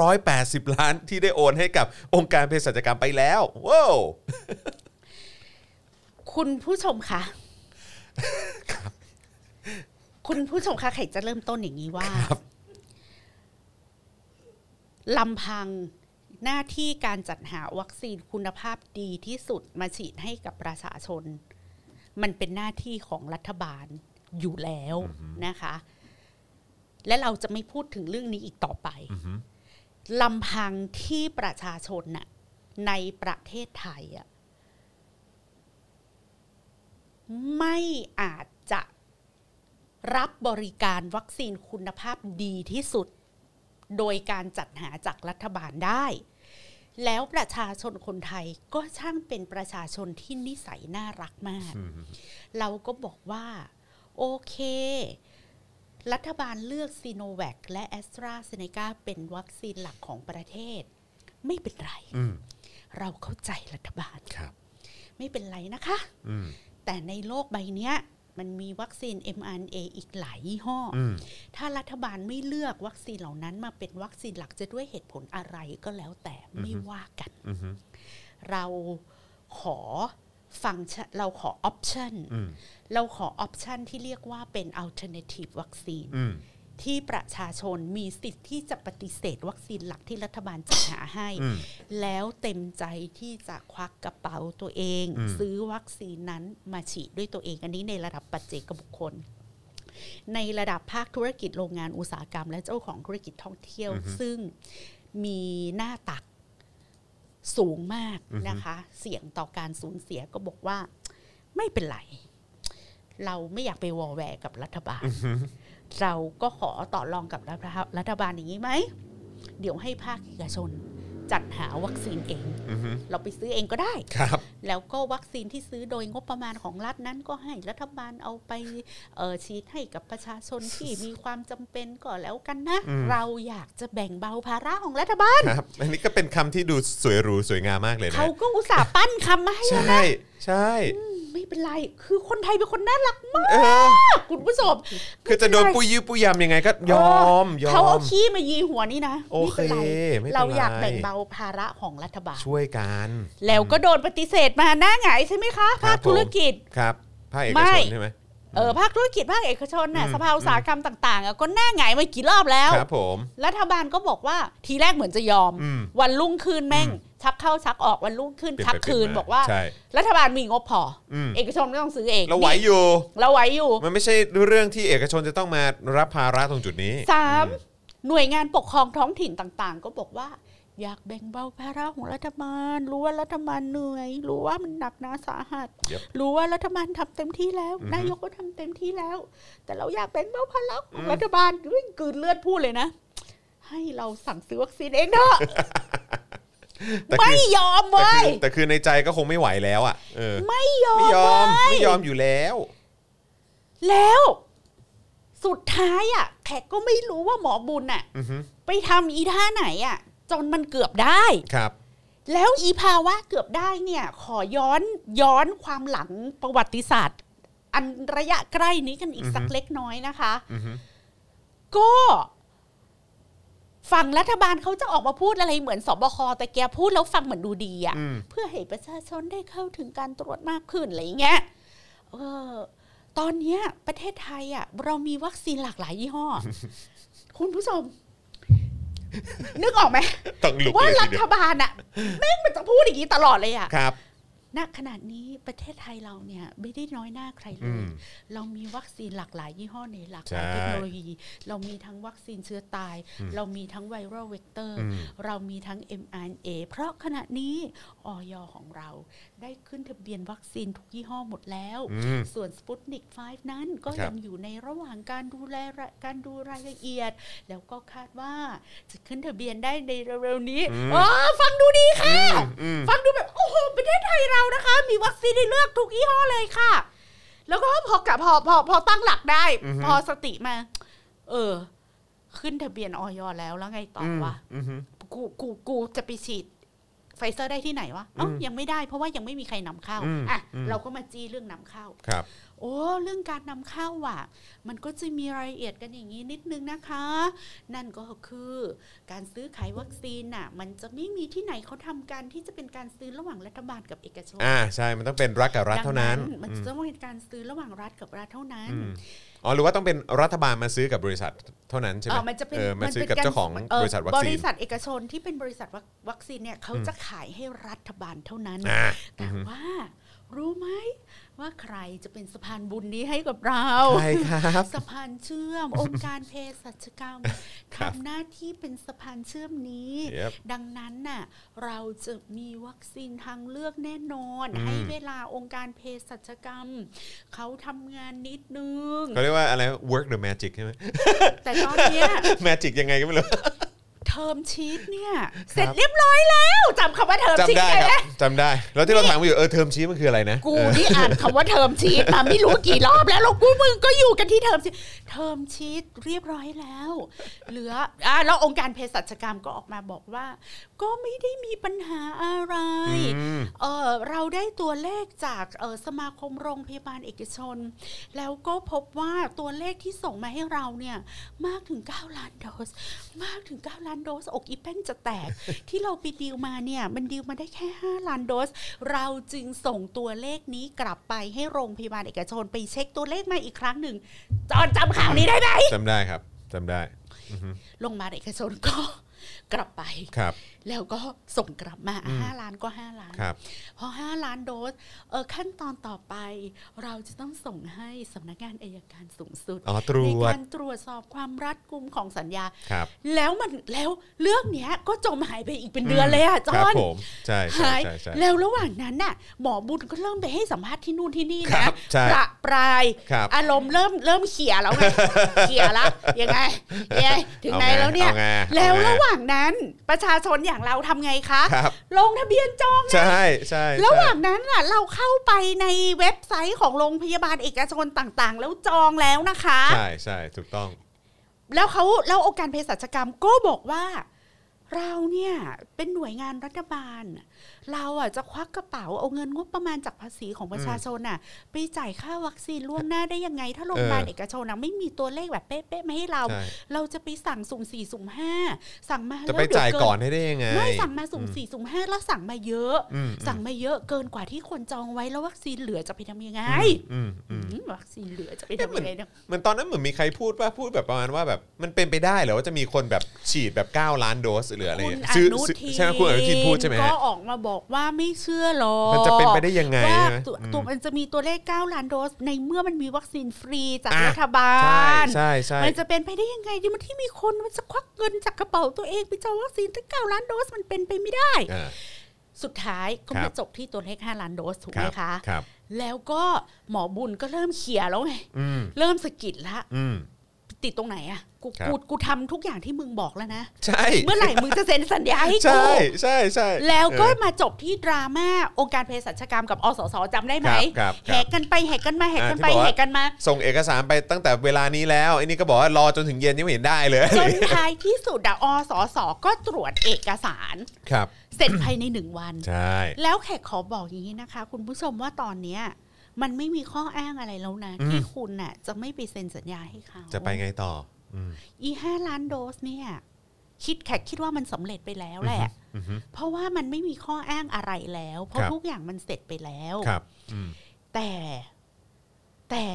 Speaker 1: 780 ล้านที่ได้โอนให้กับองค์การเภสัชกรรมไปแล้วว้าว
Speaker 2: คุณผู้ชมคะคุณผู้ชมคะไข่จะเริ่มต้นอย่างนี้ว่า
Speaker 1: ครับ
Speaker 2: ลำพังหน้าที่การจัดหาวัคซีนคุณภาพดีที่สุดมาฉีดให้กับประชาชน มันเป็นหน้าที่ของรัฐบาลอยู่แล้วนะคะ และเราจะไม่พูดถึงเรื่องนี้อีกต่อไป ลำพังที่ประชาชนน่ะในประเทศไทยอะไม่อาจจะรับบริการวัคซีนคุณภาพดีที่สุด โดยการจัดหาจากรัฐบาลได้ แล้วประชาชนคนไทยก็ช่างเป็นประชาชนที่นิสัยน่ารักมาก เราก็บอกว่า โอเค รัฐบาลเลือกซีโนแวคและแอสตราเซเนกาเป็นวัคซีนหลักของประเทศ ไม่เป็นไร
Speaker 1: อืม
Speaker 2: เราเข้าใจรัฐบาล
Speaker 1: ครับ
Speaker 2: ไม่เป็นไรนะคะ
Speaker 1: อืม
Speaker 2: แต่ในโลกใบเนี้ย มันมีวัคซีน mRNA อีกหลายยี่ห้ออ
Speaker 1: อืม
Speaker 2: ถ้ารัฐบาลไม่เลือกวัคซีนเหล่านั้นมาเป็นวัคซีนหลักจะด้วยเหตุผลอะไรก็แล้วแต่ไม่ว่ากัน
Speaker 1: อืม
Speaker 2: เราขอฟังก์ชันเราขอออปชัน
Speaker 1: อืม
Speaker 2: เราขอออปชันที่เรียกว่าเป็น alternative วัคซีน
Speaker 1: อืม
Speaker 2: ที่ประชาชนมีสิทธิ์ที่จะปฏิเสธ วัคซีนหลักที่รัฐบาลจัดหาให้
Speaker 1: อืม
Speaker 2: แล้วเต็มใจที่จะควักกระเป๋าตัวเอง
Speaker 1: อืม
Speaker 2: ซื้อวัคซีนนั้นมาฉีดด้วยตัวเอง อันนี้ในระดับปัจเจกบุคคล ในระดับภาคธุรกิจโรงงานอุตสาหกรรม และเจ้าของธุรกิจท่องเที่ยว ซึ่งมีหน้าตักสูงมากนะคะ เสี่ยงต่อการสูญเสียก็บอกว่า ไม่เป็นไร เราไม่อยากไปวอแวร์กับรัฐบาล เราก็ขอต่อรองกับรัฐรัฐบาลอย่างนี้ไหม เดี๋ยวให้ภาคเอกชน จัดหาวัคซีนเอง
Speaker 1: อืม
Speaker 2: เราไปซื้อเองก็ได้
Speaker 1: ครับ
Speaker 2: แล้วก็วัคซีนที่ซื้อโดยงบประมาณของรัฐนั้นก็ให้รัฐบาลเอาไปเอ่อฉีดให้กับประชาชนที่ มีความจำเป็นก็แล้วกันนะ
Speaker 1: อืม
Speaker 2: เราอยากจะแบ่งเบาภาระของรัฐบาล
Speaker 1: ครับ อันนี้ก็เป็นคำที่ดูสวยหรูสวยงามมากเลยนะ
Speaker 2: เขาก็อุตส่าห์ปั้นคำมาให้แล้ว
Speaker 1: ใช่
Speaker 2: นะ
Speaker 1: ใช่
Speaker 2: ไม่เป็นไร คือคนไทยเป็นคนน่ารักมาก
Speaker 1: เออ
Speaker 2: คุณผู้ชม
Speaker 1: คือจะโดนปุยยืปุยยำยังไงก็ยอมยอม
Speaker 2: เขาเอาขี้มายีหัวนี่นะ
Speaker 1: โอเค
Speaker 2: ไม่
Speaker 1: ไม่
Speaker 2: เป็
Speaker 1: เป็นน
Speaker 2: ไร
Speaker 1: ไร
Speaker 2: เราอยากแบ่งเบาภาระของรัฐบาล
Speaker 1: ช่วยกัน
Speaker 2: แล้วก็โดนปฏิเสธมาหน้าหงายใช่ไหมคะภาคธุรกิจ
Speaker 1: ครับภาคเอก
Speaker 2: ไม่
Speaker 1: ชนใช่ไหม
Speaker 2: เออภาคธุรกิจภาคเอกชนน่ะ
Speaker 1: อืม
Speaker 2: สภาอุตสาหกรรมต่างๆอะก็หน้าหงายมากี่รอบแล้ว
Speaker 1: ครับผม
Speaker 2: รัฐบาลก็บอกว่าทีแรกเหมือนจะยอม
Speaker 1: อืม
Speaker 2: วันรุ่งคืนแม่ง ชักเข้าชักออกวันรุ่งคืน
Speaker 1: เปลี่ย
Speaker 2: ชัก
Speaker 1: ไปเปลี่ย
Speaker 2: คืน
Speaker 1: ม
Speaker 2: บอกว่า
Speaker 1: ใช่
Speaker 2: รัฐบาลมีงบพอ
Speaker 1: อืม
Speaker 2: อเอกชนไม่ต้องซื้อเอง
Speaker 1: เราไหวอยู่
Speaker 2: เราไหวอยู่
Speaker 1: มันไม่ใช่เรื่องที่เอกชนจะต้องมารับภาระตรงจุดนี้
Speaker 2: สามหน่วยงานปกครองท้องถิ่นต่างๆ ก็บอกว่า อยากแบ่งเบาภาระของรัฐบาล รู้ว่ารัฐบาลเหนื่อย รู้ว่ามันหนักหนาสาหัส
Speaker 1: Yep
Speaker 2: รู้ว่ารัฐบาลทำเต็มที่แล้ว
Speaker 1: อือฮึ
Speaker 2: นายกก็ทำเต็มที่แล้ว แต่เราอยากแบ่งเบาภาระของ
Speaker 1: อืม
Speaker 2: รัฐบาลด้วยกลืนเลือดพูดเลยนะ ให้เราสั่งซื้อวัคซีนเองเถอะ
Speaker 1: แต่
Speaker 2: ไม่
Speaker 1: คือย
Speaker 2: อม
Speaker 1: แต่
Speaker 2: เว้
Speaker 1: คื
Speaker 2: ย
Speaker 1: อแต่คือในใจก็คงไม่ไหวแล้วอ่ะเออ
Speaker 2: ไม่ยอม
Speaker 1: ไม่ยอม
Speaker 2: เว้
Speaker 1: ไม่ยอมอยู่แล้ว
Speaker 2: แล้ว สุดท้ายอ่ะ แขกก็ไม่รู้ว่าหมอบุญน่ะ
Speaker 1: อือฮึ
Speaker 2: ไปทำอีท่าไหนอ่ะ จนมันเกือบได้
Speaker 1: ครับ
Speaker 2: แล้วอีภาวะเกือบได้เนี่ย ขอย้อนย้อนความหลังประวัติศาสตร์ อันระยะใกล้นี้กันอีกสักเล็กน้อยนะคะ
Speaker 1: อือฮึ
Speaker 2: ก็ฝั่งรัฐบาลเขาจะออกมาพูดอะไรเหมือนสบคแต่แกพูดแล้วฟังเหมือนดูดีอ่ะ
Speaker 1: อืม
Speaker 2: เพื่อให้ประชาชนได้เข้าถึงการตรวจมากขึ้นอะไรอย่างเงี้ย เออ ตอนเนี้ย ประเทศไทยอ่ะ เรามีวัคซีนหลากหลายยี่ห้ อ คุณผู้ชม นึกออกไหม
Speaker 1: ต้องลุก
Speaker 2: ว่า
Speaker 1: เลย
Speaker 2: รั
Speaker 1: ทีเดีย
Speaker 2: ฐ
Speaker 1: ว
Speaker 2: บาลอ่ะแม่งมันจะพูดอย่างนี้ตลอดเลยอ่ะ
Speaker 1: ครับ
Speaker 2: ณขณะนี้ประเทศไทยเราเนี่ย ไม่ได้น้อยหน้าใครเล
Speaker 1: อื
Speaker 2: ย
Speaker 1: ม
Speaker 2: เรามีวัคซีนหลากหลายยี่ห้อในหลากหลาย
Speaker 1: ใช่
Speaker 2: เทคโนโลยี เรามีทั้งวัคซีนเชื้อตาย
Speaker 1: อืม
Speaker 2: เรามีทั้งไวรัลเวกเตอร์
Speaker 1: อืม
Speaker 2: เรามีทั้ง mRNA เพราะขณะนี้ออยของเราได้ขึ้นทะเบียนวัคซีนทุกยี่ห้อหมดแล้ว
Speaker 1: อืม
Speaker 2: ส่วนสปุตนิก5นั้นก็
Speaker 1: ครั
Speaker 2: ยั
Speaker 1: บ
Speaker 2: งอยู่ในระหว่างการดูแลละการดูรายละเอียด แล้วก็คาดว่าจะขึ้นทะเบียนได้ในเร็วๆนี้อ๋อฟังดูดีค่ะ
Speaker 1: อืม
Speaker 2: ฟังดูแบบ โอ้โหประเทศไทยเรานะคะ มีวัคซีนให้เลือกทุกยี่ห้อเลยค่ะ แล้วก็พอกลับพอพอพอตั้งหลักได้
Speaker 1: อือฮึ
Speaker 2: พอสติมา เออ ขึ้นทะเบียนออยแล้วแล้วไงต่อวะ
Speaker 1: อือฮึ
Speaker 2: กูกูกูจะไปฉีดไฟเซอร์ได้ที่ไหนวะเอ้า
Speaker 1: อืม
Speaker 2: ยังไม่ได้เพราะว่ายังไม่มีใครนำเข้า
Speaker 1: อืม
Speaker 2: อ่ะ
Speaker 1: อืม
Speaker 2: เราก็มาจี้เรื่องนำเข้า
Speaker 1: ครับ
Speaker 2: โอ้เรื่องการนำเข้าอ่ะ มันก็จะมีรายละเอียดกันอย่างนี้นิดนึงนะคะ นั่นก็คือการซื้อขายวัคซีนน่ะ มันจะไม่มีที่ไหนเขาทำกันที่จะเป็นการซื้อระหว่างรัฐบาลกับเอกชน
Speaker 1: อ่าใช่มันต้องเป็นรัฐกับรัฐเท่านั้น
Speaker 2: ดังมัน
Speaker 1: อืม
Speaker 2: จะต้องเป็นการซื้อระหว่างรัฐกับรัฐเท่านั้น
Speaker 1: อืมอ๋อหรือว่าต้องเป็นรัฐบาลมาซื้อกับบริษัทเท่านั้นใช่ไหม
Speaker 2: เออมันจะเป็น
Speaker 1: ออมาซื้อกับ
Speaker 2: นป็น
Speaker 1: เจ้าของ
Speaker 2: เ
Speaker 1: บริษัทวัคซีน
Speaker 2: บริษัทเอกชนที่เป็นบริษัทวัควัคซีนเนี่ยเขาจะขายให้รัฐบาลเท่านั้น
Speaker 1: อ่าอื
Speaker 2: แต่
Speaker 1: อฮึ
Speaker 2: ว่ารู้ไหมว่าใครจะเป็นสะพานบุญนี้ให้กับเรา
Speaker 1: ใช่ครับ
Speaker 2: สะพานเชื่อม องค์การเภสัชกรรม
Speaker 1: ครับ
Speaker 2: ทำหน้าที่เป็นสะพานเชื่อมนี้
Speaker 1: Yep
Speaker 2: ดังนั้นน่ะเราจะมีวัคซีนทางเลือกแน่นอน
Speaker 1: อืม
Speaker 2: ให้เวลาองค์การเภสัชกรรม เขาทำงานนิดนึง
Speaker 1: เขาเรียกว่าอะไร work the magic ใช่ไหม
Speaker 2: แต่ตอนเนี้ย
Speaker 1: magic ยังไงก็ไม่รู้
Speaker 2: เทอมชีตเนี่ย เสร็จเรียบร้อยแล้วจำคำว่าเทอมชีต
Speaker 1: จำได้
Speaker 2: ได้
Speaker 1: ครับ
Speaker 2: ไหม
Speaker 1: จำได้ แล้วที่เราถามกันอยู่เออเทอมชี้มันคืออะไรนะ
Speaker 2: กู
Speaker 1: เออ
Speaker 2: นี่อ่านคำว่าเทอมชีตมาไม่รู้กี่รอบแล้วแล้วกูมึงก็อยู่กันที่เทอมชีตเทอมชีตเรียบร้อยแล้ว เหลืออ่าแล้วองค์การเภสัชกรรมก็ออกมาบอกว่า ก็ไม่ได้มีปัญหาอะไร
Speaker 1: อืม
Speaker 2: เออเราได้ตัวเลขจากเออสมาคมโรงพยาบาลเอกชน แล้วก็พบว่าตัวเลขที่ส่งมาให้เราเนี่ยมากถึง 9 ล้านโดส มากถึง 9 ล้านโดส อกอีแป้งจะแตก ที่เราไปดีลมาเนี่ย มันดีลมาได้แค่ 5 ล้านโดส เราจึงส่งตัวเลขนี้กลับไปให้โรงพยาบาลเอกชน ไปเช็คตัวเลขมาอีกครั้งหนึ่งจอนจำข่าวนี้ได้ไหม
Speaker 1: จำได้ครับจำได้อือฮึ
Speaker 2: โรงพยาบาลเอกชนก็ กลับไป
Speaker 1: ครับ
Speaker 2: แล้วก็ส่งกลับมา
Speaker 1: อืม
Speaker 2: ห้าล้านก็ห้าล้าน
Speaker 1: ครับ
Speaker 2: พอ 5 ล้านโดส เออขั้นตอนต่อไป เราจะต้องส่งให้สำนักงานอายการสูงสุด
Speaker 1: อ๋อ ตร
Speaker 2: ใน
Speaker 1: วจ
Speaker 2: การตรวจสอบความรัดกุมของสัญญา
Speaker 1: ครับ
Speaker 2: แล้วมันแล้วเรื่องเนี้ยก็จมหายไปอีกเป็นเดือนเลยอะ
Speaker 1: ค
Speaker 2: จอ
Speaker 1: รับ
Speaker 2: ห์น
Speaker 1: ผมใช่ใช่
Speaker 2: หาย
Speaker 1: ใช่ใช่
Speaker 2: แล้วระหว่างนั้นน่ะ หมอบุญก็เริ่มไปให้สัมภาษณ์ที่นู่นที่นี่
Speaker 1: ครั
Speaker 2: นะ
Speaker 1: บใช่
Speaker 2: ประปราย
Speaker 1: ครับ
Speaker 2: อารมณ์เริ่มเริ่มเขี่ยแล้ว ไง เขี่ยละยังไงยังไงถึงไหน
Speaker 1: อา
Speaker 2: แล้วเนี่ย
Speaker 1: อาไง
Speaker 2: แล้ว
Speaker 1: เอาไง
Speaker 2: ระหว่างนั้นประชาชนอย่างเราทำไงคะ
Speaker 1: ครับ
Speaker 2: ลงทะเบียนจอง
Speaker 1: ใช่ใช่ใช่
Speaker 2: ระหว่างนั้นน่ะเราเข้าไปในเว็บไซต์ของโรงพยาบาลเอกชนต่างๆ แล้วจองแล้วนะคะ
Speaker 1: ใช่ใช่ถูกต้อง
Speaker 2: แล้วเขาแล้วองค์การเภสัชกรรมก็บอกว่า เราเนี่ยเป็นหน่วยงานรัฐบาล เราอ่ะจะควักกระเป๋าเอาเงินงบประมาณจากภาษีของประชาชนอ่ะไปจ่ายค่าวัคซีนล่วงหน้าได้ยังไง ถ้าโรงพยาบาลเอกชนนะไม่มีตัวเลขแบบเป๊ะๆมาให้เรา
Speaker 1: ใช่
Speaker 2: เราจะไปสั่งสุ่มสี่สุ่มห้าสั่งมา
Speaker 1: จะ
Speaker 2: แล้ว
Speaker 1: ไป
Speaker 2: เดี๋ว
Speaker 1: จ่าย
Speaker 2: เ
Speaker 1: ก่อนให้ได้ยังไง
Speaker 2: ไม่สั่งมาสุ่มสี่สุ่มห้าแล้วสั่งมาเยอะ
Speaker 1: อืม
Speaker 2: สั่งมาเยอะเกินกว่าที่คนจองไว้แล้ววัคซีนเหลือจะไปทำยังไง
Speaker 1: อืมอืม
Speaker 2: อืมวัคซีนเหลือจะไปทำยังไงเนี่ย
Speaker 1: เหมือนตอนนั้นเหมือนมีใครพูดว่าพูดแบบประมาณว่าแบบมันเป็นไปได้เหรอว่าจะมีคนแบบฉีดแบบ 9 ล้านโดสหรืออะไร
Speaker 2: คุณ
Speaker 1: เงี้ย
Speaker 2: อ
Speaker 1: ซื้อ
Speaker 2: นุ
Speaker 1: ซื้อ
Speaker 2: ทิน
Speaker 1: ใช่ไหมคุณอนุทินพูดใช่ไหม
Speaker 2: ก็
Speaker 1: ฮะ
Speaker 2: ออกมาบอกว่าไม่เชื่อหรอก
Speaker 1: มันจะเป็นไปได้ยังไง
Speaker 2: ว่า
Speaker 1: ใช่ไหม
Speaker 2: ตัว
Speaker 1: อืม
Speaker 2: ตัวมันจะมีตัวเลข 9 ล้านโดส ในเมื่อมันมีวัคซีนฟรีจาก
Speaker 1: อ่ะ
Speaker 2: รัฐบา
Speaker 1: ใช่
Speaker 2: ล
Speaker 1: ใช่ใช่
Speaker 2: มันจะเป็นไปได้ยังไงที่มันที่มีคนมันจะควักเงินจากกระเป๋าตัวเองไปจองวัคซีนตั้ง9ล้านโดสมันเป็นไปไม่ได้
Speaker 1: อ่า
Speaker 2: สุดท้ายก็
Speaker 1: ครั
Speaker 2: มา
Speaker 1: บ
Speaker 2: จบที่ตัวเลข 5 ล้านโดสถูก
Speaker 1: ค
Speaker 2: ไหม
Speaker 1: รับ
Speaker 2: คะ
Speaker 1: ครับ
Speaker 2: แล้วก็หมอบุญก็เริ่มเขี่ยแล้วไง
Speaker 1: อืม
Speaker 2: เริ่มสะกิดละ
Speaker 1: อืม
Speaker 2: ติดตรงไหนอะกู
Speaker 1: ครับ
Speaker 2: กูกูทำทุกอย่างที่มึงบอกแล้วนะ
Speaker 1: ใช่
Speaker 2: เมื่อไหร่มึงจะเซ็นสัญญาให้กู
Speaker 1: ใช่ใช่ใช่
Speaker 2: แล้วก็
Speaker 1: เออ
Speaker 2: มาจบที่ดราม่าองค์การเภสัชกรรมกับอสสจำได้ไหม
Speaker 1: ครับครับ
Speaker 2: แหกกันไปแหกกันมาแหกกัน
Speaker 1: อ่าที่
Speaker 2: ไป
Speaker 1: บอกว่า
Speaker 2: แหกกันมา
Speaker 1: ส่งเอกสารไปตั้งแต่เวลานี้แล้วไอ้นี่ก็บอกว่ารอจนถึงเย็นยังไม่เห็นได้เลย
Speaker 2: จนท้ายที่สุดอะอสสก็ตรวจเอกสาร
Speaker 1: ครับ
Speaker 2: เสร็จภายในหนึ่งวัน
Speaker 1: ใช่
Speaker 2: แล้วแขกขอบอกอย่างนี้นะคะ คุณผู้ชมว่าตอนเนี้ยมันไม่มีข้ออ้างอะไรแล้วนะ
Speaker 1: อืม
Speaker 2: ที่คุณน่ะจะไม่ไปเซ็นสัญญาให้เขา
Speaker 1: จะไปไงต่ออืม
Speaker 2: อีห้าล้านโดสเนี่ย คิดแขกคิดว่ามันสำเร็จไปแล้วแหละ
Speaker 1: อือฮึ
Speaker 2: เพราะว่ามันไม่มีข้ออ้างอะไรแล้ว เพราะ
Speaker 1: ครับ
Speaker 2: ทุกอย่างมันเสร็จไปแล้ว
Speaker 1: ครับอืม
Speaker 2: แต่แต่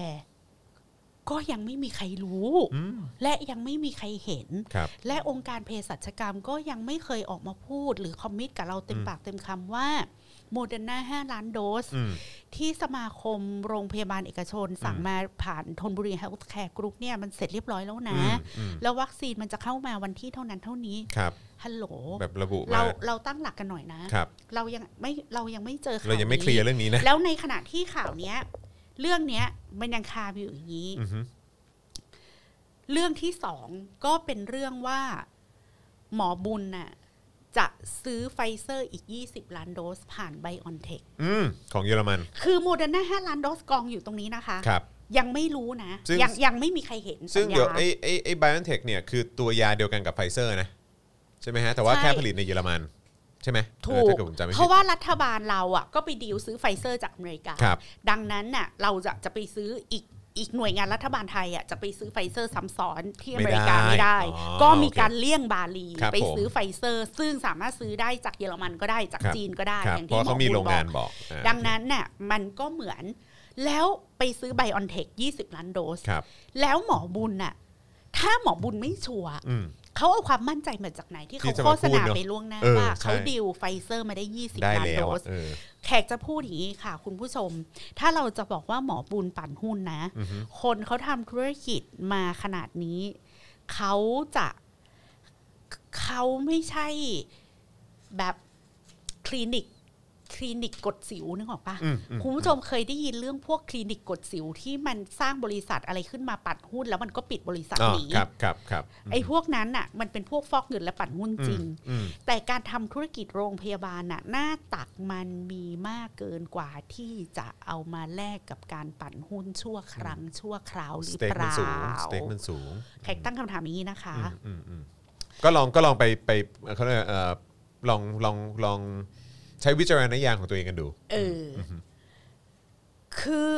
Speaker 2: ก็ยังไม่มีใครรู้
Speaker 1: อืม
Speaker 2: และยังไม่มีใครเห็น
Speaker 1: ครับ
Speaker 2: และองค์การเภสัชกรรมก็ยังไม่เคยออกมาพูด หรือคอมมิตกับเราเต็มปากเต็มคำว่าโมเดอร์นาห้าล้านโดส
Speaker 1: อืม
Speaker 2: ที่สมาคมโรงพยาบาลเอกชน สั่ง
Speaker 1: อืม
Speaker 2: มาผ่านทนบุรีเฮลท์แคร์กรุ๊ปเนี่ยมันเสร็จเรียบร้อยแล้ว
Speaker 1: อื
Speaker 2: นะ
Speaker 1: มอืม
Speaker 2: แล้ววัคซีนมันจะเข้ามาวันที่เท่านั้นเท่านี้
Speaker 1: ครับ
Speaker 2: ฮัลโหล
Speaker 1: แบบระบุ
Speaker 2: เรา
Speaker 1: มา
Speaker 2: เราตั้งหลักกันหน่อยนะ
Speaker 1: ครับ
Speaker 2: เรายังไม่เรายังไม่เจอข่าว
Speaker 1: เรายังไม่เคลียร์
Speaker 2: นี้
Speaker 1: เรื่องนี้นะ
Speaker 2: แล้วในขณะที่ข่าวเนี้ย เรื่องเนี้ยมันยังคาอยู่อย่างนี้
Speaker 1: อือฮึ
Speaker 2: เรื่องที่สองก็เป็นเรื่องว่า หมอบุญน่ะจะซื้อไฟเซอร์อีก 20 ล้านโดสผ่านไบออนเทค
Speaker 1: อืมของเยอรมัน
Speaker 2: คือโมเดอร์นา5ล้านโดสกองอยู่ตรงนี้นะคะ
Speaker 1: ครับ
Speaker 2: ยังไม่รู้นะ
Speaker 1: ซึ่ง
Speaker 2: ยังยังไม่มีใครเห็น
Speaker 1: ซึ่ง
Speaker 2: สัญญา
Speaker 1: เดี๋ยวไอ้ไอ้ไอ้ไบออนเทคเนี่ยคือตัวยาเดียวกันกับไฟเซอร์นะ ใช่ไหมฮะ แต่ว่า
Speaker 2: ใช่
Speaker 1: แค่ผลิตในเยอรมัน ใช่ไหม
Speaker 2: ถู
Speaker 1: เออก ถ้าเกิดผมจำไม่
Speaker 2: เพ
Speaker 1: ผิ
Speaker 2: ราะ
Speaker 1: ด
Speaker 2: ว่ารัฐบาลเราอ่ะก็ไปดีลซื้อไฟเซอร์จากอเมริกา
Speaker 1: ครับ
Speaker 2: ดังนั้นน่ะเราจะจะไปซื้ออีกอีกหน่วยงานรัฐบาลไทยอ่ะจะไปซื้อไฟเซอร์ซ้ำซ้อนที่อเมริกา
Speaker 1: ไม่ได้
Speaker 2: ไม่ได้
Speaker 1: อ๋อ
Speaker 2: ก็มีการเลี่ยงบาลี
Speaker 1: ครับ
Speaker 2: ไป
Speaker 1: ผม
Speaker 2: ซื้อไฟเซอร์ ซึ่งสามารถซื้อได้จากเยอรมันก็ได้จากจีนก็ได้
Speaker 1: ครับ
Speaker 2: อย่าง
Speaker 1: เพ
Speaker 2: ที่
Speaker 1: ราะ
Speaker 2: หม
Speaker 1: เขา
Speaker 2: อ
Speaker 1: มี
Speaker 2: บุญ
Speaker 1: โร
Speaker 2: บอง
Speaker 1: งาน
Speaker 2: ก
Speaker 1: บอกอ่า
Speaker 2: ดังนั้นน่ะมันก็เหมือน แล้วไปซื้อไบออนเทค20 ล้านโดส
Speaker 1: ครับ
Speaker 2: แล้วหมอบุญน่ะถ้าหมอบุญไม่ชัวร์
Speaker 1: อืม
Speaker 2: เขาเอาความมั่นใจมาจากไหนที่
Speaker 1: ที่จะมา
Speaker 2: เขาโฆษณา
Speaker 1: พูดเนอะ
Speaker 2: ไปล่วงหน้า
Speaker 1: เออ
Speaker 2: ว่า
Speaker 1: ใช่
Speaker 2: เขาดิวไฟเซอร์มาได้ 20
Speaker 1: ได้
Speaker 2: ล้าน
Speaker 1: แล้
Speaker 2: โด
Speaker 1: วอะ
Speaker 2: ส
Speaker 1: เออ
Speaker 2: แขกจะพูดอย่างนี้ค่ะ คุณผู้ชม ถ้าเราจะบอกว่าหมอปูนปั่นหุ้นนะ
Speaker 1: อือฮึ
Speaker 2: คนเขาทำธุรกิจมาขนาดนี้ เขาจะเขาไม่ใช่แบบคลินิกคลินิกกดสิวนึกออกปะ
Speaker 1: อืมอืม
Speaker 2: คุณผู้ชมเคยได้ยินเรื่องพวกคลินิกกดสิวที่มันสร้างบริษัทอะไรขึ้นมาปั่นหุ้น แล้วมันก็ปิดบริษัท
Speaker 1: อ๋อ
Speaker 2: หนี
Speaker 1: ครับครับครับ
Speaker 2: ไอ้พวกนั้นน่ะ มันเป็นพวกฟอกเงินและปั่นหุ้นจริง
Speaker 1: อืม
Speaker 2: แต่การทำธุรกิจโรงพยาบาลน่ะหน้าตักมันมีมากเกินกว่าที่จะเอามาแลกกับการปั่นหุ้นชั่วครั้งชั่วคราว
Speaker 1: ส
Speaker 2: หรือ
Speaker 1: เต็ก
Speaker 2: เป
Speaker 1: มัน
Speaker 2: ล่า
Speaker 1: สูงสเต็กมันสูง
Speaker 2: แขกตั้งคำถามอย่างนี้นะคะ
Speaker 1: อืมอืมอืมก็ลองก็ลองไปไปเขาเรียกเอ่อลองลองลองใช้วิจารณญาณของตัวเองกันดู
Speaker 2: เอออคือ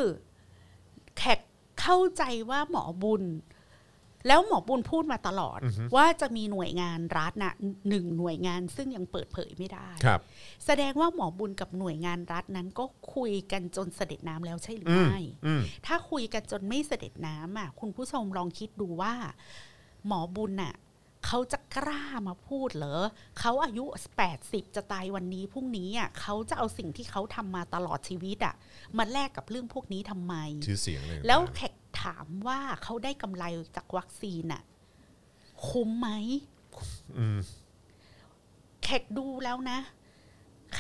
Speaker 2: แขกเข้าใจว่าหมอบุญ แล้วหมอบุญพูดมาตลอด
Speaker 1: อือฮึ
Speaker 2: ว่าจะมีหน่วยงานรัฐน่ะหนึ่งหน่วยงานซึ่งยังเปิดเผยไม่ได้
Speaker 1: ครับ
Speaker 2: แสดงว่าหมอบุญกับหน่วยงานรัฐนั้นก็คุยกันจนเสด็จน้ำแล้วใช่หรือ
Speaker 1: อืม
Speaker 2: ไม่
Speaker 1: อืม
Speaker 2: ถ้าคุยกันจนไม่เสด็จน้ำอ่ะ คุณผู้ชมลองคิดดูว่า หมอบุญน่ะเขาจะกล้ามาพูดเหรอเขาอายุ 80 จะตายวันนี้พรุ่งนี้อ่ะเขาจะเอาสิ่งที่เขาทำมาตลอดชีวิตอ่ะมาแลกกับเรื่องพวกนี้ทำไม
Speaker 1: ชื่อเสียงอะไรต่างๆ
Speaker 2: แล้วแขกถามว่าเขาได้กำไรจากวัคซีนอ่ะ คุ้มไหม
Speaker 1: อืม
Speaker 2: แขกดูแล้วนะ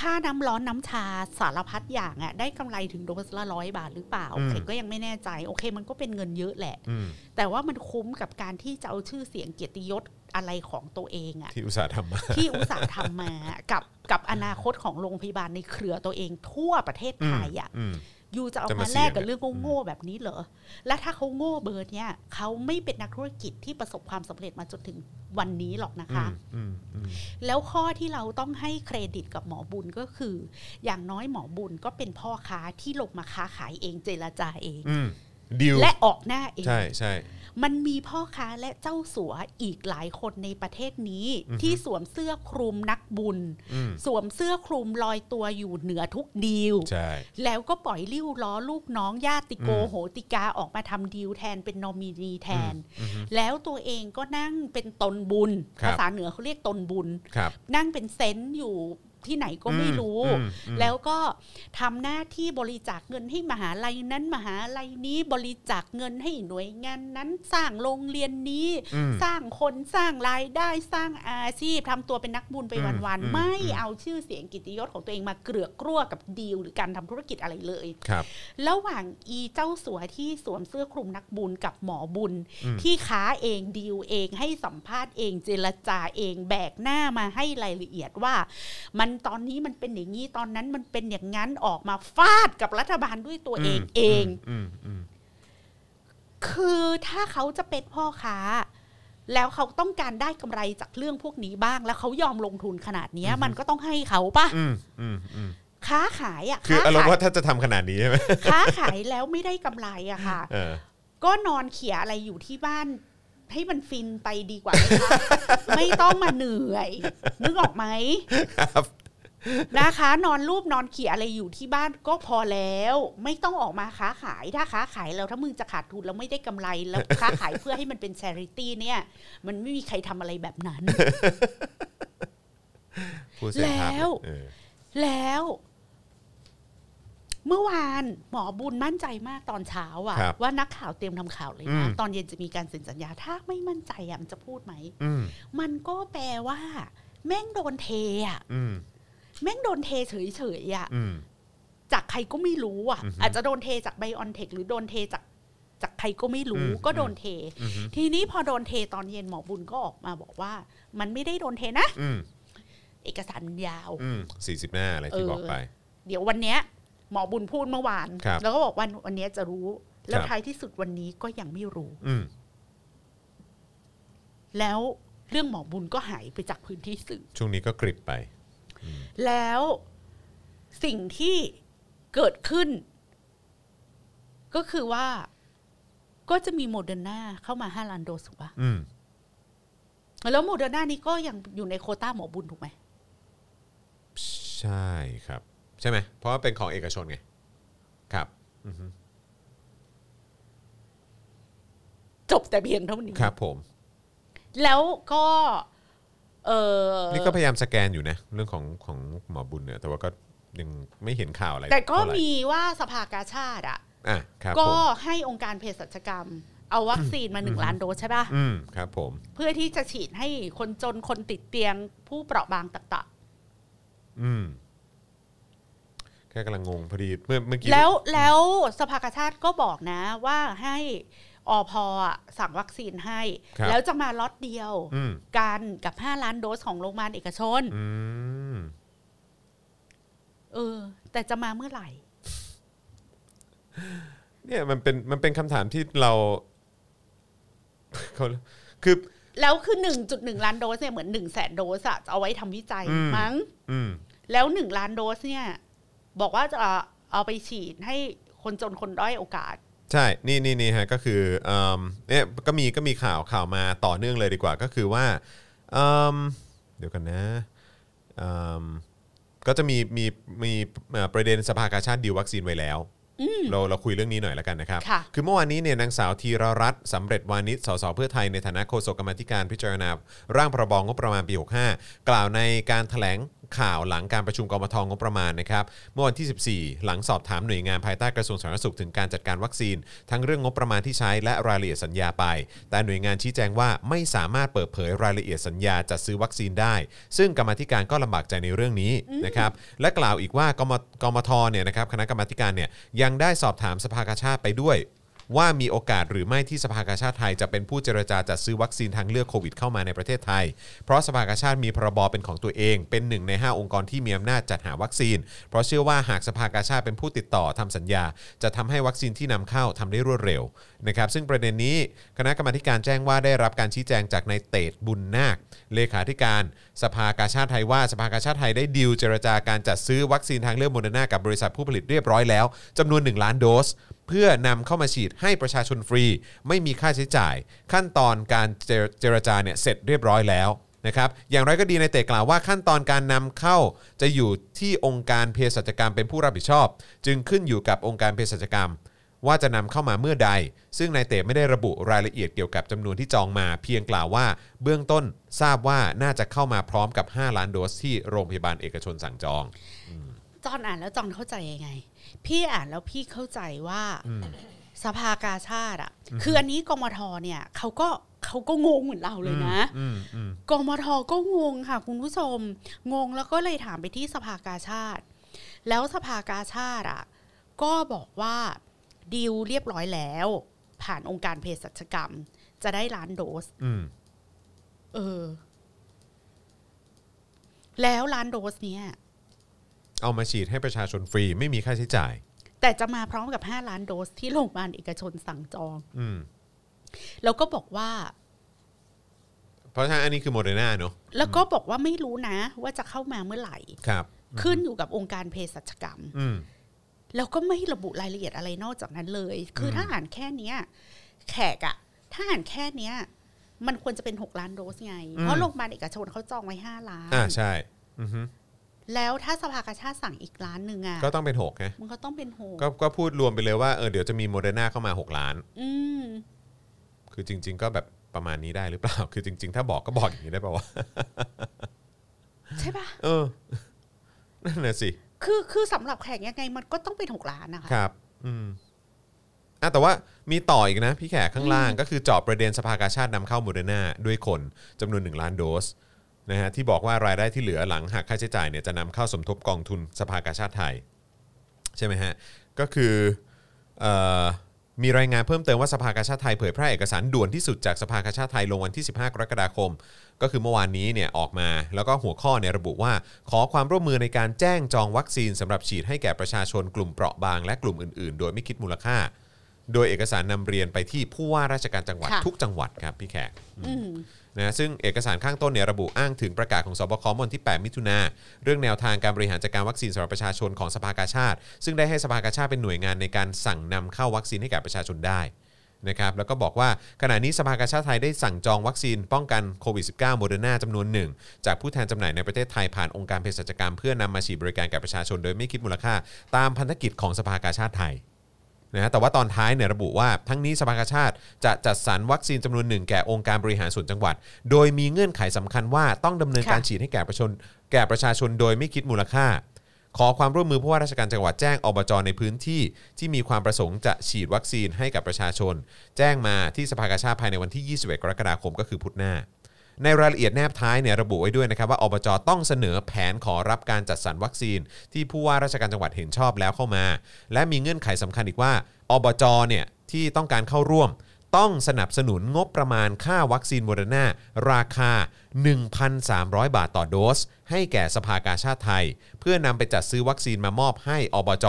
Speaker 2: ค่าน้ำร้อนน้ำชาสารพัดอย่างอะได้กำไรถึงโดสละร้อยบาทหรือเปล่า
Speaker 1: อืม
Speaker 2: แขกก็ยังไม่แน่ใจ โอเคมันก็เป็นเงินเยอะแหละ
Speaker 1: อืม
Speaker 2: แต่ว่ามันคุ้มกับการที่จะเอาชื่อเสียงเกียรติยศอะไรของตัวเองอะ
Speaker 1: ที่อุตส่าห์ทำมา
Speaker 2: ที่อุตสาห์ทำมา กับกับอนาคตของโรงพยาบาลในเครือตัวเองทั่วประเทศไทยอะ
Speaker 1: อืม
Speaker 2: ยูจะเอา
Speaker 1: จะ
Speaker 2: มา
Speaker 1: มาเสี่
Speaker 2: แล
Speaker 1: ยง
Speaker 2: กกับ
Speaker 1: เนี่ย
Speaker 2: เรื่องโง่ๆแบบนี้เหรอ และถ้าเขาโง่เบิร์ดเนี่ยเขาไม่เป็นนักธุรกิจที่ประสบความสำเร็จมาจนถึงวันนี้หรอกนะคะ
Speaker 1: อืมอืม
Speaker 2: แล้วข้อที่เราต้องให้เครดิตกับหมอบุญก็คือ อย่างน้อยหมอบุญก็เป็นพ่อค้าที่ลงมาค้าขายเองเจรจาเอง
Speaker 1: อืมดิว
Speaker 2: และออกหน้าเอง
Speaker 1: ใช่ใช่
Speaker 2: มันมีพ่อค้าและเจ้าสัวอีกหลายคนในประเทศนี้
Speaker 1: อือฮึ
Speaker 2: ที่สวมเสื้อคลุมนักบุญ
Speaker 1: อืม
Speaker 2: สวมเสื้อคลุมลอยตัวอยู่เหนือทุกดีล
Speaker 1: ใช่
Speaker 2: แล้วก็ปล่อยริ้วล้อลูกน้องญาติโก
Speaker 1: อืม
Speaker 2: โหติกาออกมาทำดีลแทนเป็นนอมินีแทน
Speaker 1: อืมอืม
Speaker 2: แล้วตัวเองก็นั่งเป็นตนบุญ
Speaker 1: ครับ
Speaker 2: ภาษาเหนือเขาเรียกตนบุญ
Speaker 1: ครับ
Speaker 2: นั่งเป็นเซนต์อยู่ที่ไหนก็ไม่รู้
Speaker 1: อืมอืม
Speaker 2: แล้วก็ทำหน้าที่บริจาคเงินให้มหาลัยนั้นมหาลัยนี้บริจาคเงินให้หน่วยงานนั้นสร้างโรงเรียนนี้
Speaker 1: อืม
Speaker 2: สร้างคนสร้างรายได้สร้างอาชีพทำตัวเป็นนักบุญไป
Speaker 1: อืม
Speaker 2: วัน
Speaker 1: อืม
Speaker 2: ๆไม่
Speaker 1: อืม
Speaker 2: เอาชื่อเสียงกิตยศของตัวเองมาเกลือกกลัวกับดีลหรือการทำธุรกิจอะไรเลย
Speaker 1: ครับ
Speaker 2: ระหว่างอีเจ้าสัวที่สวมเสื้อคลุมนักบุญกับหมอบุญ
Speaker 1: อืม
Speaker 2: ที่ค้าเองดีลเองให้สัมภาษณ์เองเจรจาเองแบกหน้ามาให้รายละเอียดว่า มันตอนนี้มันเป็นอย่างนี้ตอนนั้นมันเป็นอย่างนั้นออกมาฟาดกับรัฐบาลด้วยตัวเองเอง
Speaker 1: อืมอืม
Speaker 2: คือถ้าเขาจะเป็นพ่อค้า แล้วเขาต้องการได้กำไรจากเรื่องพวกนี้บ้าง แล้วเขายอมลงทุนขนาดเนี้ยมันก็ต้องให้เขาปะ
Speaker 1: อืมอืมอืม
Speaker 2: ค้าขายอะ
Speaker 1: คืออารม
Speaker 2: ขาย
Speaker 1: ณ์ ว่าถ้าจะทำขนาดนี้ใช่ไหม
Speaker 2: ค้าขายแล้วไม่ได้กำไรอะค่ะ
Speaker 1: เออ
Speaker 2: ก็นอนเขียอะไรอยู่ที่บ้าน ให้มันฟินไปดีกว่าไหม คะ ไม่ต้องมาเหนื่อย นึกออกไหม
Speaker 1: ครับ
Speaker 2: นะคะ นอนรูปนอนเขียอะไรอยู่ที่บ้านก็พอแล้ว ไม่ต้องออกมาค้าขายถ้าค้าขายแล้วถ้ามึงจะขาดทุนแล้วไม่ได้กำไรแล้ว ค้าขายเพื่อให้มันเป็น c h ริ i ี y เนี่ย มันไม่มีใครทำอะไรแบบ นั้น
Speaker 1: ผู้เสียภาพ
Speaker 2: แล้ว
Speaker 1: เออ
Speaker 2: แล้ว เมื่อวานหมอบุญมั่นใจมากตอนเช้าอะ
Speaker 1: ครับ
Speaker 2: ว่านักข่าวเตรียมทำข่าวเลยนะ
Speaker 1: อืม
Speaker 2: ตอนเย็นจะมีการเซ็นสัญญา ถ้าไม่มั่นใจอะมันจะพูดไหม
Speaker 1: อืม
Speaker 2: มันก็แปลว่า แม่งโดนเทอ่ะ
Speaker 1: อืม
Speaker 2: แม่งโดนเทเฉยๆอ่ะ
Speaker 1: อืม
Speaker 2: จากใครก็ไม่รู้อ่ะ
Speaker 1: อือฮึ
Speaker 2: อาจจะโดนเทจากไบออนเทคหรือโดนเทจากจากใครก็ไม่รู้
Speaker 1: อืม
Speaker 2: ก็โดนเท
Speaker 1: อืม
Speaker 2: ทีนี้พอโดนเทตอนเย็นหมอบุญก็ออกมาบอกว่า มันไม่ได้โดนเทนะ
Speaker 1: อืม
Speaker 2: เอกสารมันยาว
Speaker 1: อืมสี่สิบหน้าอะไรที่
Speaker 2: เออ
Speaker 1: บอกไป
Speaker 2: เดี๋ยววันเนี้ย หมอบุญพูดเมื่อวาน
Speaker 1: ครับ
Speaker 2: แล้วก็บอกวันวันเนี้ยจะรู้ แล้
Speaker 1: ค
Speaker 2: ว
Speaker 1: รับ
Speaker 2: ท้ายที่สุดวันนี้ก็ยังไม่รู้
Speaker 1: อืม
Speaker 2: แล้วเรื่องหมอบุญก็หายไปจากพื้นที่สื่อ
Speaker 1: ช่วงนี้ก็กริบไป
Speaker 2: แล้วสิ่งที่เกิดขึ้น ก็คือว่าก็จะมีโมเดอร์นาเข้ามาห้าล้านโดสถูกปะ
Speaker 1: อืม
Speaker 2: แล้วโมเดอร์นานี้ก็ยังอยู่ในโควต้าหมอบุญถูกไหม
Speaker 1: ใช่ครับ ใช่ไหมเพราะว่าเป็นของเอกชนไงครับอืม
Speaker 2: จบแต่เพียงเท่านี้
Speaker 1: ครับผม
Speaker 2: แล้วก็ เออ
Speaker 1: นี่ก็พยายามสแกนอยู่นะ เรื่องของของหมอบุญเนี่ยแต่ว่าก็ยังไม่เห็นข่าวอะไร
Speaker 2: แต่ก็
Speaker 1: เท่าไหร่
Speaker 2: มีว่าสภากาชาติอ่ะ
Speaker 1: อ่ะครับ
Speaker 2: ก็
Speaker 1: ผม
Speaker 2: ให้องค์การเภสัชกรรม เอาวัคซีนมาหนึ่งล้านโดสใช่ปะ
Speaker 1: อืมครับผม
Speaker 2: เพื่อที่จะฉีดให้คนจนคนติดเตียงผู้เปราะบางต่างๆ
Speaker 1: อืมแค่กำลังงงพอดีเมื่อเมื่อกี้
Speaker 2: แล้วแล้วสภากาชาติก็บอกนะว่าให้อพอะสั่งวัคซีนให้
Speaker 1: ครับ
Speaker 2: แล้วจะมาล็อตเดียว
Speaker 1: อืม
Speaker 2: กันกับ 5 ล้านโดสของโรงพยาบาลเอกชน
Speaker 1: อืม
Speaker 2: เออ แต่จะมาเมื่อไหร่
Speaker 1: เนี่ยมันเป็นมันเป็นคำถามที่เรา เขาคือ
Speaker 2: แล้วคือ 1.1 ล้านโดสเนี่ยเหมือน 1 0 0 0 0 0 โดสอะจะเอาไว้ทำวิจัย
Speaker 1: อืม
Speaker 2: มั้ง
Speaker 1: อืม
Speaker 2: แล้ว 1 ล้านโดสเนี่ย บอกว่าจะเอาไปฉีดให้คนจนคนด้อยโอกาส
Speaker 1: ใช่ นี่นี่นี่ฮะ ก็คือเอิ่มเนี่ยก็มีก็มีข่าวข่าวมาต่อเนื่องเลยดีกว่า ก็คือว่าเอิ่มเดี๋ยวกันนะเอิ่มก็จะมีมีมีเอ่อประเด็นสภากาชาติดีลวัคซีนไว้แล้ว เราเราคุยเรื่องนี้หน่อยแล้วกันนะครับ
Speaker 2: ค่ะ
Speaker 1: คือเมื่อวานนี้เนี่ยนางสาวธีรรัตน์สำเร็จวานิชสสเพื่อไทยในฐานะโฆษกกรรมาธิการพิจารณา ร่างพรบงบประมาณปี 65 กล่าวในการแถลงข่าวหลังการประชุมกรมทงบประมาณนะครับเมื่อวันที่ 14 หลังสอบถามหน่วยงานภายใต้กระทรวงสาธารณสุขถึงการจัดการวัคซีน ทั้งเรื่องงบประมาณที่ใช้และรายละเอียดสัญญาไป แต่หน่วยงานชี้แจงว่าไม่สามารถเปิดเผยรายละเอียดสัญญาจัดซื้อวัคซีนได้ ซึ่งกรรมาธิการก็ลำบากใจในเรื่องนี้นะครับและกล่าวอีกว่ากมกมทเนี่ยนะครับคณะกรรมาธิการเนี่ยยังได้สอบถามสภากาชาติไปด้วย ว่ามีโอกาสหรือไม่ที่สภากาชาติไทยจะเป็นผู้เจรจาจัดซื้อวัคซีนทางเลือกโควิดเข้ามาในประเทศไทย เพราะสภากาชาติมีพรบเป็นของตัวเอง เป็นหนึ่งใน 5 องค์กรที่มีอำนาจจัดหาวัคซีน เพราะเชื่อว่าหากสภากาชาติเป็นผู้ติดต่อทำสัญญา จะทำให้วัคซีนที่นำเข้าทำได้รวดเร็วนะครับซึ่งประเด็นนี้คณะกรรมาธิการแจ้งว่าได้รับการชี้แจงจากนายเตดบุญนาค เลขาธิการสภากาชาติไทยว่าสภากาชาติไทยได้ดีลเจรจาการจัดซื้อวัคซีนทางเลือกโมเดอร์นากับบริษัทผู้ผลิตเรียบร้อยแล้วจำนวน 1 ล้านโดส เพื่อนำเข้ามาฉีดให้ประชาชนฟรี ไม่มีค่าใช้จ่าย ขั้นตอนการเจรเจรจาเนี่ยเสร็จเรียบร้อยแล้วนะครับอย่างไรก็ดีในเตะกล่าวว่าขั้นตอนการนำเข้าจะอยู่ที่องค์การเภสัชกรรมเป็นผู้รับผิดชอบ จึงขึ้นอยู่กับองค์การเภสัชกรรม ว่าจะนำเข้ามาเมื่อใด ซึ่งนายเต๋ไม่ได้ระบุรายละเอียดเกี่ยวกับจำนวนที่จองมา เพียงกล่าวว่าเบื้องต้นทราบว่าน่าจะเข้ามาพร้อมกับ 5 ล้านโดสที่โรงพยาบาลเอกชนสั่งจอง
Speaker 2: จอนอ่านแล้วจอนเข้าใจยังไง พี่อ่านแล้วพี่เข้าใจว่าสภากาชาติอ่ะ คืออันนี้กมทเนี่ยเขาก็เขาก็งงเหมือนเราเลยนะ
Speaker 1: อืมอืม
Speaker 2: กมทก็งงค่ะ คุณผู้ชม งงแล้วก็เลยถามไปที่สภากาชาติ แล้วสภากาชาติอ่ะก็บอกว่าดีลเรียบร้อยแล้ว ผ่านองค์การเภสัชกรรม จะได้ล้านโดส
Speaker 1: อืม
Speaker 2: เออ แล้วล้านโดสเนี่ย
Speaker 1: เอามาฉีดให้ประชาชนฟรีไม่มีค่าใช้จ่าย
Speaker 2: แต่จะมาพร้อมกับ 5 ล้านโดสที่โรงพยาบาลเอกชนสั่งจอง
Speaker 1: อืม
Speaker 2: แล้วก็บอกว่า
Speaker 1: เพราะฉะนั้นอันนี้คือโมเดอร์นาเนอะ
Speaker 2: แล้วก็บอกว่าไม่รู้นะ ว่าจะเข้ามาเมื่อไหร่
Speaker 1: ครับ
Speaker 2: ขึ้นอยู่กับองค์การเภสัชกรรม
Speaker 1: อืม
Speaker 2: แล้วก็ไม่ระบุรายละเอียดอะไรนอกจากนั้นเลย คือ
Speaker 1: ม
Speaker 2: ถ้าอ่านแค่เนี้ย แขกอะถ้าอ่านแค่เนี้ย มันควรจะเป็น 6 ล้านโดสไง เพราะโรงพยาบาลเอกชนเขาจองไว้ 5 ล้าน
Speaker 1: อ่าใช่อือฮึ
Speaker 2: แล้วถ้าสภากาชาติสั่งอีกล้านหนึ่งอะ
Speaker 1: ก็ต้องเป็น6ไง
Speaker 2: มันก็ต้องเป็นหก
Speaker 1: ก็ก็พูดรวมไปเลยว่าเออเดี๋ยวจะมีโมเดอร์นาเข้ามา 6 ล้าน
Speaker 2: อืม
Speaker 1: คือจริง ๆ ก็แบบประมาณนี้ได้หรือเปล่า คือจริง ๆ ถ้าบอกก็บอกอย่างนี้ได้ป่าวะ
Speaker 2: ใช่ปะ
Speaker 1: เออนั่นน่ะสิ
Speaker 2: คือคือสำหรับแขกยังไงมันก็ต้องเป็นหกล้านนะคะ
Speaker 1: ครับ อืมอ่ะแต่ว่ามีต่ออีกนะ พี่แขกข้างล่างก็คือเจอบประเด็นสภากาชาตินำเข้าโมเดอร์นาด้วยคนจำนวน 1 ล้านโดสนะฮะที่บอกว่ารายได้ที่เหลือหลังหักค่าใช้จ่ายเนี่ยจะนำเข้าสมทบกองทุนสภากาชาติไทย ใช่ไหมฮะ ก็คือเอ่อมีรายงานเพิ่มเติมว่าสภากาชาติไทยเผยแพร่เอกสารด่วนที่สุดจากสภากาชาติไทยลงวันที่ 15 กรกฎาคม ก็คือเมื่อวานนี้เนี่ยออกมา แล้วก็หัวข้อเนี่ยระบุว่า ขอความร่วมมือในการแจ้งจองวัคซีนสำหรับฉีดให้แก่ประชาชนกลุ่มเปราะบางและกลุ่มอื่นๆ โดยไม่คิดมูลค่า โดยเอกสารนำเรียนไปที่ผู้ว่าราชการจังหวัด
Speaker 2: ค่ะ
Speaker 1: ทุกจังหวัดครับพี่แขก
Speaker 2: อืม
Speaker 1: นะซึ่งเอกสารข้างต้นเนี่ยระบุอ้างถึงประกาศของสบควันที่ 8 มิถุนาเรื่องแนวทางการบริหารจัดการวัคซีนสำหรับประชาชนของสภากาชาติ ซึ่งได้ให้สภากาชาติเป็นหน่วยงานในการสั่งนำเข้าวัคซีนให้แก่ประชาชนได้นะครับแล้วก็บอกว่าขณะนี้สภากาชาติไทยได้สั่งจองวัคซีนป้องกันโควิด -19 โมเดอร์นาจำนวนหนึ่ง จากผู้แทนจำหน่ายในประเทศไทยผ่านองค์การเภสัชกรรม เพื่อนำมาฉีดบริการแก่ประชาชนโดยไม่คิดมูลค่า ตามพันธกิจของสภากาชาติไทย นะฮะแต่ว่าตอนท้ายเนี่ยระบุว่าทั้งนี้สภากาชาติจะจัดสรรวัคซีนจำนวนหนึ่งแก่องค์การบริหารส่วนจังหวัด โดยมีเงื่อนไขสำคัญว่าต้องดำเนิน
Speaker 2: ค่ะ
Speaker 1: การฉีดให้แก่ประชาชนแก่ประชาชนโดยไม่คิดมูลค่า ขอความร่วมมือผู้ว่าราชการจังหวัดแจ้งอบจในพื้นที่ ที่มีความประสงค์จะฉีดวัคซีนให้กับประชาชน แจ้งมาที่สภากาชาติภายในวันที่ 21 กรกฎาคมก็คือพุธหน้า ในรายละเอียดแนบท้ายเนี่ยระบุไว้ด้วยนะครับว่าอบจต้องเสนอแผนขอรับการจัดสรรวัคซีน ที่ผู้ว่าราชการจังหวัดเห็นชอบแล้วเข้ามา และมีเงื่อนไขสำคัญอีกว่าอบจเนี่ยที่ต้องการเข้าร่วม ต้องสนับสนุนงบประมาณค่าวัคซีนโมเดอร์นาราคา 1,300 บาทต่อโดส ให้แก่สภากาชาติไทย เพื่อนำไปจัดซื้อวัคซีนมามอบให้อบจ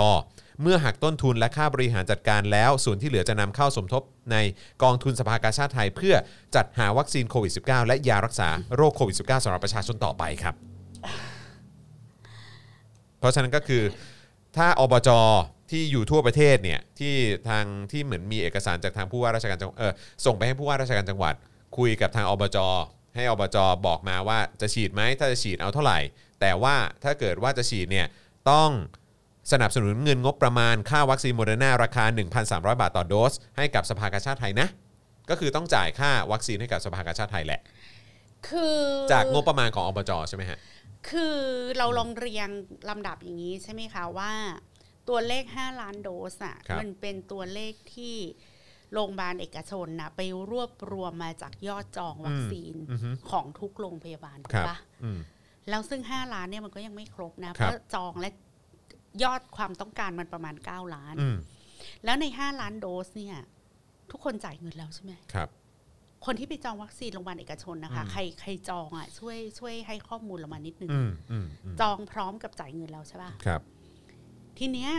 Speaker 1: เมื่อหักต้นทุนและค่าบริหารจัดการแล้ว ส่วนที่เหลือจะนำเข้าสมทบในกองทุนสภากาชาติไทย เพื่อจัดหาวัคซีนโควิด -19 และยารักษาโรคโควิด -19 สำหรับประชาชนต่อไปครับ เพราะฉะนั้นก็คือ ถ้าอบจที่อยู่ทั่วประเทศเนี่ยที่ทางที่เหมือนมีเอกสารจากทางผู้ว่าราชการจังเออส่งไปให้ผู้ว่าราชการจังหวัด คุยกับทางอบจให้อบจบอกมาว่าจะฉีดไหมถ้าจะฉีดเอาเท่าไหร่ แต่ว่าถ้าเกิดว่าจะฉีดเนี่ยต้องสนับสนุนเงินงบประมาณค่าวัคซีนโมเดอร์นาราคา 1,300 บาทต่อโดส ให้กับสภากาชาติไทยนะ ก็คือต้องจ่ายค่าวัคซีนให้กับสภากาชาติไทยแหละ
Speaker 2: คือ
Speaker 1: จากงบประมาณของอบจใช่ไหมฮะ
Speaker 2: คือเราลองเรียงลำดับอย่างนี้ใช่ไหมคะว่า ตัวเลข 5 ล้านโดสอะมันเป็นตัวเลขที่โรงพยาบาลเอกชนนะไปรวบรวมมาจากยอดจองวัคซีน
Speaker 1: อือฮึ
Speaker 2: ของทุกโรงพยาบาลถู
Speaker 1: ค
Speaker 2: ก
Speaker 1: รับ
Speaker 2: ปะ
Speaker 1: อืม
Speaker 2: แล้วซึ่ง 5 ล้านเนี่ยมันก็ยังไม่ครบ
Speaker 1: ครั
Speaker 2: นะ
Speaker 1: บ
Speaker 2: เพราะจองและยอดความต้องการมันประมาณ 9 ล้าน
Speaker 1: อืม
Speaker 2: แล้วใน 5 ล้านโดสเนี่ย ทุกคนจ่ายเงินแล้วใช่ไหม
Speaker 1: ครับ
Speaker 2: คนที่ไปจองวัคซีนโรงพยาบาลเอกชนนะคะ
Speaker 1: อืม
Speaker 2: ใครใครจองอ่ะช่วยช่วยให้ข้อมูลเรามานิดนึง
Speaker 1: อืมอืมอืม
Speaker 2: จองพร้อมกับจ่ายเงินแล้วใช่ป่ะ
Speaker 1: ครับ
Speaker 2: ทีเนี้ย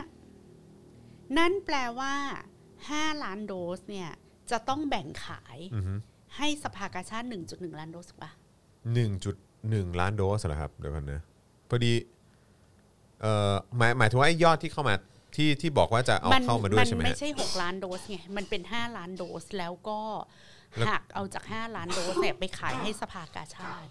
Speaker 2: นั่นแปลว่า 5 ล้านโดสเนี่ย จะต้องแบ่งขาย
Speaker 1: อือฮึ
Speaker 2: ให้สภากาชาติ1.1 ล้านโดสถูกป่ะ
Speaker 1: หนึ่งจุดหนึ่งล้านโดสเหรอครับเดี๋ยวกันนะพอดีเอ่อหมายหมายถึงว่าไอ้ยอดที่เข้ามาที่ที่บอกว่าจะเอาเข้ามาด้วยใช่ไหม
Speaker 2: นไม่
Speaker 1: ฮะ
Speaker 2: ใช่ 6 ล้านโดสไง มันเป็น 5 ล้านโดสแล้วก็
Speaker 1: แล้ว
Speaker 2: หักเอาจาก 5 ล้านโดสเนี่ยไปขายให้สภากาชาติ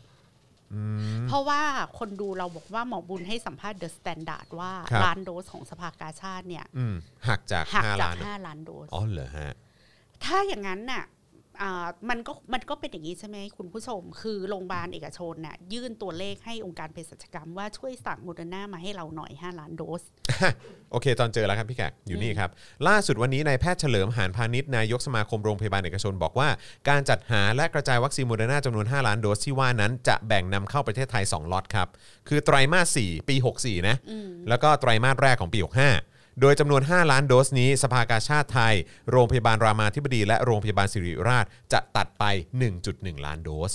Speaker 1: อืม
Speaker 2: เพราะว่าคนดูเราบอกว่าหมอบุญให้สัมภาษณ์เดอะสแตนดาร์ดว่า
Speaker 1: ครับ
Speaker 2: ล้านโดสของสภากาชาติเนี่ย
Speaker 1: อืมหักจาก
Speaker 2: หัก
Speaker 1: ห้า
Speaker 2: จาก
Speaker 1: ล้านเหรอ
Speaker 2: ห้าล้านโดส
Speaker 1: อ๋อเหรอฮะ
Speaker 2: ถ้าอย่างนั้นน่ะอ่ามันก็มันก็เป็นอย่างนี้ใช่ไหมคุณผู้ชม คือโรงพยาบาลเอกชนน่ะยื่นตัวเลขให้องค์การเภสัชกรรมว่าช่วยสั่งโมเดอร์นามาให้เราหน่อย 5 ล้านโดส
Speaker 1: โอเค ตอนเจอแล้วครับพี่แขกอยู่นี่ครับ ล่าสุดวันนี้นายแพทย์เฉลิมหานพาณิชย์นายกสมาคมโรงพยาบาลเอกชน บอกว่าการจัดหาและกระจายวัคซีนโมเดอร์นาจำนวน 5 ล้านโดสที่ว่านั้นจะแบ่งนำเข้าประเทศไทย 2 ล็อตครับ คือไตรมาส 4 ปี 64 นะ
Speaker 2: อืม
Speaker 1: แล้วก็ไตรมาสแรกของปี 65 โดยจำนวน 5 ล้านโดสนี้ สภากาชาติไทย โรงพยาบาลรามาธิบดี และโรงพยาบาลสิริราช จะตัดไป 1.1 ล้านโดส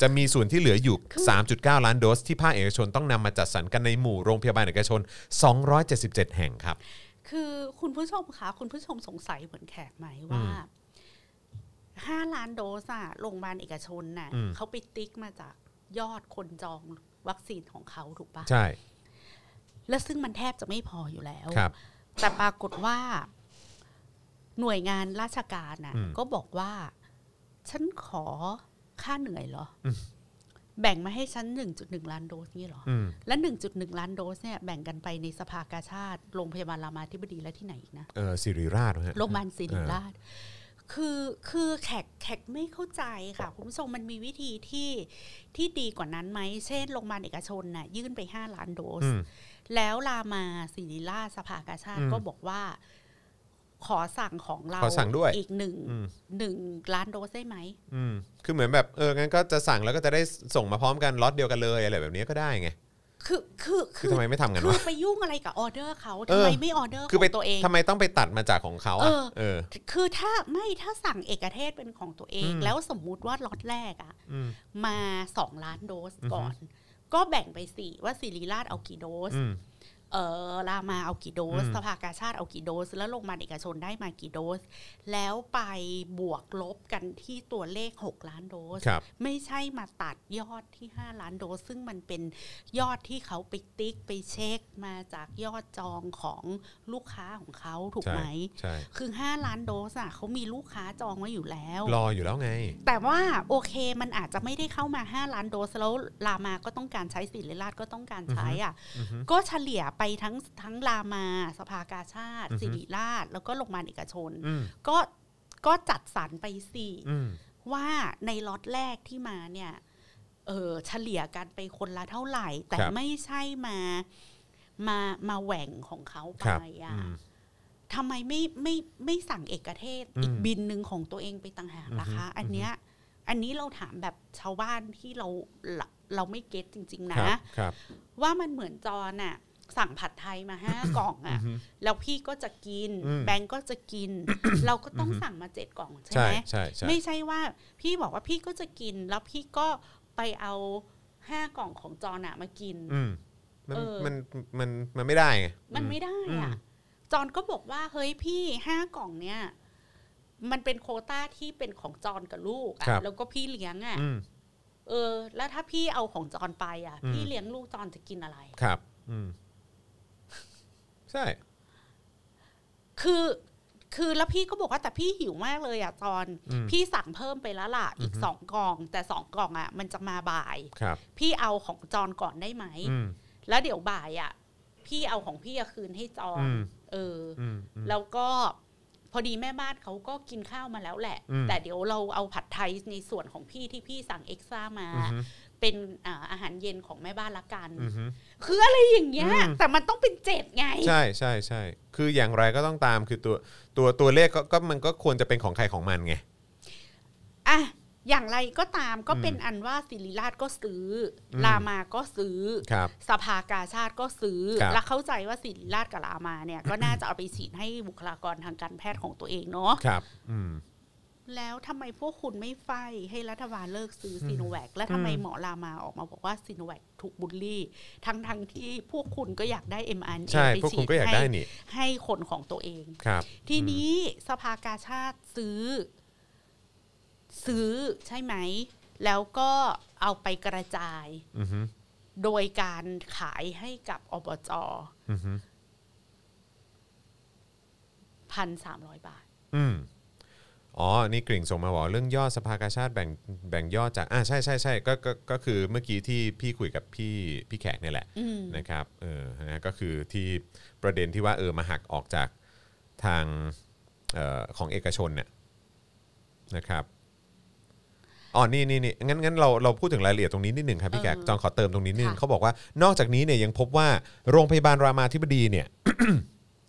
Speaker 1: จะมีส่วนที่เหลืออยู่
Speaker 2: คือ
Speaker 1: 3.9 ล้านโดส ที่ภาคเอกชนต้องนำมาจัดสรรกันในหมู่โรงพยาบาลเอกชน 277 แห่งครับ
Speaker 2: คือคุณผู้ชมคะคุณผู้ชมสงสัยเหมือนแขกไหมว่า 5 ล้านโดสอะโรงพยาบาลเอกชนน่ะ
Speaker 1: อืม
Speaker 2: เขาไปติ๊กมาจากยอดคนจองวัคซีนของเขาถูกปะ
Speaker 1: ใช่
Speaker 2: และซึ่งมันแทบจะไม่พออยู่แล้ว
Speaker 1: ครับ
Speaker 2: แต่ปรากฏว่าหน่วยงานราชการน่ะ
Speaker 1: อืม
Speaker 2: ก็บอกว่า ฉันขอค่าเหนื่อยเหรออ
Speaker 1: ม
Speaker 2: แบ่งมาให้ฉัน 1.1 ล้านโดสนี่เหรอ
Speaker 1: อืม
Speaker 2: และ 1.1 ล้านโดสเนี่ยแบ่งกันไปในสภากาชาติ โรงพยาบาลรามาธิบดีและที่ไหนอีกนะ
Speaker 1: เออสิริราชนะฮะ
Speaker 2: โรงพยาบาลศิริราช คือคือแขกแขกไม่เข้าใจค่ะ คุณผู้ชมมันมีวิธีที่ที่ดีกว่านั้นไหม เช่นโรงพยาบาลเอกชนน่ะยื่นไป 5 ล้านโดส
Speaker 1: อืม
Speaker 2: แล้วรามาศิริราชสภากาชาติ
Speaker 1: อืม
Speaker 2: ก็บอกว่า ขอสั่งของเรา
Speaker 1: ขอสั่งด้วย
Speaker 2: อีกหนึ่ง
Speaker 1: อืม
Speaker 2: หนึ่งล้านโดสได้ไหม
Speaker 1: อืมคือเหมือนแบบเอองั้นก็จะสั่งแล้วก็จะได้ส่งมาพร้อมกันล็อตเดียวกันเลยอะไรแบบนี้ก็ได้ไง
Speaker 2: คือคือ
Speaker 1: คือทำไมไม่ทำกัน
Speaker 2: คื
Speaker 1: วะ
Speaker 2: อไปยุ่งอะไรกับออเดอร์เขา
Speaker 1: เออ
Speaker 2: ทำไมไม่ออเดอร์ข
Speaker 1: คือไป
Speaker 2: องตัวเอง
Speaker 1: ทำไมต้องไปตัดมาจากของเขาอ่ะ
Speaker 2: เออ
Speaker 1: เออ
Speaker 2: คือถ้าไม่ถ้าสั่งเอกเทศเป็นของตัวเอง
Speaker 1: อืม
Speaker 2: แล้วสมมุติว่าล็อตแรกอะ
Speaker 1: อืม
Speaker 2: มาสองล้านโดส
Speaker 1: อือฮึ
Speaker 2: ก่อน ก็แบ่งไปสี่ว่าศิริราชเอากี่โดส
Speaker 1: อืม
Speaker 2: เออรามาเอากี่โดส
Speaker 1: อืม
Speaker 2: สภากาชาติเอากี่โดส แล้วโรงพยาบาลเอกชนได้มากี่โดส แล้วไปบวกลบกันที่ตัวเลข 6 ล้านโดส
Speaker 1: ครับ
Speaker 2: ไม่ใช่มาตัดยอดที่ 5 ล้านโดส ซึ่งมันเป็นยอดที่เขาไปติ๊กไปเช็คมาจากยอดจองของลูกค้าของเขาถูก
Speaker 1: ใช่
Speaker 2: ไหม
Speaker 1: ใช่
Speaker 2: คือ 5 ล้านโดสอ่ะเขามีลูกค้าจองไว้อยู่แล้ว
Speaker 1: รออยู่แล้วไง
Speaker 2: แต่ว่าโอเคมันอาจจะไม่ได้เข้ามา 5 ล้านโดส แล้วรามาก็ต้องการใช้สิริราชก็ต้องการใช้อ่ะ
Speaker 1: อือฮึ
Speaker 2: ก็เฉลี่ยไปทั้งทั้งรามาสภากาชาติ
Speaker 1: อือฮึ
Speaker 2: สิริราช แล้วก็โรงพยาบาลเอกชน
Speaker 1: อืม
Speaker 2: ก็ก็จัดสรรไปสี่
Speaker 1: อืม
Speaker 2: ว่าในล็อตแรกที่มาเนี่ยเออเฉลี่ยกันไปคนละเท่าไหร่ แต่ไม่ใช่มามามาแหว่งของเขา
Speaker 1: ค
Speaker 2: ไป
Speaker 1: รับ
Speaker 2: อ่ะ
Speaker 1: อืม
Speaker 2: ทำไมไม่ไม่ไม่สั่งเอกเทศ
Speaker 1: อืม
Speaker 2: อีกบินหนึ่งของตัวเองไปต่างหากล่ะคะ
Speaker 1: อือฮึ
Speaker 2: อันเนี้ยอันนี้เราถามแบบชาวบ้านที่เราเราเราไม่เก็ตจริง ๆ
Speaker 1: ค
Speaker 2: นะ
Speaker 1: รับครับ
Speaker 2: ว่ามันเหมือนจอนอ่ะ สั่งผัดไทยมาห้า กล่อง
Speaker 1: อื
Speaker 2: อ่ะ
Speaker 1: อฮึ
Speaker 2: แล้วพี่ก็จะกิน
Speaker 1: อืม
Speaker 2: แบงก์ก็จะกิน เราก็ต้องสั่งมาเจ็ดกล่องใช่
Speaker 1: ใช่
Speaker 2: ไหม
Speaker 1: ใช่ใช่
Speaker 2: ไม่ใช่ว่าพี่บอกว่าพี่ก็จะกิน แล้วพี่ก็ไปเอาห้ากล่องของจอนอะมากิน
Speaker 1: อืมมัน
Speaker 2: เออ
Speaker 1: มันมันมันไม่ได้ไง
Speaker 2: มัน
Speaker 1: อื
Speaker 2: ไม่ได้
Speaker 1: อื
Speaker 2: อะ
Speaker 1: ม
Speaker 2: จอนก็บอกว่าเฮ้ยพี่ห้ากล่องเนี่ย มันเป็นโควต้าที่เป็นของจอนกับลูกอะแล้วก็พี่เลี้ยงอะ
Speaker 1: อืม
Speaker 2: เออ แล้วถ้าพี่เอาของจอนไปอะ
Speaker 1: อืม
Speaker 2: พี่เลี้ยงลูกจอนจะกินอะไร
Speaker 1: ครับอืมใช่
Speaker 2: คือ คือแล้วพี่ก็บอกว่าแต่พี่หิวมากเลยอะจอน
Speaker 1: อืม
Speaker 2: พี่สั่งเพิ่มไปแล้วล่ะ อีก
Speaker 1: อือฮึ
Speaker 2: สองกล่อง แต่สองกล่องอะมันจะมาบ่าย
Speaker 1: ครับ
Speaker 2: พี่เอาของจอนก่อนได้ไหม
Speaker 1: อืม
Speaker 2: แล้วเดี๋ยวบ่ายอ่ะ พี่เอาของพี่อะคืนให้จอง
Speaker 1: อืม
Speaker 2: เอออ
Speaker 1: อืมอืม
Speaker 2: แล้วก็พอดีแม่บ้านเขาก็กินข้าวมาแล้วแหละ
Speaker 1: อืม
Speaker 2: แต่เดี๋ยวเราเอาผัดไทยในส่วนของพี่ที่พี่สั่งเอ็กซ่ามา
Speaker 1: อือฮึ
Speaker 2: เป็นอ่าอาหารเย็นของแม่บ้านละกัน
Speaker 1: อือฮึ
Speaker 2: คืออะไรอย่างเงี้ย
Speaker 1: อืม
Speaker 2: แต่มันต้องเป็นเจ็ดไง
Speaker 1: ใช่ใช่ใช่คืออย่างไรก็ต้องตามคือตัวตัวตัวเลขก็ก็มันก็ควรจะเป็นของใครของมันไง
Speaker 2: อ่ะ อย่างไรก็ตามก็เป็นอันว่าศิริราชก็ซื้ออ
Speaker 1: ม
Speaker 2: รามาก็ซื้อ
Speaker 1: ครับ
Speaker 2: สภากาชาติก็ซื้อ
Speaker 1: ครับ
Speaker 2: และเข้าใจว่าศิริราชกับรามาเนี่ย ก็น่าจะเอาไปฉีดให้บุคลากรทางการแพทย์ของตัวเองเนาะ
Speaker 1: ครับ อืม
Speaker 2: แล้วทำไมพวกคุณไม่ไฟให้รัฐบาลเลิกซื้อซีโนแวคและทำไมหมอรามาออกมาบอกว่าซีโนแวคถูกบูลลี่ ทั้งทั้งๆที่พวกคุณก็อยากได้ mRNA
Speaker 1: ใช่
Speaker 2: ไป
Speaker 1: พวก
Speaker 2: ฉี
Speaker 1: คุณ
Speaker 2: ด
Speaker 1: ก็อยาก
Speaker 2: ให้
Speaker 1: ได้นี่
Speaker 2: ให้คนของตัวเอง
Speaker 1: ครับ
Speaker 2: ทีนี้สภากาชาติซื้อ ซื้อใช่ไหม แล้วก็เอาไปกระจาย
Speaker 1: อืมอืม
Speaker 2: โดยการขายให้กับอบจ
Speaker 1: อืมอืม
Speaker 2: พันสามร้อยบาท
Speaker 1: อืมอ๋ออันนี่กริ่งส่งมาบอกเรื่องยอดสภากาชาติแบ่งแบ่งยอดจากอ่าใช่ใช่ใช่ก็ก็ก็คือเมื่อกี้ที่พี่คุยกับพี่พี่แขกเนี่ยแหละ
Speaker 2: อืม
Speaker 1: นะครับเออนะก็คือที่ประเด็นที่ว่าเออมาหักออกจากทางเอ่อของเอกชนเนี่ยนะครับอ๋อนี่นี่นี่งั้นงั้นเราเราพูดถึงรายละเอียดตรงนี้นิดหนึ่งครับพี่แขกจองขอเติมตรงนี้นิดนึงเขาบอกว่านอกจากนี้เนี่ยยังพบว่าโรงพยาบาลรามาธิบดีเนี่ย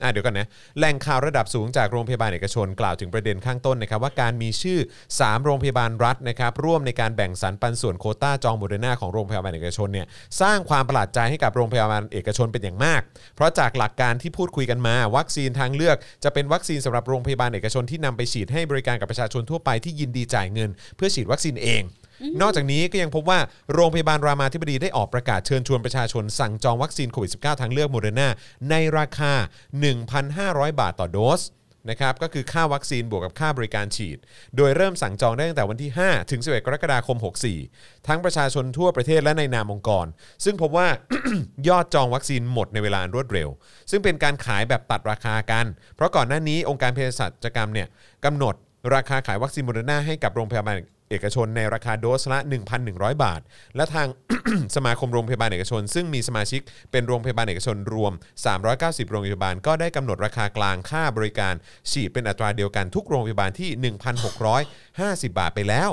Speaker 1: อ่ะเดี๋ยวกันนะแหล่งข่าวระดับสูงจากโรงพยาบาลเอกชนกล่าวถึงประเด็นข้างต้นนะครับว่าการมีชื่อ 3 โรงพยาบาลรัฐนะครับร่วมในการแบ่งสรรปันส่วนโควต้าจองโมเดอร์นาของโรงพยาบาลเอกชนเนี่ยสร้างความประหลาดใจให้กับโรงพยาบาลเอกชนเป็นอย่างมาก เพราะจากหลักการที่พูดคุยกันมา วัคซีนทางเลือก จะเป็นวัคซีนสำหรับโรงพยาบาลเอกชนที่นำไปฉีดให้บริการกับประชาชนทั่วไปที่ยินดีจ่ายเงิน เพื่อฉีดวัคซีนเอง นอกจากนี้ก็ยังพบว่าโรงพยาบาลรามาธิบดีได้ออกประกาศเชิญชวนประชาชนสั่งจองวัคซีนโควิด -19 ทางเลือกโมเดอร์นาในราคา 1,500 บาทต่อโดสนะครับก็คือค่าวัคซีนบวกกับค่าบริการฉีด โดยเริ่มสั่งจองได้ตั้งแต่วันที่ 5 ถึง 11 กรกฎาคม 64 ทั้งประชาชนทั่วประเทศและในนามองค์กร ซึ่งพบว่า ยอดจองวัคซีนหมดในเวลาอันรวดเร็ว ซึ่งเป็นการขายแบบตัดราคากัน เพราะก่อนหน้านี้องค์การเภสัชกรรมเนี่ยกำหนดราคาขายวัคซีนโมเดอร์นาให้กับโรงพยาบาลเอกชนในราคาโดสละ 1,100 บาท และทาง สมาคมโรงพยาบาลเอกชน ซึ่งมีสมาชิกเป็นโรงพยาบาลเอกชนรวม 390 โรงพยาบาลก็ได้กำหนดราคากลางค่าบริการฉีดเป็นอัตราเดียวกันทุกโรงพยาบาลที่ 1,650 บาทไปแล้ว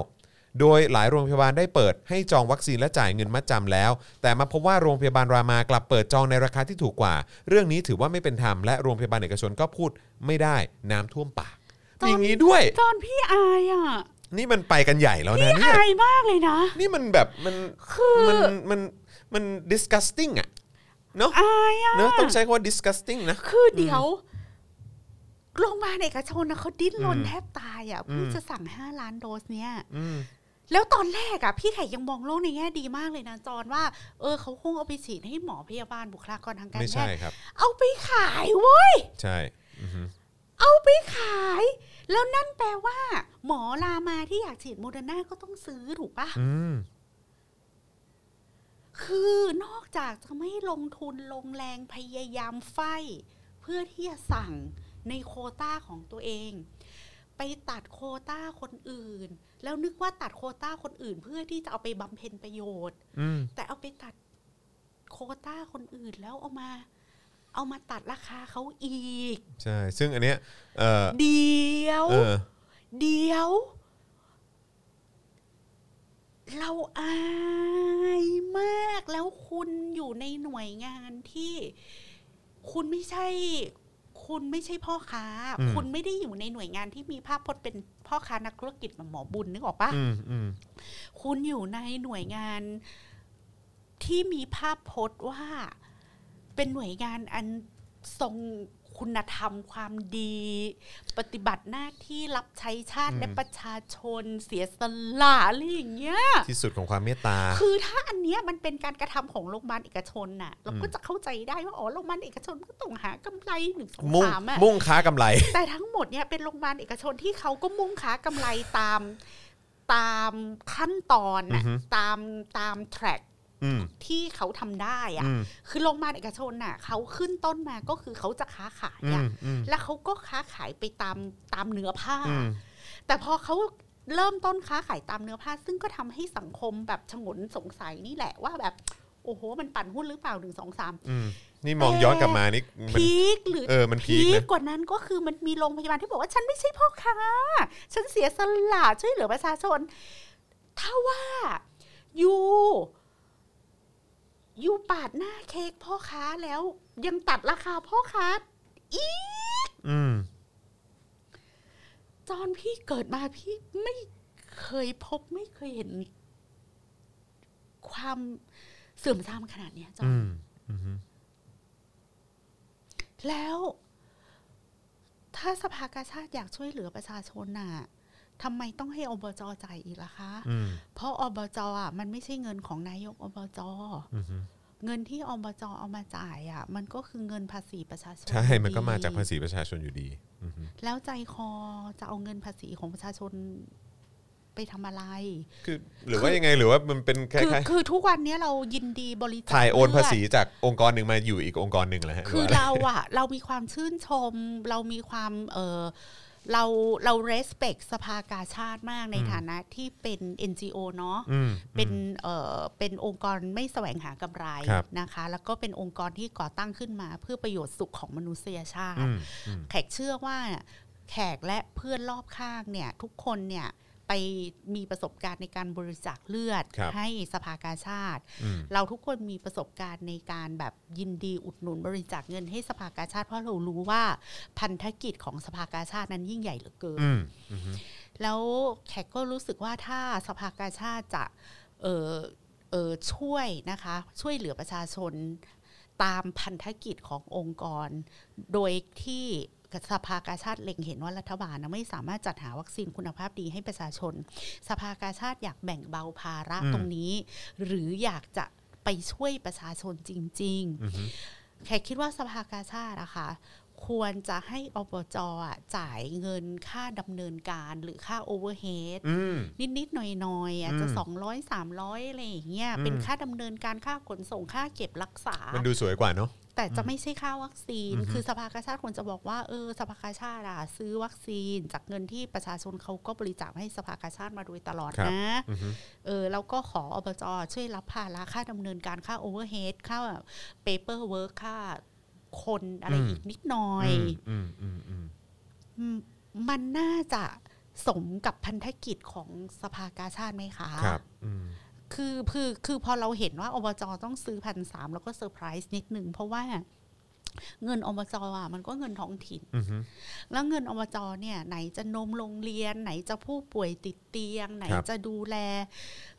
Speaker 1: โดยหลายโรงพยาบาลได้เปิดให้จองวัคซีนและจ่ายเงินมัดจำแล้ว แต่มาพบว่าโรงพยาบาลรามากลับเปิดจองในราคาที่ถูกกว่า เรื่องนี้ถือว่าไม่เป็นธรรมและโรงพยาบาลเอกชนก็พูดไม่ได้น้ำท่วมปากมีอย่างนี้ด้วย
Speaker 2: ตอนพี่อายอ่ะ
Speaker 1: นี่มันไปกันใหญ่แล้วนะ
Speaker 2: พี่
Speaker 1: เนี่ย
Speaker 2: อายมากเลยนะ
Speaker 1: นี่มันแบบมัน
Speaker 2: คือ
Speaker 1: มันมันมัน disgusting อะเนาะ
Speaker 2: อายอ่ะ
Speaker 1: เนาะต้องใช้คำว่า disgusting นะ
Speaker 2: คือเดี๋ยวโรงพยาบาลเอกชนนะเขาดิ้นรน
Speaker 1: อืม
Speaker 2: แทบตายอ่ะ
Speaker 1: อืม
Speaker 2: เพื่อจะสั่งห้าล้านโดสเนี่ย
Speaker 1: อืม
Speaker 2: แล้วตอนแรกอะพี่ไข่ยังมองโลกในแง่ดีมากเลยนะจอนว่า เออเขาคงเอาไปฉีดให้หมอพยาบาลบุคลากรทางการ
Speaker 1: ไม่
Speaker 2: แพ
Speaker 1: ใช่
Speaker 2: ทย์
Speaker 1: ครับ
Speaker 2: เอาไปขายเว้ย
Speaker 1: ใช่อือฮึ
Speaker 2: เอาไปขาย แล้วนั่นแปลว่า หมอลามาที่อยากฉีดโมเดอร์นาก็ต้องซื้อถูกปะ
Speaker 1: อืม
Speaker 2: คือนอกจากจะไม่ลงทุนลงแรงพยายามไฟ เพื่อที่จะสั่งในโควต้าของตัวเอง ไปตัดโควต้าคนอื่น แล้วนึกว่าตัดโควต้าคนอื่น เพื่อที่จะเอาไปบำเพ็ญประโยชน์
Speaker 1: อืม
Speaker 2: แต่เอาไปตัดโควต้าคนอื่นแล้วเอามา เอามาตัดราคาเขาอีก
Speaker 1: ใช่ซึ่งอันเนี้ยเออ
Speaker 2: เดียว
Speaker 1: เออ
Speaker 2: เดียว เราอายมากแล้วคุณอยู่ในหน่วยงานที่ คุณไม่ใช่ คุณไม่ใช่พ่อค้า
Speaker 1: อืม
Speaker 2: คุณไม่ได้อยู่ในหน่วยงานที่มีภาพพจน์เป็นพ่อค้านักธุรกิจแบบหมอบุญนึกออกปะ
Speaker 1: อืมอืม
Speaker 2: คุณอยู่ในหน่วยงานที่มีภาพพจน์ว่าเป็นหน่วยงานอันทรงคุณธรรมความดี ปฏิบัติหน้าที่รับใช้ชาติและประชาชนเสียสละอะไรอย่างเงี้ย
Speaker 1: ที่สุดของความเมตตา
Speaker 2: คือถ้าอันเนี้ยมันเป็นการกระทำของโรงพยาบาลเอกชนน่ะ เราก็จะเข้าใจได้ว่าอ๋อโรงพยาบาลเอกชนก็ต้องหากำไรหนึ่งสอง
Speaker 1: มุ่ง
Speaker 2: สามอะ
Speaker 1: มุ่งค้ากำไร
Speaker 2: แต่ทั้งหมดเนี่ยเป็นโรงพยาบาลเอกชนที่เขาก็มุ่งค้ากำไรตามตามขั้นตอนน่ะ
Speaker 1: อือฮึ
Speaker 2: ตามตามแทร็ก
Speaker 1: อืม
Speaker 2: ที่เขาทำได้อะ
Speaker 1: อืม
Speaker 2: คือโรงพยาบาลเอกชนน่ะเขาขึ้นต้นมาก็คือเขาจะค้าขาย
Speaker 1: อื
Speaker 2: อะ
Speaker 1: มอืม
Speaker 2: แล้วเขาก็ค้าขายไปตามตามเนื้อผ้า
Speaker 1: อืม
Speaker 2: แต่พอเขาเริ่มต้นค้าขายตามเนื้อผ้า ซึ่งก็ทำให้สังคมแบบฉงนสงสัยนี่แหละว่าแบบ โอ้โห มันปั่นหุ้นหรือเปล่าหนึ่งสองสาม
Speaker 1: อืมนี่มองย้อนกลับมานี่มัน
Speaker 2: พีคหรือ
Speaker 1: เออมันพี
Speaker 2: พี
Speaker 1: ค
Speaker 2: ค
Speaker 1: นะ
Speaker 2: กว่านั้นก็คือมันมีโรงพยาบาลที่บอกว่าฉันไม่ใช่พ่อค้า ฉันเสียสละช่วยเหลือประชาชน ถ้าว่ายูยูปาดหน้าเค้กพ่อค้าแล้ว ยังตัดราคาพ่อค้าอี
Speaker 1: อืม
Speaker 2: จอนพี่เกิดมาพี่ไม่ เคยพบไม่เคยเห็น ความเสื่อมทรามขนาดเนี้ยจอห์น
Speaker 1: อืมอืมฮึ
Speaker 2: แล้วถ้าสภากาชาติอยากช่วยเหลือประชาชนน่ะทำไมต้องให้อบจจ่ายอีกล่ะคะ
Speaker 1: อืม
Speaker 2: เพราะอบจอ่ะมันไม่ใช่เงินของนายกอบจ
Speaker 1: อืมฮึ
Speaker 2: เงินที่อบจเอามาจ่ายอ่ะ มันก็คือเงินภาษีประชาชน
Speaker 1: ใช่มันก็มาจากภา
Speaker 2: ษี
Speaker 1: ษีประชาชนอยู่ดีอืมฮึ
Speaker 2: แล้วใจคอจะเอาเงินภาษีของประชาชนไปทำอะไร
Speaker 1: คือหรือว่ายังไงหรือว่ามันเป็นแค่
Speaker 2: คือ
Speaker 1: แค่
Speaker 2: คือทุกวันเนี้ยเรายินดีบริจาค
Speaker 1: ถ่ายโอน
Speaker 2: เลืด
Speaker 1: ภาษีจากองค์กรหนึ่งมาอยู่อีกองค์กรหนึ่งแล้วฮะ
Speaker 2: คือ
Speaker 1: หว่าะไ
Speaker 2: เราอะเรามีความชื่นชม เรามีความเออเราเรา respect สภากาชาติมากในฐานะที่เป็น NGO เนาะ
Speaker 1: อืม
Speaker 2: เป็นเออเป็นองค์กรไม่แสวงหากำไร
Speaker 1: ครับ
Speaker 2: นะคะ แล้วก็เป็นองค์กรที่ก่อตั้งขึ้นมา เพื่อประโยชน์สุขของมนุษยชา
Speaker 1: อื
Speaker 2: ติ
Speaker 1: มอืม
Speaker 2: แขกเชื่อว่าแขกและเพื่อนรอบข้างเนี่ย ทุกคนเนี่ยไปมีประสบการณ์ในการบริจาคเลือด
Speaker 1: ครับ
Speaker 2: ให้สภากาชาติ
Speaker 1: อืม
Speaker 2: เราทุกคนมีประสบการณ์ในการแบบยินดีอุดหนุนบริจาคเงินให้สภากาชาติเพราะเรารู้ว่าพันธกิจของสภากาชาตินั้นยิ่งใหญ่เหลือเกิน
Speaker 1: อืมอืมฮึ
Speaker 2: แล้วแขกก็รู้สึกว่าถ้าสภากาชาติจะเออเออช่วยนะคะ ช่วยเหลือประชาชนตามพันธกิจขององค์กร โดยที่สภากาชาติเล็งเห็นว่ารัฐบาลนะไม่สามารถจัดหาวัคซีนคุณภาพดีให้ประชาชน สภากาชาติอยากแบ่งเบาภาระ
Speaker 1: อืม
Speaker 2: ตรงนี้ หรืออยากจะไปช่วยประชาชนจริง ๆ
Speaker 1: อืมฮึ
Speaker 2: แขกคิดว่าสภากาชาติอะค่ะ ควรจะให้อบจอะจ่ายเงินค่าดำเนินการหรือค่าโอเวอร์เฮด
Speaker 1: อืม
Speaker 2: นิดๆหน่อยๆอาจจะ
Speaker 1: อืม
Speaker 2: สองร้อยสามร้อยอะไรอย่างเงี้ย
Speaker 1: อืม
Speaker 2: เป็นค่าดำเนินการค่าขนส่งค่าเก็บรักษา
Speaker 1: มันดูสวยกว่าเนาะ
Speaker 2: แต่จะไม่ใช่ค่าวัคซีน
Speaker 1: อือฮึ
Speaker 2: คือสภากาชาติควรจะบอกว่าเออสภากาชาติอะซื้อวัคซีน จากเงินที่ประชาชนเขาก็บริจาคให้สภากาชาติมาโดยตลอดนะ
Speaker 1: อืมฮึ
Speaker 2: เออแล้วก็ขออบจช่วยรับภาระค่าดำเนินการค่าโอเวอร์เฮดค่าเปเปอร์เวิร์คค่าคนอะไร
Speaker 1: อืม
Speaker 2: อีกนิดหน่อย
Speaker 1: อืมอืมอืม
Speaker 2: อืมมันน่าจะสมกับพันธกิจของสภากาชาติไหมคะ
Speaker 1: ครับ อืม
Speaker 2: คือคือคือพอเราเห็นว่าอบจต้องซื้อพันสามแล้วก็เซอร์ไพรส์นิดนึงเพราะว่าเงินอบจอ่ะมันก็เงินท้องถิ่น
Speaker 1: อืมฮึ
Speaker 2: แล้วเงินอบจเนี่ย ไหนจะนมโรงเรียน ไหนจะผู้ป่วยติดเตียง ไหนจะดูแล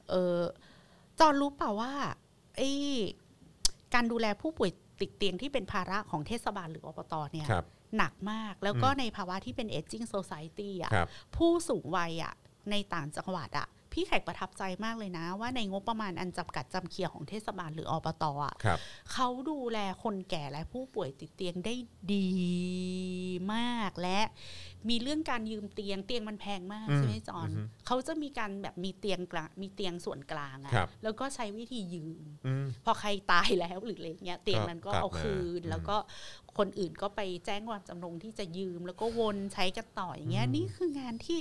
Speaker 2: เออจอนรู้เปล่าว่าไอ้การดูแลผู้ป่วยติดเตียงที่เป็นภาระของเทศบาลหรืออบตเนี่ย
Speaker 1: ครับ
Speaker 2: หนักมาก แล้วก็
Speaker 1: อืม
Speaker 2: ในภาวะที่เป็น aging society อ่ะ
Speaker 1: ครับ
Speaker 2: ผู้สูงวัยอ่ะในต่างจังหวัดอ่ะ พี่แขกประทับใจมากเลยนะ ว่าในงบประมาณอันจำกัดจำเคียของเทศบาลหรืออบตอ่ะ
Speaker 1: ครับ
Speaker 2: เขาดูแลคนแก่และผู้ป่วยติดเตียงได้ดีมาก และมีเรื่องการยืมเตียงเตียงมันแพงมาก
Speaker 1: อืม
Speaker 2: ใช่ไหมจอน
Speaker 1: อือฮึ
Speaker 2: เขาจะมีการแบบมีเตียงกลางมีเตียงส่วนกลางอะ
Speaker 1: ครับ
Speaker 2: แล้วก็ใช้วิธียืม
Speaker 1: อืม
Speaker 2: พอใครตายแล้ว หรืออะไรเงี้ยเตียงนั้นก็
Speaker 1: กลับ
Speaker 2: เอาคืน
Speaker 1: มา
Speaker 2: แล้วก็คนอื่นก็ไปแจ้งความจำนงที่จะยืม แล้วก็วนใช้กันต่ออย่างเงี้ย
Speaker 1: อืม
Speaker 2: นี่คืองานที่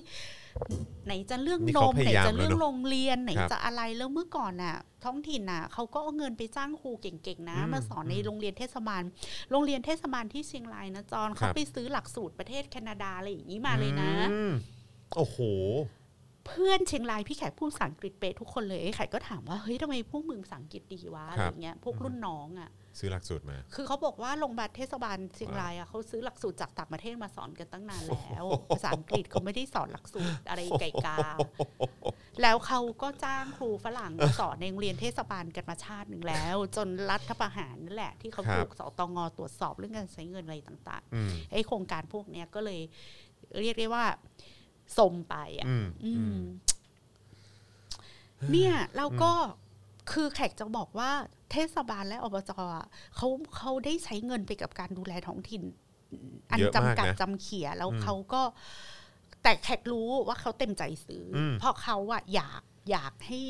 Speaker 2: ไหนจะเรื่อง
Speaker 1: นี่
Speaker 2: น
Speaker 1: เขา
Speaker 2: ม
Speaker 1: พ
Speaker 2: ไหน
Speaker 1: ยายาม
Speaker 2: จะเรื่อง
Speaker 1: แล้วเนอะ
Speaker 2: โรงเรียนไหน
Speaker 1: ครับ
Speaker 2: จะอะไรแล้วเมื่อก่อนน่ะ ท้องถิ่นน่ะเขาก็เอาเงินไปจ้างครูเก่งๆนะ
Speaker 1: อืม
Speaker 2: มาสอนใน
Speaker 1: อืม
Speaker 2: โรงเรียนเทศบาล โรงเรียนเทศบาลที่เชียงรายนะจอน
Speaker 1: ครั
Speaker 2: เขา
Speaker 1: บ
Speaker 2: ไปซื้อหลักสูตรประเทศแคนาดาอะไรอย่างนี้มาเลยนะ
Speaker 1: อืมโอ้โห
Speaker 2: เพื่อนเชียงรายพี่แขกพูดภาษาอังกฤษเป๊ะทุกคนเลยไอ้แขกก็ถามว่าเฮ้ยทำไมพวกมึงภาษาอังกฤษดีวะอะไรเงี้ยพวกรุ่นน้องอ่ะ
Speaker 1: ซื้อหลักสูตรมา
Speaker 2: คือเขาบอกว่าโรงพยาบาลเทศบาลเชียงรายอ่ะเขาซื้อหลักสูตรจากต่างประเทศมาสอนกันตั้งนานแล้ว ภาษาอังกฤษเขาไม่ได้สอนหลักสูตรอะไรไก่กา แล้วเขาก็จ้างครูฝรั่งมาสอนในโรงเรียนเทศบาลกันมาชาติหนึ่งแล้ว จนรัฐประหารนั่นแหละ ที่เขา
Speaker 1: ครับ
Speaker 2: ถูกสตงตรวจสอบเรื่องการใช้เงินอะไรต่าง
Speaker 1: อืม
Speaker 2: ๆไอ้โครงการพวกเนี้ยก็เลย เรียกได้ว่าสมไปอ่ะ
Speaker 1: อืม
Speaker 2: อื
Speaker 1: อื
Speaker 2: ม
Speaker 1: ม
Speaker 2: เนี่ยเราก็คือแขกจะบอกว่าเทศบาลและอบจอะเขาเขาได้ใช้เงินไปกับการดูแลท้องถิ่น อัน
Speaker 1: เยอะมากนะ
Speaker 2: จำกัดจำเขียแล้ว
Speaker 1: อืม
Speaker 2: เขาก็ แต่แขกรู้ว่าเขาเต็มใจซื้ออ
Speaker 1: ม
Speaker 2: เพราะเขาอะอยากอยากให้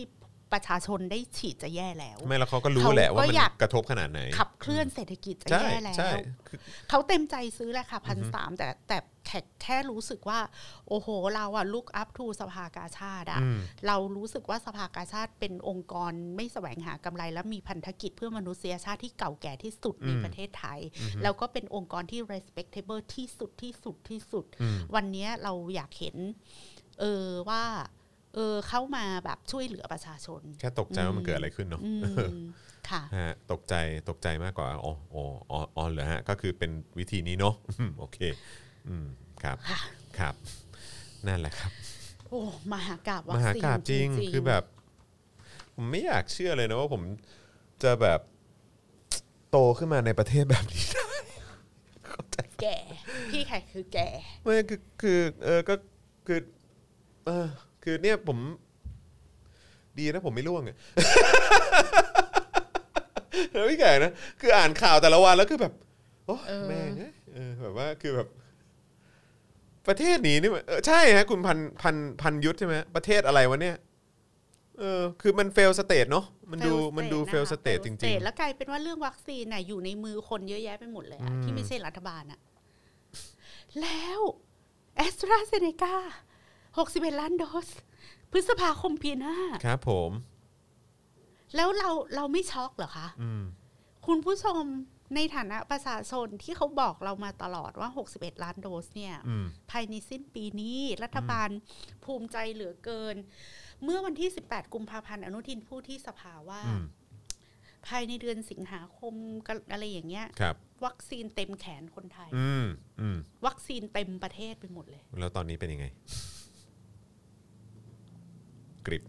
Speaker 2: ประชาชนได้ฉีดจะแย่แล้ว
Speaker 1: ไม่แล้วเขาก็รู้
Speaker 2: เขา
Speaker 1: แหละว่า
Speaker 2: ก็
Speaker 1: มัน
Speaker 2: อยาก
Speaker 1: กระทบขนาดไหน
Speaker 2: ขับเคลื่อนเศรษฐกิจจะ
Speaker 1: ใช่
Speaker 2: แย่แล้ว
Speaker 1: ใช่คือ
Speaker 2: เขาเต็มใจซื้อแหละค่ะ
Speaker 1: อื
Speaker 2: พั
Speaker 1: อน ฮึ
Speaker 2: สามแต่แต่แขกแค่รู้สึกว่า โอ้โห เราอะลุกอัพทูสภากาชาติอะ
Speaker 1: อืม
Speaker 2: เรารู้สึกว่าสภากาชาติเป็นองค์กรไม่แสวงหากำไร และมีพันธกิจเพื่อมนุษยชาติที่เก่าแก่ที่สุดใน
Speaker 1: อืม
Speaker 2: ประเทศไทย แล้วก็เป็นองค์กรที่ respectable ที่สุดที่สุดที่สุด
Speaker 1: อืม
Speaker 2: วันเนี้ยเราอยากเห็น เออว่า เออเข้ามาแบบช่วยเหลือประชาชน
Speaker 1: แค่ตกใจว่ามันเกิดอะไรขึ้นเนาะ
Speaker 2: อื มค่ะ
Speaker 1: ฮะ ตกใจ ตกใจมากกว่า อ๋ออ๋ออ๋ออ๋อเหรอฮะ ก็คือเป็นวิธีนี้เนาะอืมโอเค อืม ครับ
Speaker 2: ค่ะ
Speaker 1: ครับ นั่นแหละครับ
Speaker 2: โอ้มหากราบ
Speaker 1: ม
Speaker 2: วัค
Speaker 1: หา
Speaker 2: ซีน
Speaker 1: กาบจริง
Speaker 2: ๆ
Speaker 1: คือแบบ ผมไม่อยากเชื่อเลยนะว่าผมจะแบบโตขึ้นมาในประเทศแบบนี้
Speaker 2: แก่พี่แขกคือแก่
Speaker 1: ไม่คือคือเออก็คือเออคือเนี่ยผม ดีนะผมไม่ร่วงอะ แล้วพี่แขกนะ คืออ่านข่าวแต่ละวันแล้วคือแบบโอ้
Speaker 2: เออ
Speaker 1: แม่งเอ้ยเออแบบว่าคือแบบ ประเทศนี้นี่มันเออใช่ฮะคุณพันพันพันยุทธใช่ไหมประเทศอะไรวะเนี่ยเออ คือมันเฟลสเตทเนาะมันดู
Speaker 2: Fail
Speaker 1: มันดู
Speaker 2: state
Speaker 1: เฟล
Speaker 2: นะคะ
Speaker 1: สเต
Speaker 2: Fail
Speaker 1: ทจ
Speaker 2: state
Speaker 1: ริง
Speaker 2: แล้วกลายเป็นว่าเรื่องวัคซีนน่ะอยู่ในมือคนเยอะแยะไปหมดเลยอะ
Speaker 1: อืม
Speaker 2: ที่ไม่ใช่รัฐบาลอะแล้วแอสตราเซเนกา61 ล้านโดส พฤษภาคมปีหน้า
Speaker 1: ๆครับ ผม
Speaker 2: แล้วเราเราไม่ช็อกเหรอคะ
Speaker 1: อืม
Speaker 2: คุณผู้ชมในฐานะประชาชนที่เขาบอกเรามาตลอดว่า 61 ล้านโดสเนี่ย
Speaker 1: อืม
Speaker 2: ภายในสิ้นปีนี้รัฐบาลภูมิใจเหลือเกิน เมื่อวันที่ 18 กุมภาพันธ์อนุทินพูดที่สภาว่า
Speaker 1: อืม
Speaker 2: ภายในเดือนสิงหาคมกันอะไรอย่างเงี้ย
Speaker 1: ครับ
Speaker 2: วัคซีนเต็มแขนคนไทย
Speaker 1: อืมอืม
Speaker 2: วัคซีนเต็มประเทศไปหมดเลย
Speaker 1: แล้วตอนนี้เป็นยังไง กริบ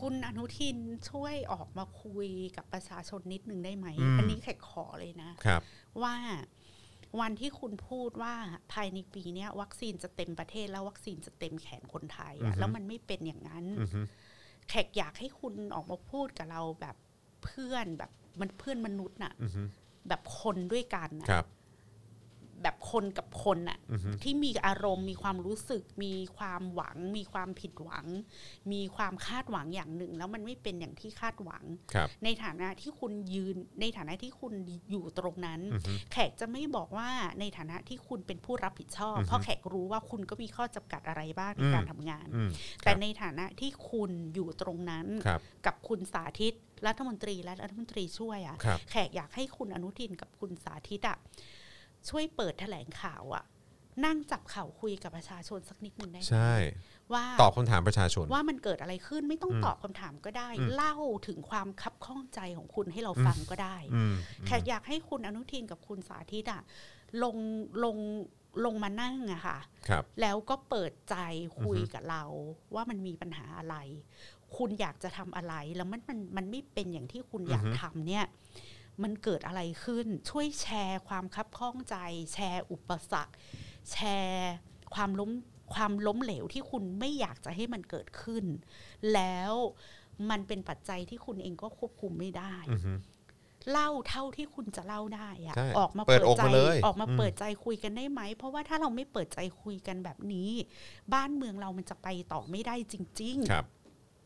Speaker 2: คุณอนุทินช่วยออกมาคุยกับประชาชนนิดนึงได้ไหม
Speaker 1: อืม
Speaker 2: อันนี้แขกขอเลยนะ
Speaker 1: ครับ
Speaker 2: ว่าวันที่คุณพูดว่าภายในปีเนี้ยวัคซีนจะเต็มประเทศแล้ววัคซีนจะเต็มแขนคนไทย
Speaker 1: อือ
Speaker 2: อะ
Speaker 1: ฮึ
Speaker 2: แล้วมันไม่เป็นอย่างนั้น
Speaker 1: อือฮึ
Speaker 2: แขกอยากให้คุณออกมาพูดกับเราแบบเพื่อนแบบมันเพื่อนมนุษย์น่ะ
Speaker 1: อือฮึ
Speaker 2: แบบคนด้วยกันน่ะ
Speaker 1: ครับ
Speaker 2: แบบคนกับคนน่ะ
Speaker 1: อือฮึ
Speaker 2: ที่มีอารมณ์มีความรู้สึก มีความหวัง มีความผิดหวัง มีความคาดหวังอย่างหนึ่ง แล้วมันไม่เป็นอย่างที่คาดหวัง
Speaker 1: ครับ
Speaker 2: ในฐานะที่คุณยืนในฐานะที่คุณอยู่ตรงนั้น
Speaker 1: อือฮึ
Speaker 2: แขกจะไม่บอกว่าในฐานะที่คุณเป็นผู้รับผิดชอบ
Speaker 1: อือฮึ
Speaker 2: เพราะแขกรู้ว่าคุณก็มีข้อจำกัดอะไรบ้างใน
Speaker 1: อืม
Speaker 2: การทำงาน
Speaker 1: อืม
Speaker 2: แต่ในฐานะที่คุณอยู่ตรงนั้น
Speaker 1: ครับ
Speaker 2: กับคุณสาธิตรัฐมนตรีและรัฐมนตรีช่วยอะ
Speaker 1: ครับ
Speaker 2: แขกอยากให้คุณอนุทินกับคุณสาธิตอะช่วยเปิดแถลงข่าวอะนั่งจับเข่าคุยกับประชาชนสักนิดหนึ่งได้ไหม
Speaker 1: ใช่
Speaker 2: ว่า
Speaker 1: ตอบคำถามประชาชน
Speaker 2: ว่ามันเกิดอะไรขึ้นไม่ต้อง
Speaker 1: อืม
Speaker 2: ตอบคำถามก็ได้
Speaker 1: อืม
Speaker 2: เล่าถึงความคับข้องใจของคุณให้เรา
Speaker 1: อืม
Speaker 2: ฟังก็ได้
Speaker 1: อืม
Speaker 2: แขกอยากให้คุณอนุทินกับคุณสาธิตอะลงลงลงมานั่งอะค่ะ
Speaker 1: ครับ
Speaker 2: แล้วก็เปิดใจคุย
Speaker 1: อือฮึ
Speaker 2: กับเรา ว่ามันมีปัญหาอะไร คุณอยากจะทำอะไรแล้วมันมันมันไม่เป็นอย่างที่คุณอยากทำเนี่ย มันเกิดอะไรขึ้น ช่วยแชร์ความคับข้องใจ แชร์อุปสรรค แชร์ความล้มความล้มเหลวที่คุณไม่อยากจะให้มันเกิดขึ้น แล้วมันเป็นปัจจัยที่คุณเองก็ควบคุมไม่ได้
Speaker 1: อือฮึ
Speaker 2: เล่าเท่าที่คุณจะเล่าได้อะ
Speaker 1: ใช่
Speaker 2: ออกมา
Speaker 1: เปิดอกมาเลย
Speaker 2: ออกมา
Speaker 1: อืม
Speaker 2: เปิดใจคุยกันได้ไหม เพราะว่าถ้าเราไม่เปิดใจคุยกันแบบนี้ บ้านเมืองเรามันจะไปต่อไม่ได้จริง
Speaker 1: ครับ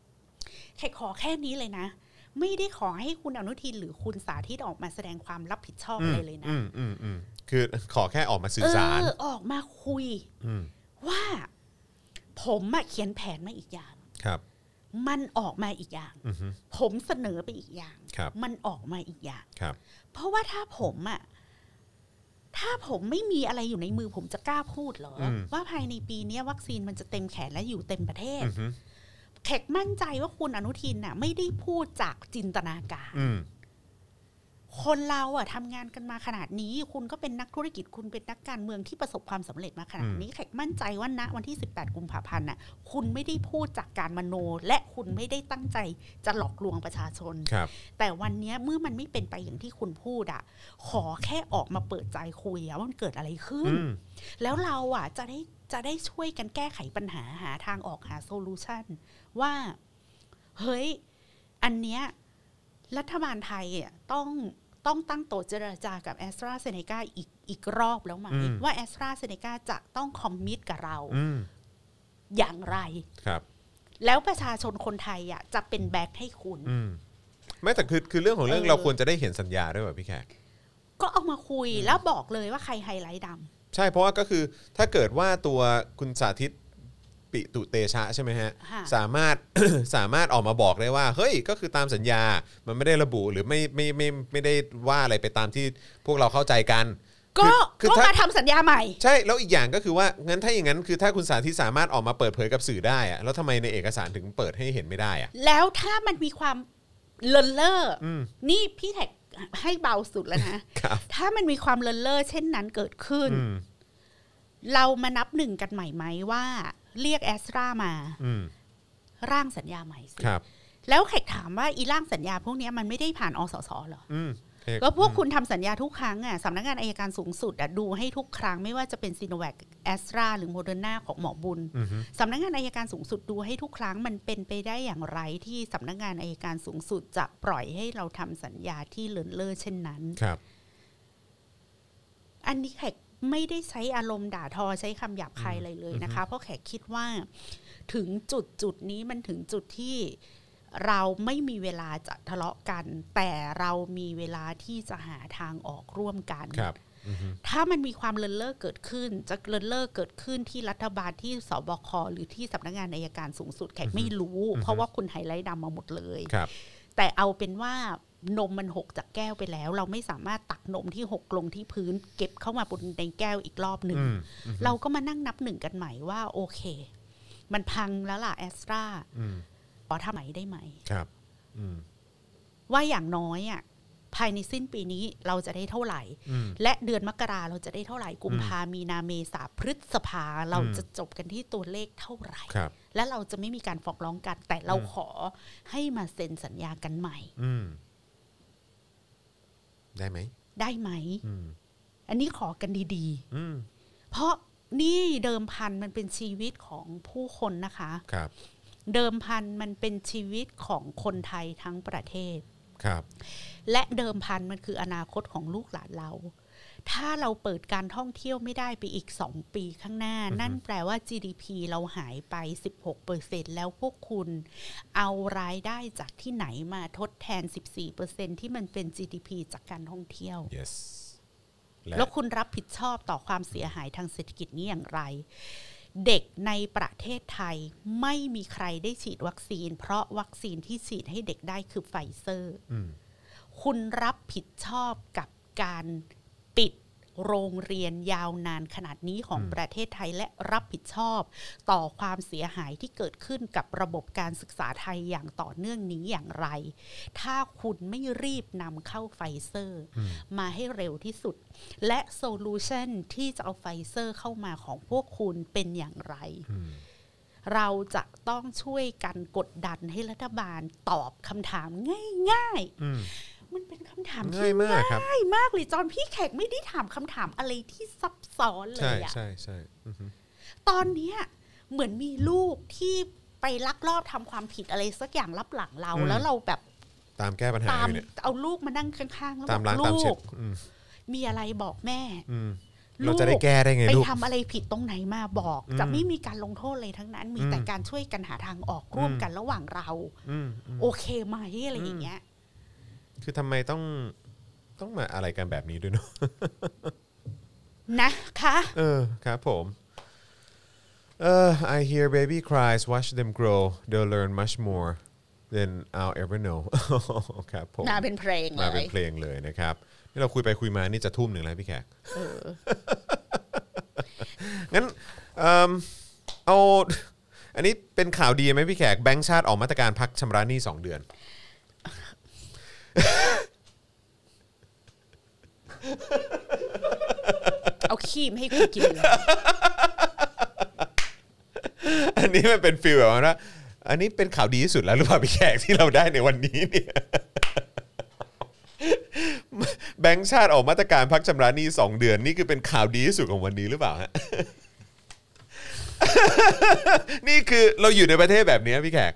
Speaker 2: ๆแค่ขอแค่นี้เลยนะ ไม่ได้ขอให้คุณอนุทินหรือคุณสาธิตออกมาแสดงความรับผิดชอบ
Speaker 1: อืม
Speaker 2: อะไรเลยนะ
Speaker 1: อืมอืมอืมคือขอแค่ออกมาสื่อสาร
Speaker 2: เออออกมาคุย
Speaker 1: อืม
Speaker 2: ว่า ผมอะเขียนแผนมาอีกอย่าง
Speaker 1: ครับ
Speaker 2: มันออกมาอีกอย่าง
Speaker 1: อือฮึ
Speaker 2: ผมเสนอไปอีกอย่าง
Speaker 1: ครับ
Speaker 2: มันออกมาอีกอย่าง
Speaker 1: ครับ
Speaker 2: เพราะว่าถ้าผมอะถ้าผมไม่มีอะไรอยู่ในมือผมจะกล้าพูดเหรอ
Speaker 1: อืม
Speaker 2: ว่าภายในปีเนี้ยวัคซีนมันจะเต็มแขนและอยู่เต็มประเทศ
Speaker 1: อือฮึ
Speaker 2: แขกมั่นใจว่าคุณอนุทินน่ะ ไม่ได้พูดจากจินตนาการ
Speaker 1: อืม
Speaker 2: คนเราอะทำงานกันมาขนาดนี้ คุณก็เป็นนักธุรกิจคุณเป็นนักการเมืองที่ประสบความสำเร็จมาขนาดนี้แขกมั่นใจว่าณวันที่ 18 กุมภาพันธ์น่ะ คุณไม่ได้พูดจากการมโน และคุณไม่ได้ตั้งใจจะหลอกลวงประชาชน
Speaker 1: ครับ
Speaker 2: แต่วันเนี้ยเมื่อมันไม่เป็นไปอย่างที่คุณพูดอะขอแค่ออกมาเปิดใจคุยอะว่ามันเกิดอะไรขึ้น
Speaker 1: อืม
Speaker 2: แล้วเราอะจะได้จะได้ช่วยกันแก้ไขปัญหาหาทางออกหาโซลูชันว่า เฮ้ย อันเนี้ยรัฐบาลไทยอะต้องต้องตั้งโต๊ะเจรจากับแอสตราเซเนกาอีกอีกรอบแล้วไหมว่าแอสตราเซเนกาจะต้องคอมมิตกับเรา
Speaker 1: อืม
Speaker 2: อย่างไร
Speaker 1: ครับ
Speaker 2: แล้วประชาชนคนไทยอะจะเป็นแบ็คให้คุณ
Speaker 1: อืมไม่แต่คือคือเรื่องของเรื่อง
Speaker 2: เออ
Speaker 1: เราควรจะได้เห็นสัญญาด้วยป่ะพี่แขก
Speaker 2: ก็เอามาคุยแล้วบอกเลยว่าใครไฮไลท์ดำ
Speaker 1: ใช่เพราะว่าก็คือถ้าเกิดว่าตัวคุณสาธิตปิตุเตชะใช่ไหมฮะ
Speaker 2: ค่ะ
Speaker 1: สามารถ สามารถออกมาบอกได้ว่า เฮ้ยก็คือตามสัญญามันไม่ได้ระบุหรือไม่ไม่ไม่ไม่ไม่ได้ว่าอะไรไปตามที่พวกเราเข้าใจกัน
Speaker 2: ก็
Speaker 1: คือคื
Speaker 2: ก็
Speaker 1: อถ้า
Speaker 2: มาทำสัญญาใหม่
Speaker 1: ใช่แล้วอีกอย่างก็คือว่างั้นถ้าอย่างนั้นคือถ้าคุณสาธิตสามารถออกมาเปิดเผยกับสื่อได้อะแล้วทำไมในเอกสารถึงเปิดให้เห็นไม่ได้อะ
Speaker 2: แล้วถ้ามันมีความเลินเล่ออ
Speaker 1: อืม
Speaker 2: นี่พี่แท็ก ให้เบาสุดแล้วนะ
Speaker 1: ครับ
Speaker 2: ถ้ามันมีความเลินเล่อเช่นนั้นเกิดขึ้น
Speaker 1: อืม
Speaker 2: เรามานับหนึ่งกันใหม่ไหมว่า เรียกแอสตรามา
Speaker 1: อืม
Speaker 2: ร่างสัญญาใหม่สิ
Speaker 1: ครับ
Speaker 2: แล้วแขกถามว่าอีร่างสัญญาพวกเนี้ยมันไม่ได้ผ่านอสสเหรอ
Speaker 1: อืมเอก
Speaker 2: ก็พวกคุณทำสัญญาทุกครั้งอ่ะสำนักงานอายการสูงสุดอ่ะดูให้ทุกครั้งไม่ว่าจะเป็นซีโนแวคแอสตราหรือโมเดอร์นาของหมอบุญ
Speaker 1: อืมฮึ
Speaker 2: สำนักงานอายการสูงสุดดูให้ทุกครั้งมันเป็นไปได้อย่างไรที่สำนักงานอายการสูงสุดจะปล่อยให้เราทำสัญญาที่เลินเล่อเช่นนั้น
Speaker 1: ครับ
Speaker 2: อันนี้แขกไม่ได้ใช้อารมณ์ด่าทอใช้คำหยาบคายอะไรเลยนะคะ เพราะแขกคิดว่าถึงจุดจุดนี้มันถึงจุดที่เราไม่มีเวลาจะทะเลาะกัน แต่เรามีเวลาที่จะหาทางออกร่วมกัน
Speaker 1: ครับอืมฮึ
Speaker 2: ถ้ามันมีความเลินเล่อเกิดขึ้น จะเลินเล่อเกิดขึ้นที่รัฐบาลที่สบคหรือที่สำนักงานอายการสูงสุดแขกไม่รู้ เพราะว่าคุณไฮไลท์ดำมาหมดเลย
Speaker 1: ครับ
Speaker 2: แต่เอาเป็นว่านมมันหกจากแก้วไปแล้ว เราไม่สามารถตักนมที่หกลงที่พื้น เก็บเข้ามาบนในแก้วอีกรอบหนึ่ง
Speaker 1: อืมอืม
Speaker 2: เราก็มานั่งนับหนึ่งกันใหม่ว่าโอเค มันพังแล้วล่ะแอสตรา
Speaker 1: อืม
Speaker 2: ขอทำใหม่ได้ไหม
Speaker 1: ครับ อืม
Speaker 2: ว่าอย่างน้อยอ่ะภายในสิ้นปีนี้เราจะได้เท่าไหร่
Speaker 1: อืม
Speaker 2: และเดือนมกราเราจะได้เท่าไหร่กุมภามีนาเมษาพฤษภาเรา
Speaker 1: อืม
Speaker 2: จะจบกันที่ตัวเลขเท่าไหร่
Speaker 1: ครับ
Speaker 2: และเราจะไม่มีการฟ้องร้องกัน แต่เรา
Speaker 1: อืม
Speaker 2: ขอให้มาเซ็นสัญญากันใหม่
Speaker 1: อืมได้ไหม
Speaker 2: ได้ไหม
Speaker 1: อืม
Speaker 2: อันนี้ขอกันดี
Speaker 1: อืม
Speaker 2: ๆ เพราะนี่เดิมพันมันเป็นชีวิตของผู้คนนะคะ
Speaker 1: ครับ
Speaker 2: เดิมพันมันเป็นชีวิตของคนไทยทั้งประเทศ
Speaker 1: ครับ
Speaker 2: และเดิมพันมันคืออนาคตของลูกหลานเรา ถ้าเราเปิดการท่องเที่ยวไม่ได้ไปอีก 2 ปีข้างหน้า
Speaker 1: อือฮึ
Speaker 2: นั่นแปลว่า GDP เราหายไป 16%แล้วพวกคุณเอารายได้จากที่ไหนมาทดแทน 14%ที่มันเป็น GDP จากการท่องเที่ยว
Speaker 1: yes
Speaker 2: แล้วคุณรับผิดชอบต่อความเสียหายทางเศรษฐกิจนี้อย่างไร เด็กในประเทศไทยไม่มีใครได้ฉีดวัคซีน เพราะวัคซีนที่ฉีดให้เด็กได้คือไฟเซอร์
Speaker 1: อืม
Speaker 2: คุณรับผิดชอบกับการปิดโรงเรียนยาวนานขนาดนี้ของประเทศไทยและรับผิดชอบ ต่อความเสียหายที่เกิดขึ้นกับระบบการศึกษาไทยอย่างต่อเนื่องนี้อย่างไร ถ้าคุณไม่รีบนำเข้าไฟเซอร์
Speaker 1: อืม
Speaker 2: มาให้เร็วที่สุด และโซลูชันที่จะเอาไฟเซอร์เข้ามาของพวกคุณเป็นอย่างไร
Speaker 1: อืม
Speaker 2: เราจะต้องช่วยกันกดดันให้รัฐบาลตอบคำถามง่าย
Speaker 1: อืม
Speaker 2: ๆ มันเป็นคำถาม
Speaker 1: ง่า
Speaker 2: ที่
Speaker 1: ยมากครับ
Speaker 2: ง่ายมากเลยจอนพี่แขกไม่ได้ถามคำถามอะไรที่ซับซ้อนเล
Speaker 1: ใช่
Speaker 2: ยอะ
Speaker 1: ใช่ใช่อือฮึ
Speaker 2: ตอนเนี้ยเหมือนมีลูกที่ไปลักลอบทำความผิดอะไรสักอย่างรับหลังเรา แล้วเราแบบ
Speaker 1: ตามแก้ปัญหา
Speaker 2: ตา
Speaker 1: อ
Speaker 2: ม
Speaker 1: ยู่เนี่ย
Speaker 2: เอาลูกมานั่งข้างๆแล้ว
Speaker 1: ตาม
Speaker 2: บ
Speaker 1: ล้า
Speaker 2: อง ก
Speaker 1: ตาม
Speaker 2: ลู
Speaker 1: เช็ด
Speaker 2: ก
Speaker 1: อืม
Speaker 2: มีอะไรบอกแม่
Speaker 1: อืม
Speaker 2: ลูก
Speaker 1: เราจะได้แก้ได้ไง
Speaker 2: ไป
Speaker 1: ลูก
Speaker 2: ทำอะไรผิดตรงไหนมาบอก
Speaker 1: อืม
Speaker 2: จะไม่มีการลงโทษเลยทั้งนั้น มี
Speaker 1: อืม
Speaker 2: แต่การช่วยกันหาทางออกร่วม
Speaker 1: อืม
Speaker 2: กันระหว่างเรา
Speaker 1: อืมอืม
Speaker 2: โอเคไหมอะไรอย่างเงี้ย
Speaker 1: คือทำไมต้องต้องมาอะไรกันแบบนี้ด้วยเนาะ
Speaker 2: นะคะ
Speaker 1: เออครับผมเออ I hear baby cries watch them grow they'll learn much more than I'll ever know ครับผม
Speaker 2: มาเป็นเพลงเล
Speaker 1: มาเป็น
Speaker 2: ย
Speaker 1: เพลงเลยนะครับนี่เราคุยไปคุยมานี่จะทุ่มหนึ่งแล้วพี่แขก
Speaker 2: เออ
Speaker 1: งั้นเอมเอา อันนี้เป็นข่าวดีไหมพี่แขกแบงก์ชาติออกมาตรการพักชำระหนี้ 2 เดือน
Speaker 2: เอาขี้มให้กูกินเลย
Speaker 1: อันนี้มันเป็นฟีลแบบว่าอันนี้เป็นข่าวดีที่สุดแล้วหรือเปล่าพี่แขกที่เราได้ในวันนี้เนี่ย แบงค์ชาติออกมาตรการพักชำระหนี้2เดือนนี่คือเป็นข่าวดีที่สุดของวันนี้หรือเปล่าฮะ นี่คือเราอยู่ในประเทศแบบนี้พี่แขก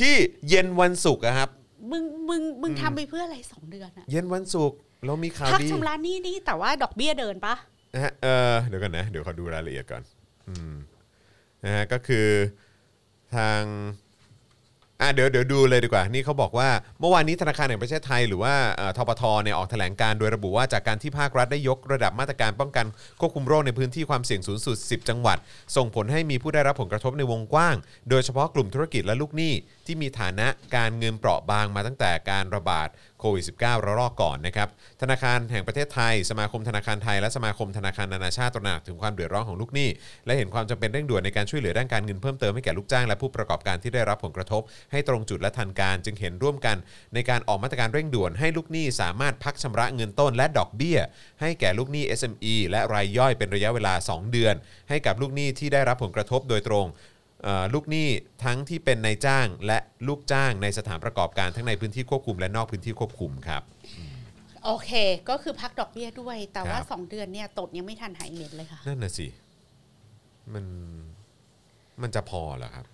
Speaker 1: ที่เย็นวันศุกร์อะครับ
Speaker 2: มึงมึงมึงทำไปเพื่ออะไรสองเดือนอะ
Speaker 1: เย็นวันศุกร์เรามีข่าว
Speaker 2: พัก
Speaker 1: ดี
Speaker 2: ชำระหนี้นี่แต่ว่าดอกเบี้ยเดินปะ
Speaker 1: นะฮะเออเดี๋ยวกันนะ เดี๋ยวขอดูรายละเอียดก่อน อืมนะฮะก็คือทาง อ่ะเดี๋ยวเดี๋ยวดูเลยดีกว่า นี่เขาบอกว่าเมื่อวานนี้ธนาคารแห่งประเทศไทยหรือว่าเอ่อทปทเนี่ยออกแถลงการณ์โดยระบุว่าจากการที่ภาครัฐได้ยกระดับมาตรการป้องกันควบคุมโรคในพื้นที่ความเสี่ยงสูงสุด 10 จังหวัด ส่งผลให้มีผู้ได้รับผลกระทบในวงกว้าง โดยเฉพาะกลุ่มธุรกิจและลูกหนี้ที่มีฐานะการเงินเปราะบางมาตั้งแต่การระบาด โควิด -19 ระลอกก่อนนะครับ ธนาคารแห่งประเทศไทย สมาคมธนาคารไทย และสมาคมธนาคารนานาชาติตระหนักถึงความเดือดร้อนของลูกหนี้ และเห็นความจำเป็นเร่งด่วนในการช่วยเหลือด้านการเงินเพิ่มเติมให้แก่ลูกจ้างและผู้ประกอบการที่ได้รับผลกระทบ ให้ตรงจุดและทันการจึงเห็นร่วมกัน ในการออกมาตรการเร่งด่วนให้ลูกหนี้สามารถพักชำระเงินต้นและดอกเบี้ย ให้แก่ลูกหนี้ SME และรายย่อยเป็นระยะเวลา 2 เดือน ให้กับลูกหนี้ที่ได้รับผลกระทบโดยตรงเอ่อลูกหนี้ทั้งที่เป็นนายจ้างและลูกจ้างในสถานประกอบการทั้งในพื้นที่ควบคุมและนอกพื้นที่ควบคุมครับ
Speaker 2: โอเค ก็คือพักดอกเบี้ยด้วย แต่ว่า
Speaker 1: ครับ
Speaker 2: สองเดือนเนี่ยตดยังไม่ทันหายเหม็นเลยค่ะ
Speaker 1: นั่นน่ะสิมันมันจะพอเหรอครับ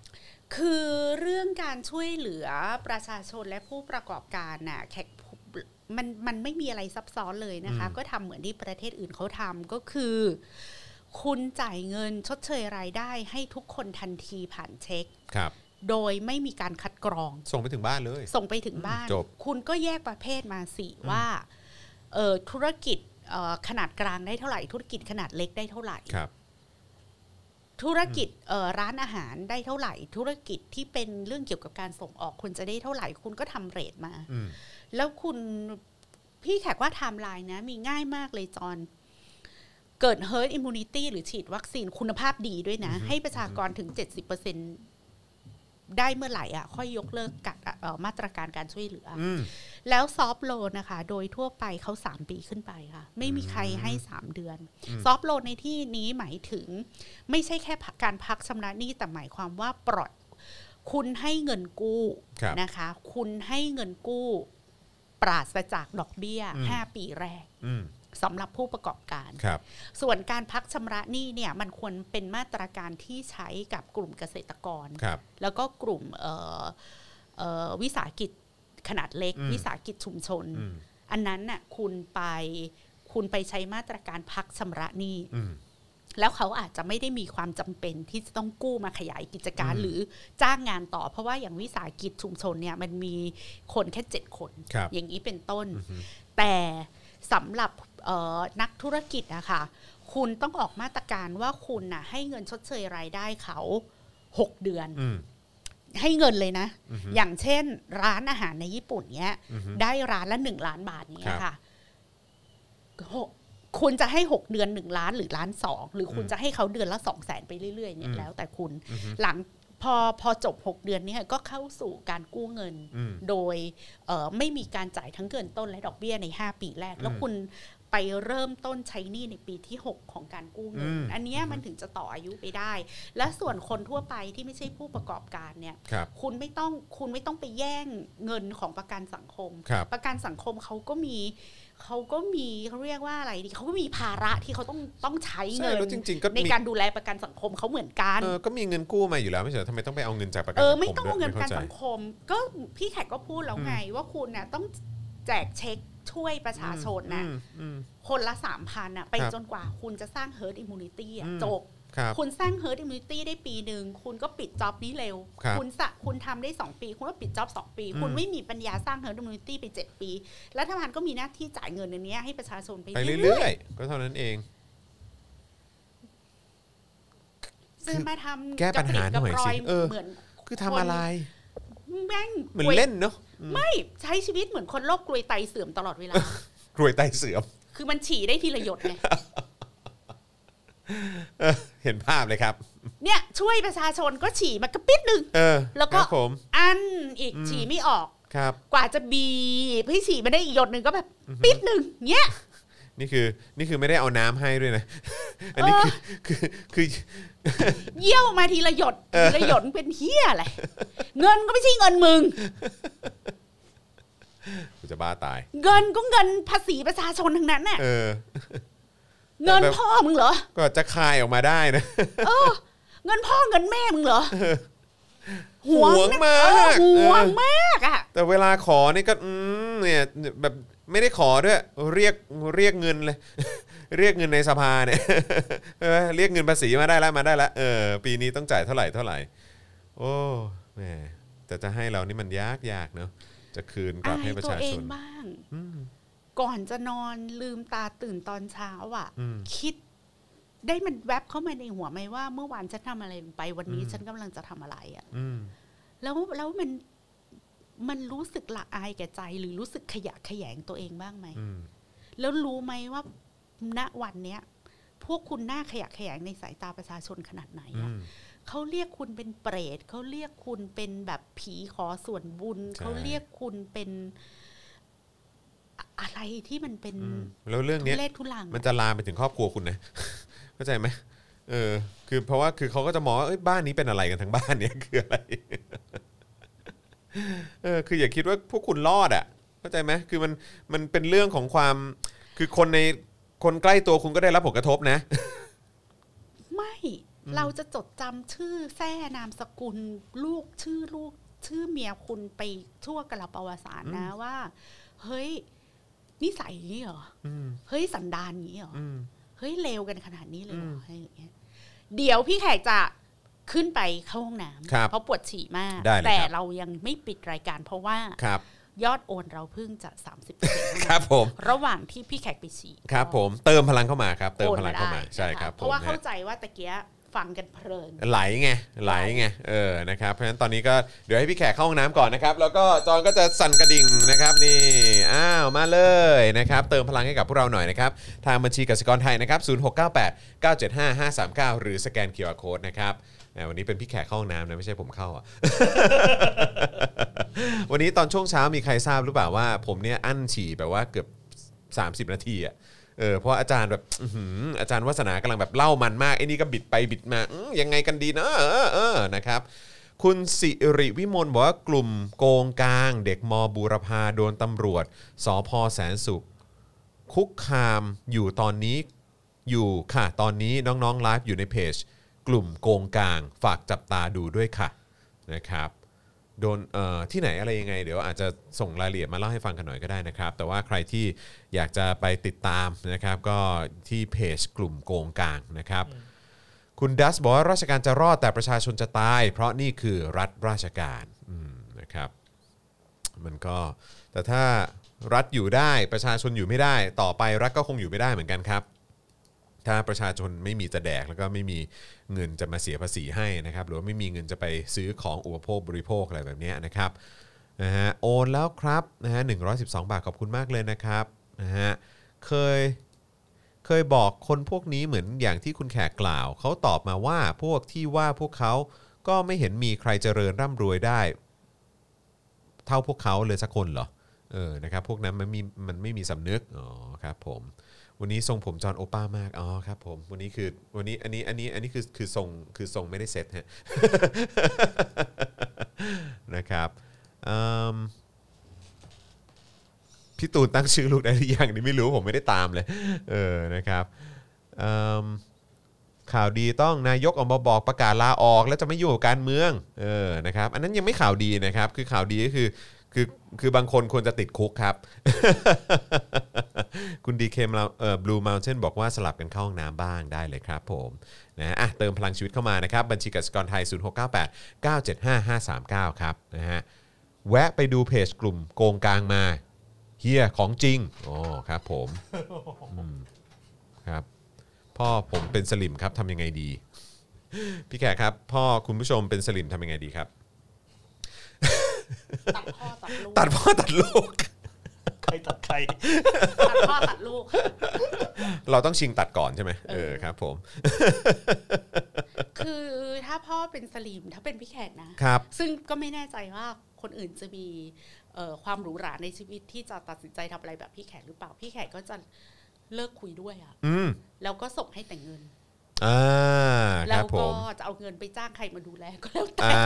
Speaker 2: คือเรื่องการช่วยเหลือประชาชนและผู้ประกอบการน่ะแขกมันมันไม่มีอะไรซับซ้อนเลยนะคะ
Speaker 1: อืม
Speaker 2: ก็ทำเหมือนที่ประเทศอื่นเขาทำก็คือ คุณจ่ายเงินชดเชยรายได้ให้ทุกคนทันทีผ่านเช็ค
Speaker 1: ครับ
Speaker 2: โดยไม่มีการคัดกรอง
Speaker 1: ส่งไปถึงบ้านเลย
Speaker 2: ส่งไปถึงบ้าน
Speaker 1: จบ
Speaker 2: คุณก็แยกประเภทมาสิว่าเอ่อธุรกิจเอ่อขนาดกลางได้เท่าไหร่ ธุรกิจขนาดเล็กได้เท่าไหร่
Speaker 1: ครับ
Speaker 2: ธุรกิจเอ่อร้านอาหารได้เท่าไหร่ ธุรกิจที่เป็นเรื่องเกี่ยวกับการส่งออกคุณจะได้เท่าไหร่ คุณก็ทำเรทมา
Speaker 1: อืม
Speaker 2: แล้วคุณพี่แขกว่าไทม์ไลน์นะ มีง่ายมากเลยจอน เกิด herd immunity หรือฉีดวัคซีนคุณภาพดีด้วยนะ ให้ประชากรถึง 70%ได้เมื่อไหร่อ่ะ ค่อยยกเลิกกัดเอ่อมาตรการการช่วยเหลือ
Speaker 1: อืม
Speaker 2: แล้วซอฟโลนนะคะ โดยทั่วไปเขา 3 ปีขึ้นไปค่ะ ไม่มีใครให้ 3 เดือน
Speaker 1: อืม
Speaker 2: ซอฟโลนในที่นี้หมายถึง ไม่ใช่แค่พักการพักชำระหนี้แต่หมายความว่าปล่อยคุณให้เงินกู้
Speaker 1: ครับ
Speaker 2: นะคะ คุณให้เงินกู้ ปราศจากดอกเบี้ย
Speaker 1: อืม
Speaker 2: 5 ปีแรก
Speaker 1: อืม
Speaker 2: สำหรับผู้ประกอบการ
Speaker 1: ครับ
Speaker 2: ส่วนการพักชำระหนี้เนี่ยมันควรเป็นมาตรการที่ใช้กับกลุ่มเกษตรกร
Speaker 1: ครับ
Speaker 2: แล้วก็กลุ่มเอ่อเอ่อวิสาหกิจขนาดเล็ก
Speaker 1: อืม
Speaker 2: วิสาหกิจชุมชน
Speaker 1: อืม
Speaker 2: อันนั้นน่ะคุณไปคุณไปใช้มาตรการพักชำระหนี้
Speaker 1: อืม
Speaker 2: แล้วเขาอาจจะไม่ได้มีความจำเป็นที่จะต้องกู้มาขยายกิจการ
Speaker 1: อืม
Speaker 2: หรือจ้างงานต่อ เพราะว่าอย่างวิสาหกิจชุมชนเนี่ยมันมีคนแค่เจ็ดคน
Speaker 1: ครับ
Speaker 2: อย่างนี้เป็นต้น
Speaker 1: อือฮึ
Speaker 2: แต่สำหรับเอ่อนักธุรกิจอะค่ะ คุณต้องออกมาตรการว่าคุณน่ะให้เงินชดเชยรายได้เขาหกเดือน
Speaker 1: อืม
Speaker 2: ให้เงินเลยนะ
Speaker 1: อืม
Speaker 2: อย่างเช่น ร้านอาหารในญี่ปุ่นเนี้ย
Speaker 1: อืม
Speaker 2: ได้ร้านละหนึ่งล้านบาท
Speaker 1: ค
Speaker 2: เนี้
Speaker 1: รั
Speaker 2: ย
Speaker 1: บ
Speaker 2: ค่ะหกคุณจะให้หกเดือนหนึ่งล้านหรือล้านสองหรือคุณ
Speaker 1: อืม
Speaker 2: จะให้เขาเดือนละสองแสนไปเรื่อยๆเนี่
Speaker 1: อื
Speaker 2: ย
Speaker 1: ม
Speaker 2: แล้วแต่คุณ
Speaker 1: อืม
Speaker 2: หลังพอพอจบหกเดือนเนี่ยก็เข้าสู่การกู้เงิน
Speaker 1: อืม
Speaker 2: โดยเอ่อไม่มีการจ่ายทั้งเกินต้นและดอกเบี้ยใน 5 ปีแรก
Speaker 1: อืม
Speaker 2: แล้วคุณไปเริ่มต้นใช้หนี้ในปีที่ 6 ของการกู้เงิน
Speaker 1: อืม
Speaker 2: อันเนี้ยมันถึงจะต่ออายุไปได้ และส่วนคนทั่วไปที่ไม่ใช่ผู้ประกอบการเนี่ย
Speaker 1: ครับ
Speaker 2: คุณไม่ต้องคุณไม่ต้องไปแย่งเงินของประกันสังคม
Speaker 1: ครับ
Speaker 2: ประกันสังคมเขาก็มีเขาก็มีเขาเรียกว่าอะไรดีเขาก็มีภาระที่เขาต้องต้องใช้
Speaker 1: ใช่
Speaker 2: เงิน
Speaker 1: แล้วจริง ๆ ก็
Speaker 2: ใน
Speaker 1: มี
Speaker 2: การดูแลประกันสังคมเขาเหมือนกัน
Speaker 1: เออก็มีเงินกู้มาอยู่แล้วไม่ใช่เหรอทำไมต้องไปเอาเงินจากประกัน
Speaker 2: เออ
Speaker 1: สัค
Speaker 2: ไม่ต้อง
Speaker 1: ด้
Speaker 2: เอา
Speaker 1: วย
Speaker 2: เงินประกัน
Speaker 1: ไม่ข้าใจ
Speaker 2: สังคม ก็พี่แขกก็พูดแล้วไง ว่าคุณน่ะต้องแจกเช็คช่วยประชาชนนะ
Speaker 1: อืมอืม
Speaker 2: คนละสามพันน่ะไป
Speaker 1: ครับ
Speaker 2: จนกว่าคุณจะสร้าง herd immunity อ่ะ
Speaker 1: อืม
Speaker 2: จบ
Speaker 1: ครับ
Speaker 2: คุณสร้าง herd immunity ได้ปีหนึ่ง คุณก็ปิดจ็อบนี้เร็ว
Speaker 1: ครับ
Speaker 2: ณสะคุณทำได้ 2 ปี คุณก็ปิดจ็อบ 2 ปี
Speaker 1: อืม
Speaker 2: คุณไม่มีปัญญาสร้าง herd immunity ไป 7 ปี รัฐบาลก็มีหน้าที่จ่ายเงินอันเนี้ยให้ประชาชนไป
Speaker 1: ไป
Speaker 2: เรื่
Speaker 1: เรื่
Speaker 2: อ
Speaker 1: อ
Speaker 2: ย
Speaker 1: ยๆ ก็เท่านั้นเอง
Speaker 2: ๆซึ่งมาทำ
Speaker 1: แก้ปัญหาหน่อยสิ
Speaker 2: กระป
Speaker 1: เอ
Speaker 2: รก
Speaker 1: อ
Speaker 2: เหมือน
Speaker 1: คือทำอะไร
Speaker 2: แม่ง
Speaker 1: เหมือนเล่นเนาะ
Speaker 2: ไม่ใช้ชีวิตเหมือนคนโรคกลวยไตเสื่อมตลอดเว ลา
Speaker 1: รวยไตเสื่อม
Speaker 2: คือมันฉี่ได้ทีละหยดไง
Speaker 1: เออเห็นภาพเลยครับ
Speaker 2: เนี่ยช่วยประชาชนก็ฉี่มากระปิดหนึ่ง
Speaker 1: เออ
Speaker 2: แล้ว
Speaker 1: ค
Speaker 2: ก็
Speaker 1: รับผม
Speaker 2: อันอีก
Speaker 1: อืม
Speaker 2: ฉี่ไม่ออก
Speaker 1: ครับ
Speaker 2: กว่าจะบีบให้ฉี่มาได้อีกหยดหนึ่งก็แบบปิดหนึ่งเนี่ย
Speaker 1: นี่คือ นี่คือไม่ได้เอาน้ำให้ด้วยนะ อันนี้คือคือคือ
Speaker 2: เยี่ยวมาทีละหยดทีละหยดเป็นเฮียอะไร เงินก็ไม่ใช่เงินมึง
Speaker 1: กูจะบ้าตาย
Speaker 2: เงินก็เงินภาษีประชาชนทั้งนั้นน่ะ
Speaker 1: เออ
Speaker 2: เงินพ่อมึงเหรอ
Speaker 1: ก็จะคายออกมาได้นะ
Speaker 2: เออ เงินพ่อเงินแม่มึงเหรอห่วง
Speaker 1: ห่วง
Speaker 2: นะ
Speaker 1: มาก
Speaker 2: เออห่วง
Speaker 1: เออ
Speaker 2: มากอ่ะ
Speaker 1: แต่เวลาขอนี่ก็อืมเนี่ยแบบไม่ได้ขอด้วย เรียกเรียกเงินเลย เรียกเงินในสภาเนี่ย เออเรียกเงินภาษีมาได้แล้วมาได้แล้วเออ ปีนี้ต้องจ่ายเท่าไหร่เท่าไหร่ โอ้แหมแต่จะให้เรานี่มันยากยากเนาะจะคืนกลั
Speaker 2: อา
Speaker 1: บ
Speaker 2: ย
Speaker 1: ให้ประ
Speaker 2: ตัว
Speaker 1: ชา
Speaker 2: เอ
Speaker 1: ช
Speaker 2: ง
Speaker 1: น
Speaker 2: บ้าง
Speaker 1: อืม
Speaker 2: ก่อนจะนอนลืมตาตื่นตอนเช้าอ่ะ
Speaker 1: อืม
Speaker 2: คิดได้มันแวบเข้ามาในหัวไหมว่า เมื่อวานฉันทำอะไรลงไปวันนี้
Speaker 1: อืม
Speaker 2: ฉันกำลังจะทำอะไรอ่ะ
Speaker 1: อืม
Speaker 2: แล้วแล้วมัน มันรู้สึกละอายแก่ใจหรือรู้สึกขยะแขยงตัวเองบ้างไหม
Speaker 1: อืม
Speaker 2: แล้วรู้ไหมว่าณวันเนี้ย พวกคุณหน้าขยะแขยงในสายตาประชาชนขนาดไหน
Speaker 1: อื
Speaker 2: อะ
Speaker 1: ม
Speaker 2: เขาเรียกคุณเป็นเปรตเขาเรียกคุณเป็นแบบผีขอส่วนบุญ
Speaker 1: ใช่
Speaker 2: เขาเรียกคุณเป็นอะอะไรที่มันเป็น
Speaker 1: อืมแล้วเรื่อง
Speaker 2: ทุ
Speaker 1: เนี้ย
Speaker 2: เลศทุลัง
Speaker 1: มันจะลามไปถึงครอบครัวคุณนะ เข้าใจไหมเออ คือเพราะว่าคือเขาก็จะมองว่าเอ้ยบ้านนี้เป็นอะไรกันทั้งบ้านเนี่ย คืออะไร เออ คืออย่าคิดว่าพวกคุณรอดอ่ะ เข้าใจไหมคือมันมันเป็นเรื่องของความ คือคนในคนใกล้ตัวคุณก็ได้รับผลกระทบนะ
Speaker 2: ไม่เราจะจดจำชื่อแท้นามสกุล ลูกชื่อลูก ชื่อเมียคุณไปทั่วกระปวสารนะว่า เฮ้ยนิสัยอย่างนี้เหรอ
Speaker 1: อืม
Speaker 2: เฮ้ยสันดานอย่างนี้เหรอ
Speaker 1: อืม
Speaker 2: เฮ้ยเลวกันขนาดนี้เลยเหร
Speaker 1: อื
Speaker 2: อ
Speaker 1: ม
Speaker 2: อะไรอย่างเงี้ยเดี๋ยวพี่แขกจะขึ้นไปเข้าห้องน้
Speaker 1: ครับ
Speaker 2: ำเพราะปวดฉี่มาก
Speaker 1: ได้เลยครับ
Speaker 2: แต่เรายังไม่ปิดรายการเพราะว่า
Speaker 1: ครับ
Speaker 2: ยอดโอนเราเพิ่งจะ 30เซน
Speaker 1: ครับผม
Speaker 2: ระหว่างที่พี่แขกไปฉี่
Speaker 1: ครับผม เติมพลังเข้ามาครับ เติม
Speaker 2: โอน
Speaker 1: พลังเข้ามา
Speaker 2: ได้
Speaker 1: ใช่ครับ
Speaker 2: เพราะว่า
Speaker 1: ผมฮ
Speaker 2: เข้าใจว่าตะเกียฟังกันเพลิน
Speaker 1: ไหลไงไหลไงเออนะครับเพราะฉะนั้นตอนนี้ก็เดี๋ยวให้พี่แขกเข้าห้องน้ำก่อนนะครับ แล้วก็จอนก็จะสั่นกระดิ่งนะครับนี่อ้าวมาเลยนะครับ เติมพลังให้กับพวกเราหน่อยนะครับ ทางบัญชีกสิกรไทยนะครับ0698 975 539 หรือสแกน QR Code นะครับแหมวันนี้เป็นพี่แขกเข้าห้องน้ำนะไม่ใช่ผมเข้าอ่ะ วันนี้ตอนช่วงเช้ามีใครทราบหรือเปล่าว่า ผมเนี่ยอั้นฉี่แบบว่าเกือบ 30 นาทีอ่ะเออเพราะอาจารย์แบบอื้อหืออาจารย์วัสนากำลังแบบเล่ามันมากไอ้นี่ก็บิดไปบิดมาอื้อยังไงกันดีนะเออเออนะครับ คุณสิริวิมลบอกว่ากลุ่มโกงกลาง เด็กมบูรพาโดนตำรวจสพแสนสุข คุกคามอยู่ตอนนี้อยู่ค่ะ ตอนนี้น้องๆไลฟ์อยู่ในเพจ กลุ่มโกงกลาง ฝากจับตาดูด้วยค่ะนะครับ โดนเอ่อที่ไหนอะไรยังไง เดี๋ยวอาจจะส่งรายละเอียดมาเล่าให้ฟังกันหน่อยก็ได้นะครับ แต่ว่าใครที่อยากจะไปติดตามนะครับ ก็ที่เพจกลุ่มโกงกลางนะครับ คุณดัสบอกว่าราชการจะรอดแต่ประชาชนจะตาย เพราะนี่คือรัฐราชการอืมนะครับ มันก็แต่ถ้ารัฐอยู่ได้ประชาชนอยู่ไม่ได้ ต่อไปรัฐก็คงอยู่ไม่ได้เหมือนกันครับ ถ้าประชาชนไม่มีจะแดกแล้วก็ไม่มีเงินจะมาเสียภาษีให้นะครับ หรือว่าไม่มีเงินจะไปซื้อของอุปโภคบริโภคอะไรแบบเนี้ยนะครับนะฮะโอนแล้วครับนะฮะ112 บาทขอบคุณมากเลยนะครับนะฮะเคย เคยบอกคนพวกนี้เหมือนอย่างที่คุณแขกกล่าว เขาตอบมาว่าพวกที่ว่าพวกเขาก็ไม่เห็นมีใครเจริญร่ำรวยได้ เท่าพวกเขาเลยสักคนเหรอ เออ นะครับ พวกนั้นมันมีมันไม่มีสำนึก อ๋อ ครับผม วันนี้ทรงผมจอห์นโอป้ามาก อ๋อ ครับผม วันนี้คือ วันนี้ อันนี้ อันนี้ อันนี้คือ คือทรง คือทรงไม่ได้เซ็ตฮะ นะครับอืมพี่ตูนตั้งชื่อลูกได้หรือยังนี่ไม่รู้ผมไม่ได้ตามเลย เออ นะครับอืมข่าวดีต้องนายกออกมาบอกประกาศลาออก แล้วจะไม่อยู่งกับการเมือง เออ นะครับ อันนั้นยังไม่ข่าวดีนะครับ คือข่าวดีก็คือ คือ คือบางคนควรจะติดคุกครับ คุณดีเคมเอ่อบลูม u ลเชนบอกว่าสลับกันเข้าห้องน้ำบ้างได้เลยครับผมนะอ่ะเติมพลังชีวิตเข้ามานะครับ บัญชีกสิกรไทย 0698 975 539 ครับนะฮะแวะไปดูเพจกลุ่มโกงกลางมาเฮียของจริงอ๋อครับผมอืมครับ พ่อผมเป็นสลิมครับทำยังไงดี พี่แขกครับ พ่อคุณผู้ชมเป็นสลิมทำยังไงดีครับ
Speaker 2: ตัดพ่อตัดลูก
Speaker 1: ตัดพ่อตัดลูก
Speaker 3: ใครตัดใคร
Speaker 2: ตัดพ่อตัดลูก
Speaker 1: เราต้องชิงตัดก่อนใช่ไหมเออครับผม
Speaker 2: คือถ้าพ่อเป็นสลิมถ้าเป็นพี่แขกนะ
Speaker 1: ครับ
Speaker 2: ซึ่งก็ไม่แน่ใจว่าคนอื่นจะมีเอ่อความหรูหราในชีวิตที่จะตัดสินใจทำอะไรแบบพี่แขกหรือเปล่า พี่แขกก็จะเลิกคุยด้วยอะ
Speaker 1: อืม
Speaker 2: แล้วก็ส่งให้แต่เงิน
Speaker 1: อ่า
Speaker 2: แล้
Speaker 1: ครั
Speaker 2: ว
Speaker 1: บผ
Speaker 2: ก็
Speaker 1: ม
Speaker 2: จะเอาเงินไปจ้างใครมาดูแลก็แล้วแต่
Speaker 1: อ่า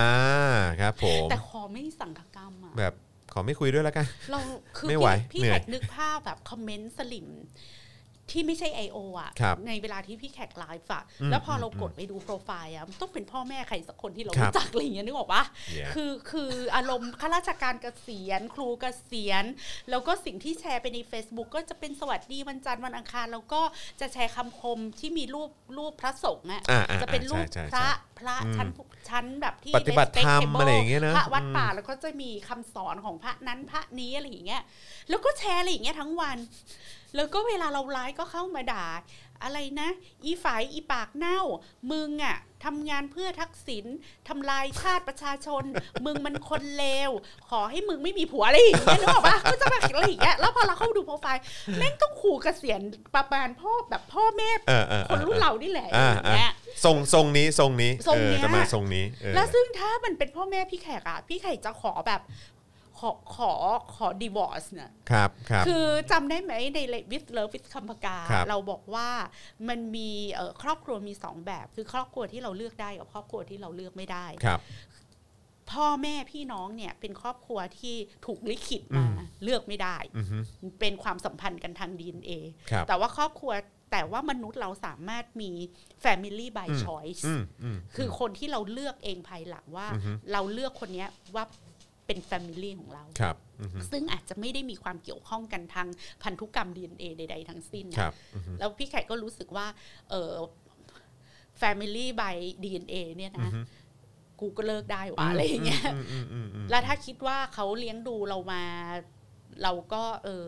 Speaker 1: ครับผม
Speaker 2: แต่ขอไม่สังฆกรรมอะ
Speaker 1: แบบขอไม่คุยด้วยแล้วกัน
Speaker 2: เราคือ
Speaker 1: ไม่
Speaker 2: พี่
Speaker 1: ไหว
Speaker 2: พี่
Speaker 1: เหนื่
Speaker 2: แข
Speaker 1: อย
Speaker 2: กนึกภาพแบบคอมเมนต์สลิมที่ไม่ใช่ I.O. อ่ะ
Speaker 1: ครับ
Speaker 2: ในเวลาที่พี่แขกไลฟ์อะ
Speaker 1: อืม
Speaker 2: แล้วพออ
Speaker 1: ม
Speaker 2: เรากดไปดูโปรไฟล์อะมันต้องเป็นพ่อแม่ใครสักคนที่เรา
Speaker 1: ครับ
Speaker 2: รู้จักอะไรอย่างเงี้ยนึกออกปะ
Speaker 1: Yeah
Speaker 2: คือคืออารมณ์ข้าราชการเกษียณ ครูเกษียณ แล้วก็สิ่งที่แชร์ไปใน Facebook ก็จะเป็นสวัสดีวันจันทร์วันอังคาร แล้วก็จะแชร์คำคมที่มีรูปรูปพระสงฆ์อะ
Speaker 1: อ่าอ่า
Speaker 2: จะเป็นรูป
Speaker 1: ใช่ใช่
Speaker 2: พระ
Speaker 1: ใช่
Speaker 2: พระ
Speaker 1: อืม
Speaker 2: ชั้นผู้ชั้นแบบที่
Speaker 1: ปฏิบัติธรรม
Speaker 2: respectable
Speaker 1: อะไรอย่างเงี้ยนะ
Speaker 2: พระวัด
Speaker 1: อืม
Speaker 2: ป่าแล้วก็จะมีคำสอนของพระนั้นพระนี้อะไรอย่างเงี้ยแล้วก็แชร์อะไรอย่างเงี้ยทั้งวัน แล้วก็เวลาเราไลฟ์ก็เข้ามาด่า อะไรนะ อีฝายอีปากเน่า มึงอ่ะทำงานเพื่อทักษิณทำลายชาติประชาชน มึงมันคนเลว ขอให้มึงไม่มีผัวอะไรอย่างเงี้ยนึกออกปะก็จะแบบอะไรอย่างเงี้ยแล้วพอเราเข้าไปดูโปรไฟล์แม่งต้องขู่เกษียณประมาณพ่อแบบพ่อแม่
Speaker 1: เออเออ
Speaker 2: คนรุ่นเรานี่แหละอย่างเงี้ย
Speaker 1: ทรงทรงนี้ทรงนี้
Speaker 2: ทรง
Speaker 1: เออ
Speaker 2: เนี้ย
Speaker 1: จะมาทรงนี้เออ
Speaker 2: แล้วซึ่งถ้ามันเป็นพ่อแม่พี่แขกอ่ะ พี่แขกจะขอแบบขอขอขอดีวอร์สเนี่ย
Speaker 1: ครับครับ
Speaker 2: คือจำได้ไหมในวิทเลิฟวิทคำพกา
Speaker 1: ครับ
Speaker 2: เราบอกว่ามันมีเอ่อครอบครัวมีสองแบบ คือครอบครัวที่เราเลือกได้กับครอบครัวที่เราเลือกไม่ได้
Speaker 1: ครับ
Speaker 2: พ่อแม่พี่น้องเนี่ยเป็นครอบครัวที่ถูกลิขิตมาเลือกไม่ได้
Speaker 1: อือฮึ
Speaker 2: เป็นความสัมพันธ์กันทาง DNA
Speaker 1: ครับ
Speaker 2: แต่ว่าครอบครัวแต่ว่ามนุษย์เราสามารถมี Family by
Speaker 1: อืม
Speaker 2: Choice
Speaker 1: อืมอืม
Speaker 2: คือคนที่เราเลือกเองภายหลังว่า
Speaker 1: อือฮึ
Speaker 2: เราเลือกคนเนี้ยว่าเป็น Family ของเรา
Speaker 1: ครับอือฮึ
Speaker 2: ซึ่งอาจจะไม่ได้มีความเกี่ยวข้องกันทางพันธุกรรม DNA ใด ๆ ทั้งสิ้นนะครับ
Speaker 1: อือฮึ
Speaker 2: แล้วพี่ไข่ก็รู้สึกว่า เออ Family by DNA เนี่ย
Speaker 1: อื
Speaker 2: นะ
Speaker 1: อฮึ
Speaker 2: กูก็เลิกได้วะอะไรอย่างเงี้ย
Speaker 1: อืมอืมอืมอืม
Speaker 2: แล้วถ้าคิดว่าเขาเลี้ยงดูเรามา เราก็เออ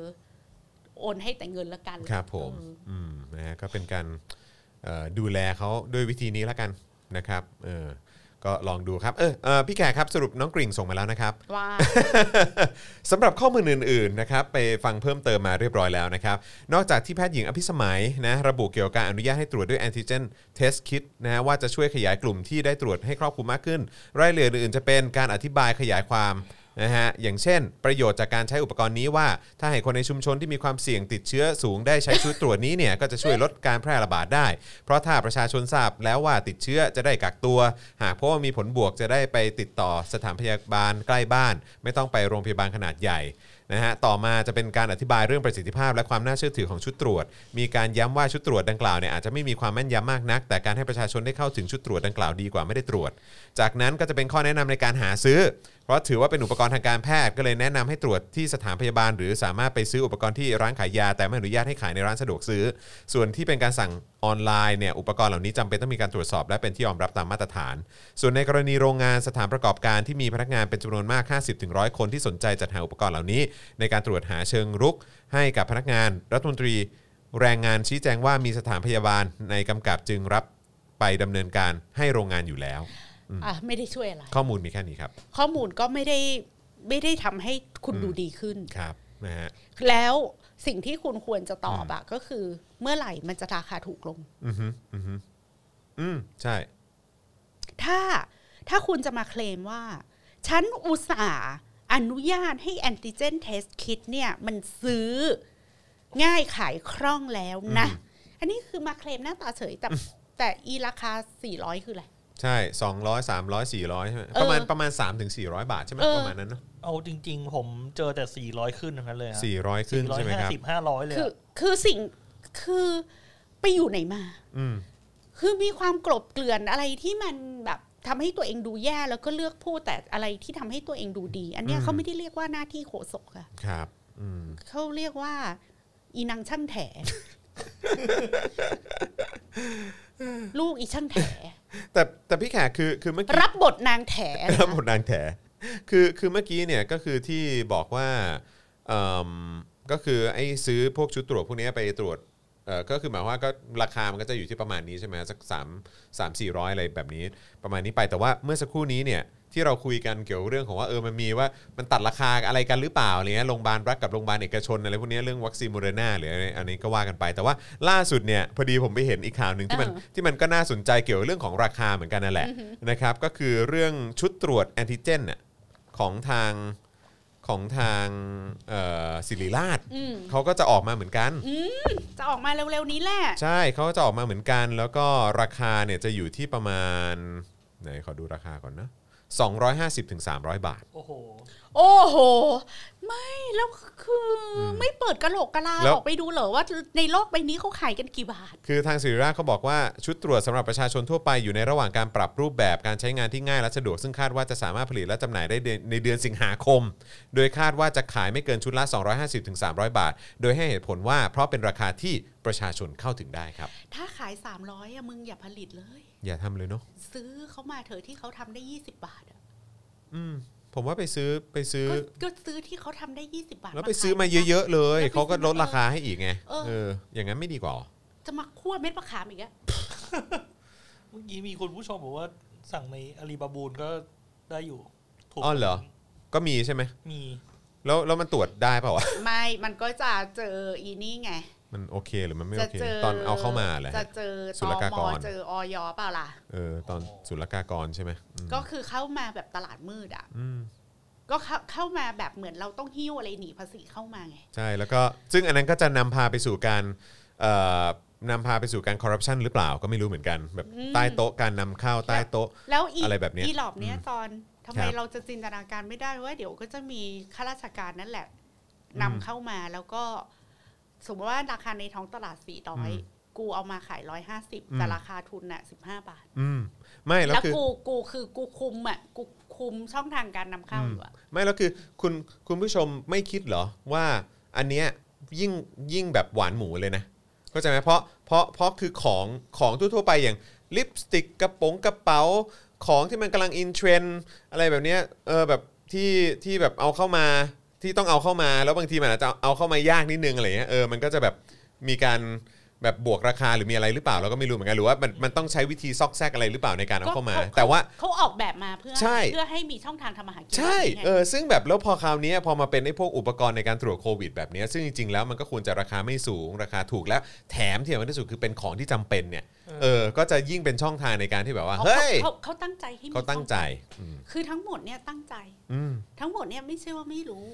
Speaker 2: โอนให้แต่เงินละกัน
Speaker 1: ครับผม
Speaker 2: เออ
Speaker 1: อืมนะฮะก็เป็นการเอ่อดูแลเขาด้วยวิธีนี้แล้วกันนะครับเออก็ลองดูครับเออเออพี่แขกครับสรุปน้องกริ่งส่งมาแล้วนะครับ
Speaker 2: ว่า
Speaker 1: สำหรับข้อมูลอื่นๆนะครับไปฟังเพิ่มเติมมาเรียบร้อยแล้วนะครับ นอกจากที่แพทย์หญิงอภิสมัยนะระบุเกี่ยวกับการอนุญาตให้ตรวจด้วยแอนติเจนเทสคิดนะว่าจะช่วยขยายกลุ่มที่ได้ตรวจให้ครอบคลุมมากขึ้น รายละเอียดอื่นๆจะเป็นการอธิบายขยายความนะฮะอย่างเช่น ประโยชน์จากการใช้อุปกรณ์นี้ว่า ถ้าให้คนในชุมชนที่มีความเสี่ยงติดเชื้อสูงได้ใช้ชุดตรวจนี้เนี่ยก็จะช่วยลดการแพร่ระบาดได้ เพราะถ้าประชาชนทราบแล้วว่าติดเชื้อจะได้กักตัว หากเพราะว่ามีผลบวกจะได้ไปติดต่อสถานพยาบาลใกล้บ้าน ไม่ต้องไปโรงพยาบาลขนาดใหญ่นะฮะต่อมาจะเป็นการอธิบายเรื่องประสิทธิภาพ และความน่าเชื่อถือของชุดตรวจ มีการย้ำว่าชุดตรวจดังกล่าวเนี่ยอาจจะไม่มีความแม่นยำมากนัก แต่การให้ประชาชนได้เข้าถึงชุดตรวจดังกล่าวดีกว่าไม่ได้ตรวจ จากนั้นก็จะเป็นข้อแนะนำในการหาซื้อ เพราะถือว่าเป็นอุปกรณ์ทางการแพทย์ก็เลยแนะนำให้ตรวจที่สถานพยาบาล หรือสามารถไปซื้ออุปกรณ์ที่ร้านขายยา แต่ไม่อนุญาตให้ขายในร้านสะดวกซื้อ ส่วนที่เป็นการสั่งออนไลน์เนี่ยอุปกรณ์เหล่านี้จำเป็นต้องมีการตรวจสอบ และเป็นที่ยอมรับตามมาตรฐาน ส่วนในกรณีโรงงานสถานประกอบการที่มีพนักงานเป็นจำนวนมาก 50-100 คนที่สนใจจัดหาอุปกรณ์เหล่านี้ ในการตรวจหาเชิงรุก ให้กับพนักงานรัฐมนตรี แรงงานชี้แจงว่ามีสถานพยาบาลในกำกับจึงรับไปดำเนินการให้โรงงานอยู่แล้ว
Speaker 2: อ่ะไม่ได้ช่วยอะไร
Speaker 1: ข้อมูลมีแค่นี้ครับ
Speaker 2: ข้อมูลก็ไม่ได้ไม่ได้ทำให้คุณดูดีขึ้น
Speaker 1: ครับนะฮะ
Speaker 2: แล้วสิ่งที่คุณควรจะตอบอะก็คือ เมื่อไหร่มันจะราคาถูกลง
Speaker 1: อือฮึอือฮึอืมใช่
Speaker 2: ถ้าถ้าคุณจะมาเคลมว่า ฉันอุตส่าห์อนุญาตให้แอนติเจนเทสคิดเนี่ย มันซื้อง่ายขายคล่องแล้วนะ อันนี้คือมาเคลมหน้าตาเฉยแต่แต่อีราคา 400 คืออะไร
Speaker 1: ใช่ 200 300 400ใช่ไหม
Speaker 2: เออ
Speaker 1: ประมาณประมาณ 3 ถึง 400 บาทใช่ไหม
Speaker 2: เออ
Speaker 1: ประมาณนั้นเนาะ
Speaker 3: เอาจริง ๆ ผมเจอแต่ 400 ขึ้นทั้งนั้นเลยครับ
Speaker 1: 400 ขึ้นใช่ไหมครับ
Speaker 3: 450 500 เลย
Speaker 2: คือ
Speaker 3: อะ
Speaker 2: คือสิ่งคือไปอยู่ไหนมา
Speaker 1: อืม
Speaker 2: คือมีความกลบเกลื่อนอะไรที่มันแบบทำให้ตัวเองดูแย่แล้วก็เลือกพูดแต่อะไรที่ทำให้ตัวเองดูดี อันเนี้ยเขาไม่ได้เรียกว่าหน้าที่โฆษกอะ
Speaker 1: ครับอืม
Speaker 2: เขาเรียกว่า อีนางช่างแถ ลูกอีช่างแถ
Speaker 1: แต่แต่พี่แขกคือคือเมื่อกี้
Speaker 2: รับบทนางแถนะ
Speaker 1: แล้วหมดนางแถคือคือเมื่อกี้เนี่ยก็คือที่บอกว่าเอิ่มก็คือไอ้ซื้อพวกชุดตรวจพวกเนี้ยไปตรวจเอ่อก็คือหมายความว่าก็ราคามันก็จะอยู่ที่ประมาณนี้ใช่ไหมสักสามสามสี่ร้อยอะไรแบบนี้ ประมาณนี้ไปแต่ว่าเมื่อสักครู่นี้เนี่ยที่เราคุยกันเกี่ยวเรื่องของว่าเออมันมีว่ามันตัดราคาอะไรกันหรือเปล่าอะไรเงี้ยโรงพยาบาลรัฐกับโรงพยาบาลเอกชนอะไรพวกเนี้ยเรื่องวัคซีนโมเดอร์นาหรืออะไรอันนี้ก็ว่ากันไป แต่ว่าล่าสุดเนี่ยพอดีผมไปเห็นอีกข่าวหนึ่งที่มันที่มันก็น่าสนใจเกี่ยวเรื่องของราคาเหมือนกันนั่นแหละนะครับก็คือเรื่องชุดตรวจแอนติเจนน่ะของทางของทางเอ่อศิริราช
Speaker 2: อืม
Speaker 1: เขาก็จะออกมาเหมือนกัน
Speaker 2: จะออกมาเร็วๆนี้แหละ
Speaker 1: ใช่เขาจะออกมาเหมือนกัน แล้วก็ราคาเนี่ยจะอยู่ที่ประมาณไหนขอดูราคาก่อนนะ 250ถึง300 บาท
Speaker 3: โอ้โห
Speaker 2: โอ้โห ไม่ แล้วคืออไม่เปิดกระโหลกกะลา
Speaker 1: แล้ว
Speaker 2: ออกไปดูเหรอว่าในโลกใบนี้เขาขายกันกี่บาท
Speaker 1: คือทางศิริราชเขาบอกว่าชุดตรวจสำหรับประชาชนทั่วไปอยู่ในระหว่างการปรับรูปแบบการใช้งานที่ง่ายและสะดวก ซึ่งคาดว่าจะสามารถผลิตและจำหน่ายได้เดือนในเดือนสิงหาคม โดยคาดว่าจะขายไม่เกินชุดละ 250-300 บาท โดยให้เหตุผลว่าเพราะเป็นราคาที่ประชาชนเข้าถึงได้ครับ
Speaker 2: ถ้าขาย 300อะมึงอย่าผลิตเลย
Speaker 1: อย่าทำเลยเนาะ
Speaker 2: ซื้อเขามาเถอะที่เขาทำได้ 20 บาทอะ
Speaker 1: อืมผมว่าไปซื้อไปซื้อ
Speaker 2: ก็ก็ซื้อที่เขาทำได้ 20 บาท
Speaker 1: แล้วไปซื้อมาเยอะ ๆ เลย เขาก็ลดราคาให้อีกไง
Speaker 2: เออ
Speaker 1: เอออย่างนั้นไม่ดีกว่าหรอ
Speaker 2: จะมาคั่วเม็ดมะขามอีกอะ
Speaker 3: เมื่อกี้มีคุณผู้ชมบอกว่าสั่งในอาลีบาบูนก็ได้อยู่ถูก
Speaker 1: อ๋อเหรอ ก็มีใช่ไหม
Speaker 3: มี
Speaker 1: แล้วแล้วมันตรวจได้เปล่าวะ
Speaker 2: ไม่มันก็จะเจออีนี่ไง
Speaker 1: มันโอเคหรือมันไม่
Speaker 2: จะ
Speaker 1: โอเค
Speaker 2: เจอ
Speaker 1: ตอนเอาเข้ามาแหละ
Speaker 2: จะเจอ
Speaker 1: ศุ
Speaker 2: ต
Speaker 1: ลกาม กร
Speaker 2: เจอออยเปล่าล่ะ
Speaker 1: เออตอนศุลกากรใช่ไหมอืม
Speaker 2: ก็คือเข้ามาแบบตลาดมืดอ่ะ
Speaker 1: อืม
Speaker 2: ก็เข้าเข้ามาแบบเหมือนเราต้องหิ้วอะไรหนีภาษีเข้ามาไง
Speaker 1: ใช่แล้วก็ซึ่งอันนั้นก็จะนำพาไปสู่การเอ่อนำพาไปสู่การคอร์รัปชันหรือเปล่าก็ไม่รู้เหมือนกัน แบบ
Speaker 2: อืม
Speaker 1: ใต้โต๊ะการนำเข้าใต้โต๊ะ
Speaker 2: แล้วอี
Speaker 1: อะไรแบบเนี้ย
Speaker 2: อีหลอบเนี้ย
Speaker 1: อืม
Speaker 2: ตอนทำไม
Speaker 1: ครับ
Speaker 2: เราจะจินตนาการไม่ได้ว่าเดี๋ยวก็จะมีข้าราชการนั่นแหละ
Speaker 1: อืม
Speaker 2: นำเข้ามาแล้วก็ สมมติว่าราคาในท้องตลาดสี่ร้อย
Speaker 1: อืม
Speaker 2: กูเอามาขายร้อยห้าสิบ
Speaker 1: อืม
Speaker 2: แต่ราคาทุนน่ะสิบห้าบาท
Speaker 1: อืมไม่แล้ว
Speaker 2: แล้ว
Speaker 1: คือ
Speaker 2: กูกูคือกูคุมอ่ะกูคุมช่องทางการนำเข้าอยู่อะ
Speaker 1: ไม่แล้วคือคุณคุณผู้ชมไม่คิดเหรอว่าอันเนี้ยยิ่งยิ่งแบบหวานหมูเลยนะเข้าใจไหมเพราะเพราะเพราะคือของของทั่วๆไปอย่างลิปสติกกระโปรงกระเป๋าของที่มันกำลังอินเทรนด์อะไรแบบเนี้ยเออแบบที่ที่แบบเอาเข้ามาที่ต้องเอาเข้ามาแล้วบางทีมันอาจจะเอาเข้ามายากนิดนึงอะไรเงี้ยเออมันก็จะแบบมีการแบบบวกราคาหรือมีอะไรหรือเปล่าเราก็ไม่รู้เหมือนกันหรือว่ามันมันต้องใช้วิธีซอกแซกอะไรหรือเปล่าในการเอาเข้ามา แต่ว่า
Speaker 2: เขาออกแบบมาเพื่อ
Speaker 1: ใช่
Speaker 2: เพื่อให้มีช่องทางทำอาหารกิน
Speaker 1: ใช่
Speaker 2: แบบนี้ไง
Speaker 1: เออซึ่งแบบแล้วพอคราวเนี้ยพอมาเป็นไอ้พวกอุปกรณ์ในการตรวจโควิดแบบเนี้ยซึ่งจริงๆแล้วมันก็ควรจะราคาไม่สูงราคาถูกแล้วแถมที่สำคัญที่สุดคือเป็นของที่จำเป็นเนี่ยเออก็จะยิ่งเป็นช่องทางในการที่แบบว่า
Speaker 2: เขา
Speaker 1: เฮ้ย
Speaker 2: เขาเขาตั้งใจให้มี
Speaker 1: เขาตั้งใจอืม
Speaker 2: คือทั้งหมดเนี่ยตั้งใจ
Speaker 1: อืม
Speaker 2: ทั้งหมดเนี่ยไม่ใช่ว่าไม่รู้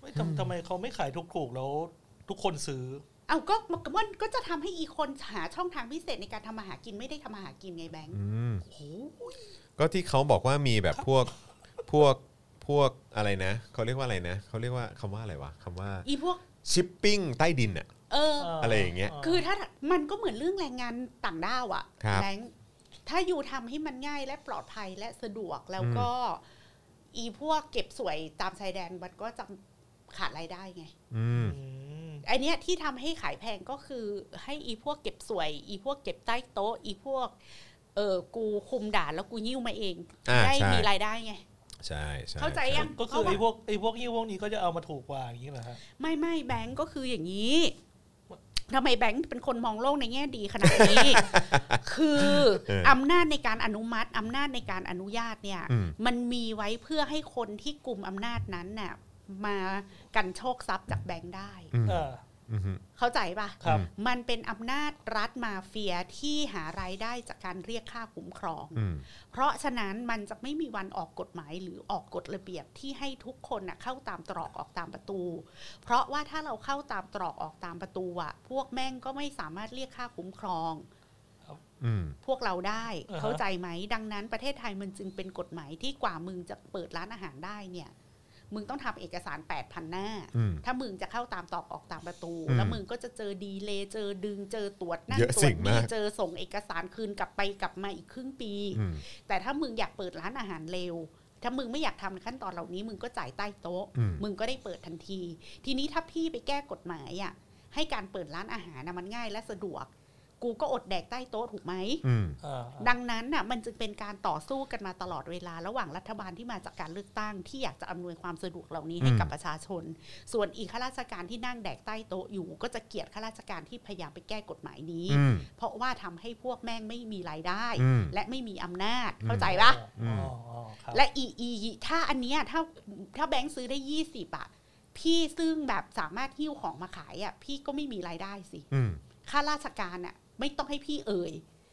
Speaker 3: ไม่ทำทำไมเขาไม่ขายถูกๆแล้วทุกคนซื้อ
Speaker 2: เอาก็มันก็จะทำให้อีคนหาช่องทางพิเศษในการทำมาหากินไม่ได้ทำมาหากินไงแบงค์
Speaker 1: อืมก็ที่เขาบอกว่ามีแบบพวกพวกพวกอะไรนะเขาเรียกว่าอะไรนะเขาเรียกว่าคำว่าอะไรวะคำว่า
Speaker 2: อีพวก
Speaker 1: ชิปปิ้งใต้ดินอ่ะ
Speaker 2: เออ
Speaker 1: อะไรอย่างเงี้ย
Speaker 2: คือถ้ามันก็เหมือนเรื่องแรงงานต่างด้าวอะ
Speaker 1: ครับ
Speaker 2: แบงค์ถ้าอยู่ทำให้มันง่ายและปลอดภัยและสะดวกแล้วก็ อีพวกเก็บสวยตามชายแดนมันก็จะขาดรายได้ไง
Speaker 1: อืม
Speaker 2: ไอเนี้ยที่ทำให้ขายแพงก็คือ ให้อีพวกเก็บสวย อีพวกเก็บใต้โต๊ะ อีพวก เออกูคุมด่านแล้วกูยิ้วมาเอง
Speaker 1: อ่า
Speaker 2: ได้
Speaker 1: ใช่
Speaker 2: มีรายได้ไง
Speaker 1: ใช่ใช่
Speaker 2: เข้าใจยัง
Speaker 3: ก็คือไอ้พวกไอ้พวกที่พวกนี้ก็จะเอามาถูกกว่าอย่างนี้เหรอฮะ
Speaker 2: ไม่ไม่แบงก์ก็คืออย่างนี้ทำไมแบงก์เป็นคนมองโลกในแง่ดีขนาดนี้ คืออำนาจในการอนุมัติอำนาจในการอนุญาตเนี่ย
Speaker 1: อืม
Speaker 2: มันมีไว้เพื่อให้คนที่กลุ่มอำนาจนั้นน่ะมากันโชคทรัพย์จากแบงก์ได้
Speaker 1: อืม
Speaker 3: เออ
Speaker 1: อืม
Speaker 2: เข้าใจปะ
Speaker 3: ครับ
Speaker 2: มันเป็นอำนาจรัฐมาเฟียที่หารายได้จากการเรียกค่าคุ้มครอง
Speaker 1: อืม
Speaker 2: เพราะฉะนั้นมันจะไม่มีวันออกกฎหมายหรือออกกฎระเบียบที่ให้ทุกคนน่ะเข้าตามตรอกออกตามประตู เพราะว่าถ้าเราเข้าตามตรอกออกตามประตูอะพวกแม่งก็ไม่สามารถเรียกค่าคุ้มครอง
Speaker 1: อืม
Speaker 2: พวกเราได้
Speaker 3: อ่าฮะ
Speaker 2: เข้าใจไหมดังนั้นประเทศไทยมันจึงเป็นกฎหมายที่กว่ามึงจะเปิดร้านอาหารได้เนี่ย มึงต้องทำเอกสาร 8,000 หน้า
Speaker 1: อืม
Speaker 2: ถ้ามึงจะเข้าตามตรอกออกตามประตู
Speaker 1: อืม
Speaker 2: แล้วมึงก็จะเจอดีเลย์เจอดึงเจอตรวจนั่น
Speaker 1: เยอะ
Speaker 2: ตร
Speaker 1: สิ่
Speaker 2: ว
Speaker 1: ง
Speaker 2: จนี่
Speaker 1: มาก
Speaker 2: เจอส่งเอกสารคืนกลับไปกลับมาอีกครึ่งปี
Speaker 1: อืม
Speaker 2: แต่ถ้ามึงอยากเปิดร้านอาหารเร็ว ถ้ามึงไม่อยากทำขั้นตอนเหล่านี้ มึงก็จ่ายใต้โต๊ะ
Speaker 1: อืม
Speaker 2: มึงก็ได้เปิดทันที ทีนี้ถ้าพี่ไปแก้กฎหมายอ่ะ ให้การเปิดร้านอาหารนะมันง่ายและสะดวก กูก็อดแดกใต้โต๊ะถูกไหม
Speaker 1: อืม
Speaker 3: อ่า
Speaker 2: ดังนั้นน่ะมันจึงเป็นการต่อสู้กันมาตลอดเวลา ระหว่างรัฐบาลที่มาจากการเลือกตั้งที่อยากจะอำนวยความสะดวกเหล่านี้ให้
Speaker 1: อืม
Speaker 2: กับประชาชน ส่วนอีกข้าราชการที่นั่งแดกใต้โต๊ะอยู่ ก็จะเกลียดข้าราชการที่พยายามไปแก้กฎหมายนี้
Speaker 1: อืม
Speaker 2: เพราะว่าทำให้พวกแม่งไม่มีรายได้
Speaker 1: อืม
Speaker 2: และไม่มีอำนาจ
Speaker 1: อืม
Speaker 2: เข้าใจปะ
Speaker 1: อืม
Speaker 3: อ๋ออ๋อครับ
Speaker 2: และอีอีถ้าอันเนี้ยถ้าถ้าแบงค์ซื้อได้ยี่สิบอะพี่ซึ่งแบบสามารถหิ้วของมาขายอะพี่ก็ไม่มีรายได้สิ
Speaker 1: อืม
Speaker 2: ค่าราชการอะไม่ต้องให้พี่เอ่ย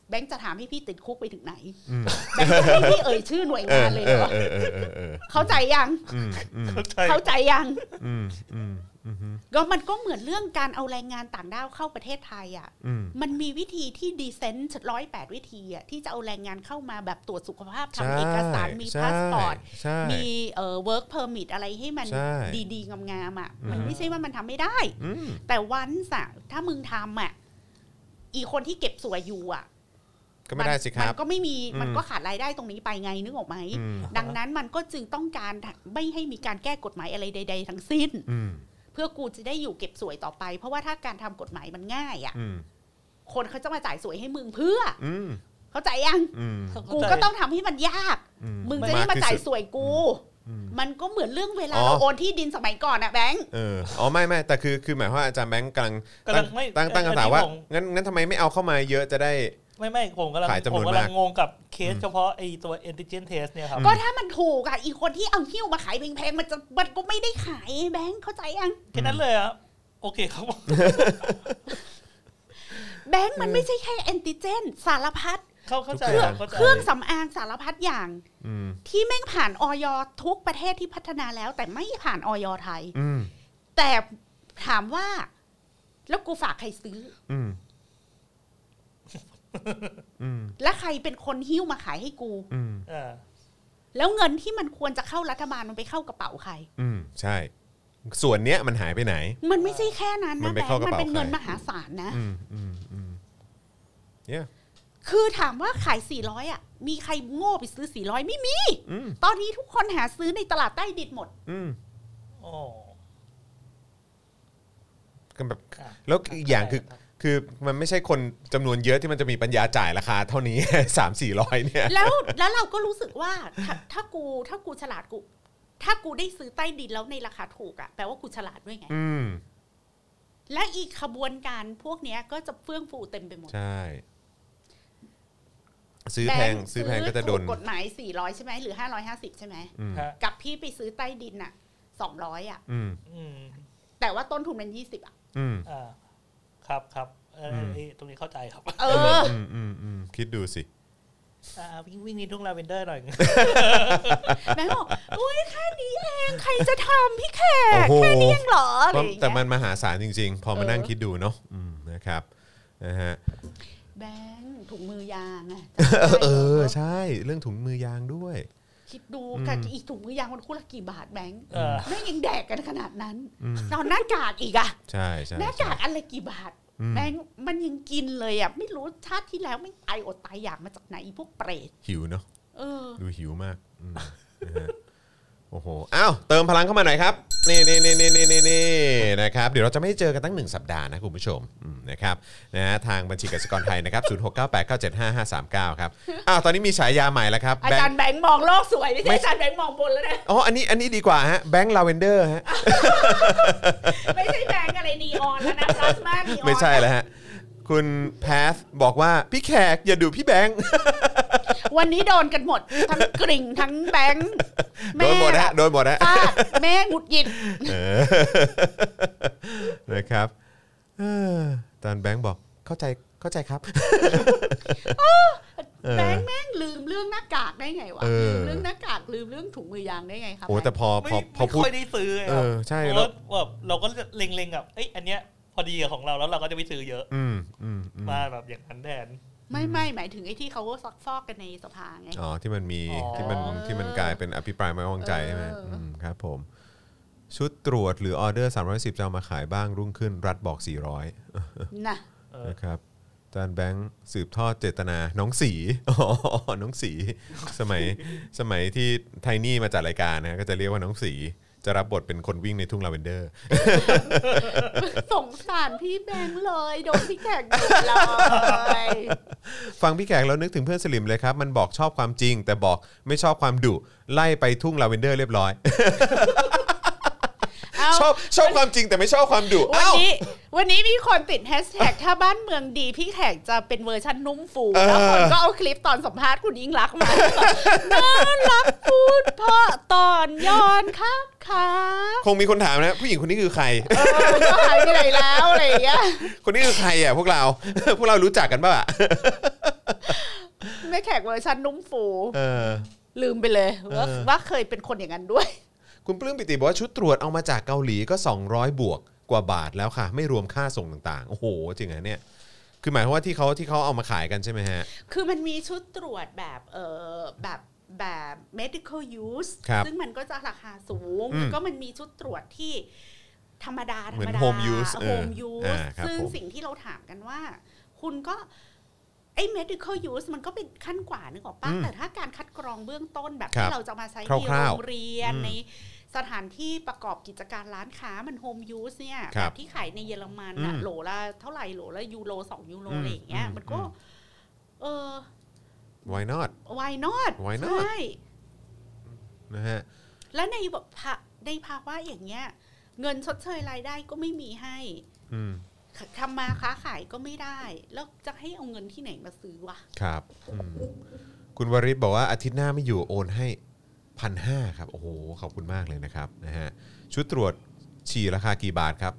Speaker 2: แบงค์จะถามให้พี่ติดคุกไปถึงไหน
Speaker 1: อืม
Speaker 2: แบงค์จะให้พี่เอ่ยชื่อหน่ว
Speaker 1: เอง
Speaker 2: ยา
Speaker 1: อน
Speaker 2: เลย
Speaker 1: เอ
Speaker 2: เหร
Speaker 1: อ
Speaker 2: อ
Speaker 1: เออเออเออเออ
Speaker 2: เข้าใจยัง
Speaker 1: อืมอืม
Speaker 3: เข้าใจ
Speaker 2: เข้าใจยัง
Speaker 1: อืมอืมอืมอืม
Speaker 2: ก็มันก็เหมือนเรื่องการเอาแรงงานต่างด้าวเข้าประเทศไทยอะ
Speaker 1: อืม
Speaker 2: มันมีวิธีที่ดีเซนต์ร้อยแปดวิธีอะที่จะเอาแรงงานเข้ามาแบบตรวจสุขภาพทำเอกสารมี
Speaker 1: ใช่
Speaker 2: พาสปอร์ต
Speaker 1: ใช่
Speaker 2: มีเอ่อ work permit อะไรให้มัน
Speaker 1: ใช่
Speaker 2: ดีๆ งามๆอ่ะ
Speaker 1: อืม
Speaker 2: มันไม่ใช่ว่ามันทำไม่ได้
Speaker 1: อืม
Speaker 2: แต่วันสะถ้ามึงทำอ่ะ อีคนที่เก็บสวยอยู่อ่ะ
Speaker 1: ก็ไม่ได้สิค
Speaker 2: มั
Speaker 1: รับ
Speaker 2: ก็ไม่มี
Speaker 1: อืม
Speaker 2: มันก็ขาดรายได้ตรงนี้ไปไงนึกออกไหม
Speaker 1: อืม
Speaker 2: ดังนั้นมันก็จึงต้องการไม่ให้มีการแก้กฎหมายอะไรใด ๆ ทั้งสิ้น
Speaker 1: อืม
Speaker 2: เพื่อกูจะได้อยู่เก็บสวยต่อไป เพราะว่าถ้าการทำกฎหมายมันง่ายอ่ะ
Speaker 1: อืม
Speaker 2: คนเขาจะมาจ่ายสวยให้มึงเพื่อ
Speaker 1: อืม
Speaker 2: เข้าใจยัง
Speaker 1: อืม
Speaker 3: เข้าใจ
Speaker 2: กูก็ต้องทำให้มันยาก
Speaker 1: อื
Speaker 2: มึงจะได้มาจ่ายสวยกู
Speaker 1: อืม
Speaker 2: มันก็เหมือนเรื่องเวลา
Speaker 1: อ๋อ
Speaker 2: เราโอนที่ดินสมัยก่อนอะแบงค์
Speaker 1: เอออ๋อไม่ไม่แต่คือคือหมายความว่าอาจารย์แบงค์กำลัง
Speaker 3: กำลังไม่
Speaker 1: ตั้งตั้ง
Speaker 3: อัน
Speaker 1: คำ
Speaker 3: นี้
Speaker 1: ถามว่า
Speaker 3: ผม
Speaker 1: งั้นงั้นทำไมไม่เอาเข้ามาเยอะจะได้
Speaker 3: ไม่ไม่ผมกำลัง
Speaker 1: ขายจำน
Speaker 3: ผ
Speaker 1: วน
Speaker 3: มกำลั
Speaker 1: มาง ก
Speaker 3: งงกับเค
Speaker 1: อื
Speaker 3: ส
Speaker 1: ม
Speaker 3: เฉพาะไอตัว antigen test เนี่ยครับ
Speaker 2: ก็ถ้ามันถูกอะอีกคนที่เอาหิ้วมาขายแพงๆมันจะมันก็ไม่ได้ขายแบงค์เข้าใจยัง
Speaker 3: แค่นั้นเลยครับโอเคครับผม
Speaker 2: แบงค์มันไม่ใช่แค่แอนติเจน สารพัด
Speaker 3: เข้าเข้าใจ
Speaker 1: เครื่อง
Speaker 3: ครับเข้าใจ
Speaker 2: เครื่องสำอางสารพัดอย่าง
Speaker 1: อืม
Speaker 2: ที่แม่งผ่านออยทุกประเทศที่พัฒนาแล้ว แต่ไม่ผ่านออยไทย
Speaker 1: อืม
Speaker 2: แต่ถามว่า แล้วกูฝากใครซื้อ
Speaker 1: อืมอืม
Speaker 2: และใครเป็นคนหิ้วมาขายให้กู
Speaker 1: อืม
Speaker 3: อ่า
Speaker 2: แล้วเงินที่มันควรจะเข้ารัฐบาลมันไปเข้ากระเป๋าใคร
Speaker 1: อืมใช่ ส่วนเนี้ยมันหายไปไหน
Speaker 2: มันไม่ใช่แค่นั้น
Speaker 1: มั
Speaker 2: นะ
Speaker 1: น
Speaker 2: แบ
Speaker 1: ไป
Speaker 2: ง
Speaker 1: เข้า
Speaker 2: ค์
Speaker 1: กระ
Speaker 2: มัน
Speaker 1: เป๋า
Speaker 2: เป็นเงิน
Speaker 1: ใคร
Speaker 2: มหาศาลนะ
Speaker 1: อืมอืมอืมเนี่ย
Speaker 2: คือถามว่าขาย 400 อ่ะ มีใครโง่ไปซื้อ 400 ไม่มี
Speaker 1: อืม
Speaker 2: ตอนนี้ทุกคนหาซื้อในตลาดใต้ดินหมด
Speaker 1: อืม
Speaker 3: โอ้
Speaker 1: ก็แบบ
Speaker 3: อ่ะ
Speaker 1: แล้วอีกอย่างคือ คือมันไม่ใช่คนจำนวนเยอะที่มันจะมีปัญญาจ่ายราคาเท่านี้ สามสี่ร้อยเนี่ย
Speaker 2: แล้วแล้วเราก็รู้สึกว่าถ้าถ้ากูถ้ากูฉลาดกู ถ้ากูได้ซื้อใต้ดินแล้วในราคาถูกอ่ะแปลว่ากูฉลาดด้วยไง
Speaker 1: อืม
Speaker 2: และอีกขบวนการพวกเนี้ยก็จะเฟื่องฟูเต็มไปหมด
Speaker 1: ใช่ ซื้อแพง
Speaker 2: บค์
Speaker 1: ซื้อแพงก็จะโดน
Speaker 2: ถูกกฎหมาย 400 ใช่ไหมหรือ 550 ใช่ไหม
Speaker 1: อืม
Speaker 3: ฮะ
Speaker 2: กับพี่ไปซื้อใต้ดินอ่ะ 200 อ่ะ
Speaker 1: อืม
Speaker 3: อืม
Speaker 2: แต่ว่าต้นทุนมัน 20 อ่ะ
Speaker 1: อืม
Speaker 3: อ่าครับครับเอออ
Speaker 1: ม
Speaker 3: ไอ้ตรงนี้เข้าใจครับ
Speaker 2: เออ
Speaker 1: อืมอืมอืมคิดดูสิ
Speaker 3: อ่าวิ่งวิ่งในี่ทุ่งลาเวนเดอร์หน่อย
Speaker 2: แม่บอกอุ้ยแค่นี้เองใครจะทำพี่แข
Speaker 1: โอ้
Speaker 2: ก
Speaker 1: โห
Speaker 2: แค่นี้เองเหรออะไรอย่าง
Speaker 1: แต่มั
Speaker 2: เงี้ย
Speaker 1: นมหาศาลจริง ๆ พอมา
Speaker 2: เออ
Speaker 1: นั่งคิดดูเนาะอืมนะครับนะฮะ
Speaker 2: แบงค์ถุงมือยางอะ
Speaker 1: เออ ใช่ เรื่องถุงมือยางด้วย
Speaker 2: คิดดูกับ
Speaker 1: อืม
Speaker 2: อีกถุงมือยางมันคู่ละกี่บาทแบงค์
Speaker 3: เออ
Speaker 2: แม่งยังแดกกันขนาดนั้น
Speaker 1: อืม
Speaker 2: นอนหน้ากากอีกอะ
Speaker 1: ใช่ใช่
Speaker 2: หน้ากากอะไรกี่บาท
Speaker 1: อืม
Speaker 2: แบงค์มันยังกินเลยอะไม่รู้ชาติที่แล้วไม่งตายอดตายอยากมาจากไหนอีพวกเปรต
Speaker 1: หิวเนาะ
Speaker 2: เออ
Speaker 1: ดูหิวมากอืมนะฮะโอ้โหอ้าวเติมพลังเข้ามาหน่อยครับนี่นี่นี่นี่นี่นี่นะครับ เดี๋ยวเราจะไม่ได้เจอกันตั้งหนึ่งสัปดาห์นะคุณผู้ชมอืมนะครับนะฮะทางบัญชีกสิกรไทยนะครับศูนย์หกเก้าแปดเก้าเจ็ดห้าห้าสามเก้า ครับอ้าวตอนนี้มีฉายาใหม่แล้วครับ
Speaker 2: อา
Speaker 1: แบง
Speaker 2: จาร
Speaker 1: ค์
Speaker 2: ย์แบงค์มองโลกสวยไม่
Speaker 1: ไม่
Speaker 2: ใช่อาจารย์แบงค์มองบนแล้วนะ
Speaker 1: อ๋ออันนี้อันนี้ดีกว่าฮะแบงค์ลาเวนเดอร์ฮะ
Speaker 2: ไม่ใช่แบงค์อะไรนีออนแล้วนะพลาสมานีออน
Speaker 1: ไม่ใช่แล้วฮะ คุณแพทบอกว่าพี่แขกอย่าดูพี่แบงค์
Speaker 2: วันนี้โดนกันหมดทั้งกริ่งทั้งแบงค์
Speaker 1: โด
Speaker 2: แม่
Speaker 1: นหมด
Speaker 2: แบ
Speaker 1: ฮะ
Speaker 2: บ
Speaker 1: โดนหมดฮะ
Speaker 2: ฟาดแม่หงุดหงิด
Speaker 1: เออ นะครับเอออาจานแบงค์บอกเข้าใจเข้าใจครับ เออ
Speaker 2: แบงค์แม่งลืมเรื่องหน้ากากได้ไงวะ
Speaker 1: เอ
Speaker 2: ลื
Speaker 1: อ
Speaker 2: มเรื่องหน้ากากลืมเรื่องถุงมือยางได้ไงครับ
Speaker 1: โอ้แต่พอพอ
Speaker 3: ไม่
Speaker 1: พอ
Speaker 3: ไม่
Speaker 1: พูด
Speaker 3: ค่อยได้ซื้อไง
Speaker 1: เอ
Speaker 3: ครับ
Speaker 1: อใช่
Speaker 3: เพ
Speaker 1: แล้
Speaker 3: ราะ
Speaker 1: ว
Speaker 3: แบบเราก็เล็งๆกับเอ้ยอันเนี้ยพอดีกับของเราแล้วเราก็จะไปซื้อเยอะ
Speaker 1: อืมอืมอืม
Speaker 3: มาแบบอย่างนั้นแทน
Speaker 2: ไม่ไม่หมายถึงไอ้ที่เขาซักฟอกกันในสภาไง
Speaker 1: อ๋อที่มันมี
Speaker 3: อ๋อ
Speaker 1: ที่มันที่มันกลายเป็นอภิปรายไม่ไว้วางใจใช่ไหม
Speaker 2: เอออื
Speaker 1: มครับผม ชุดตรวจหรือออเดอร์ 310 จะเอามาขายบ้างรุ่งขึ้น รัฐบอก 400
Speaker 2: นะ
Speaker 3: เออ
Speaker 1: นะครับอาจารย์แบงค์สืบทอดเจตนาน้องสี อ๋อน้องสีสมัยสมัยที่ไทนี่มาจัดรายการนะก็จะเรียกว่าน้องสีจะรับบทเป็นคนวิ่งในทุ่งลาเวนเดอร์
Speaker 2: สงสารพี่แบงค์เลยโดนพี่แขกดุเลย
Speaker 1: ฟังพี่แขกแล้วนึกถึงเพื่อนสลิมเลยครับ มันบอกชอบความจริง แต่บอกไม่ชอบความดุไล่ไปทุ่งลาเวนเดอร์เรียบร้อย
Speaker 2: เอา
Speaker 1: ชอบชอบความจริงแต่ไม่ชอบความดุ
Speaker 2: วัน
Speaker 1: อ้าว
Speaker 2: นี้วันนี้มีคนติดแฮชแท็กถ้าบ้านเมืองดีพี่แขกจะเป็นเวอร์ชันนุ่มฟู
Speaker 1: เออ
Speaker 2: แล้วคนก็เอาคลิปตอนสัมภาษณ์คุณยิ่งรักษณ์มา น่ารักพูดเพราะตอนย้อนครับ ครับ
Speaker 1: คงมีคนถามนะ ผู้หญิงคนนี้คือใคร
Speaker 2: เออก็หายไปไหนแล้วอะไรอย่างเงี้ย
Speaker 1: คนนี้คือใครอ่ะพวกเรา พวกเรารู้จักกันป่ะ
Speaker 2: แม่แขกเวอร์ชันนุ่มฟู
Speaker 1: เออ
Speaker 2: ลืมไปเลยว่า
Speaker 1: เออ
Speaker 2: ว่าเคยเป็นคนอย่างนั้นด้วย
Speaker 1: คุณปลื้มปิติบอกว่าชุดตรวจเอามาจากเกาหลีก็ 200 บวกกว่าบาทแล้วค่ะ ไม่รวมค่าส่งต่างๆ โอ้โห จริงเหรอเนี่ย คือหมายความว่าที่เขาที่เขาเอามาขายกันใช่ไหมฮะ
Speaker 2: คือมันมีชุดตรวจแบบเออแบบแบบ medical use
Speaker 1: ครับ
Speaker 2: ซึ่งมันก็จะราคาสูง
Speaker 1: อืม
Speaker 2: แล้วก็มันมีชุดตรวจที่ธรรมดาธร
Speaker 1: เหมือ
Speaker 2: รม
Speaker 1: น
Speaker 2: ดา
Speaker 1: home use เออ
Speaker 2: home use
Speaker 1: อ่าครับ
Speaker 2: ซึ่ง
Speaker 1: ผม
Speaker 2: สิ่งที่เราถามกันว่า คุณก็ไอ้ medical use มันก็เป็นขั้นกว่านึกออกปะ
Speaker 1: อืม
Speaker 2: แต่ถ้าการคัดกรองเบื้องต้นแบบ
Speaker 1: ครับ
Speaker 2: ที่เราจะมาใช้
Speaker 1: คร่าวๆ
Speaker 2: ในโรงเรียน
Speaker 1: อืม
Speaker 2: ในสถานที่ประกอบกิจการร้านค้ามัน home use เนี่ย
Speaker 1: ครั
Speaker 2: แบบ บที่ขายในเยอรมันอะ
Speaker 1: อืม
Speaker 2: โหลละเท่าไหร่โหลละยูโรสองยูโร
Speaker 1: อืม
Speaker 2: อะไรอย่างเงี้ย
Speaker 1: อืม
Speaker 2: มันก็
Speaker 1: อืม
Speaker 2: เออ
Speaker 1: why not
Speaker 2: why not
Speaker 1: Why not?
Speaker 2: ใช่
Speaker 1: นะฮะ
Speaker 2: และในแบบภาในภาวะอย่างเงี้ย เงินชดเชยรายได้ก็ไม่มีให้
Speaker 1: อืม
Speaker 2: ทำมาค้าขายก็ไม่ได้ แล้วจะให้เอาเงินที่ไหนมาซื้อวะ
Speaker 1: ครับอืมคุณวริศบอกว่าอาทิตย์หน้าไม่อยู่โอนให้พันห้าครับ โอ้โห ขอบคุณมากเลยนะครับนะฮะชุดตรวจฉี่ราคากี่บาทครับ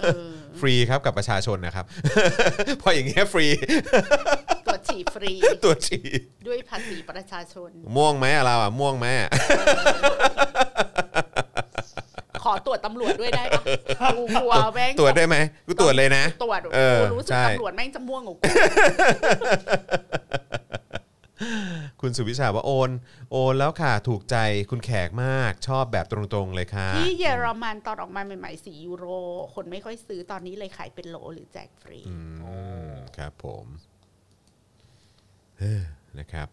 Speaker 2: เออ
Speaker 1: ฟรีครับกับประชาชนนะครับ พออย่างเงี้ยฟรี
Speaker 2: ตรวจฉี่ฟรี
Speaker 1: ตรวจฉี่
Speaker 2: ด้วยภาษีประชาชน
Speaker 1: ม่วงไหมอะเราอ่ะม่วงไหมอะ
Speaker 2: ขอตรวจตำรวจด้วยได้ปะกูกลัวแม่ง
Speaker 1: ตรวจได้ไหมกูตรวจเลยนะ
Speaker 2: ตรวจ
Speaker 1: เออ
Speaker 2: กูรู้สึก
Speaker 1: ใช่
Speaker 2: ตำรวจแม่งจะม่วงของกู
Speaker 1: คุณสุวิชาว่าโอนโอนแล้วค่ะถูกใจคุณแขกมากชอบแบบตรงๆเลยค่ะ
Speaker 2: ที่เยอรมันตอนออกมาใหม่ๆสี่ยูโร คนไม่ค่อยซื้อตอนนี้เลยขายเป็นโหลหรือแจกฟรี
Speaker 1: อืมครับผมเอ้อนะครับ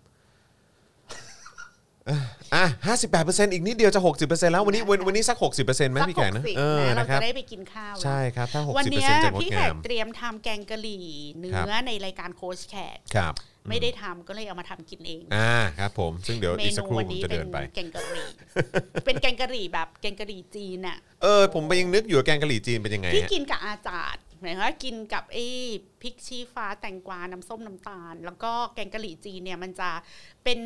Speaker 1: เอ้ออ่ะห้าสิบแปดเปอร์เซ็นต์อีกนิดเดียวจะหกสิบเปอร์เซ็นต์แล้ววันนี้วันวันนี้สักหกสิบเปอร์เซ็นต์ไหม
Speaker 2: สัก
Speaker 1: พี่
Speaker 2: ห
Speaker 1: แขก
Speaker 2: ก
Speaker 1: นะ
Speaker 2: สิบ
Speaker 1: เออ
Speaker 2: นะเรา
Speaker 1: นะครั
Speaker 2: จะ
Speaker 1: บ
Speaker 2: ได้ไปกินข้าวแล้ว
Speaker 1: ใช่ครับถ้าหก
Speaker 2: วัน
Speaker 1: สิบเปอร์
Speaker 2: เนี้ย
Speaker 1: เซ็นต์จะงด
Speaker 2: พี่แข
Speaker 1: งาก ม
Speaker 2: เตรียมทำแกงกะหรี่เนื้อในรายการโค้ชแขก
Speaker 1: ครับ
Speaker 2: ไม่ได้ทำก็เลยเอามาทำกินเอง
Speaker 1: อ่าครับผมซึ่งเดี๋ยวอีกสักครู่ผมจะเดินไป
Speaker 2: แกงกะห รี่ เป็นแกงกะหรี่แบบแกงกะหรี่จีนอะ
Speaker 1: เออผมไปยังนึกอยู่ว่าแกงกะหรี่จีนเป็นยังไง
Speaker 2: ที่
Speaker 1: ฮะ
Speaker 2: กินกับอาจารย์หมายความว่ากินกับไอ้พริกชี้ฟ้าแตงกวา น้ำส้มน้ำตาล แล้วก็แกงกะหรี่จีนเนี่ยมันจะเป็น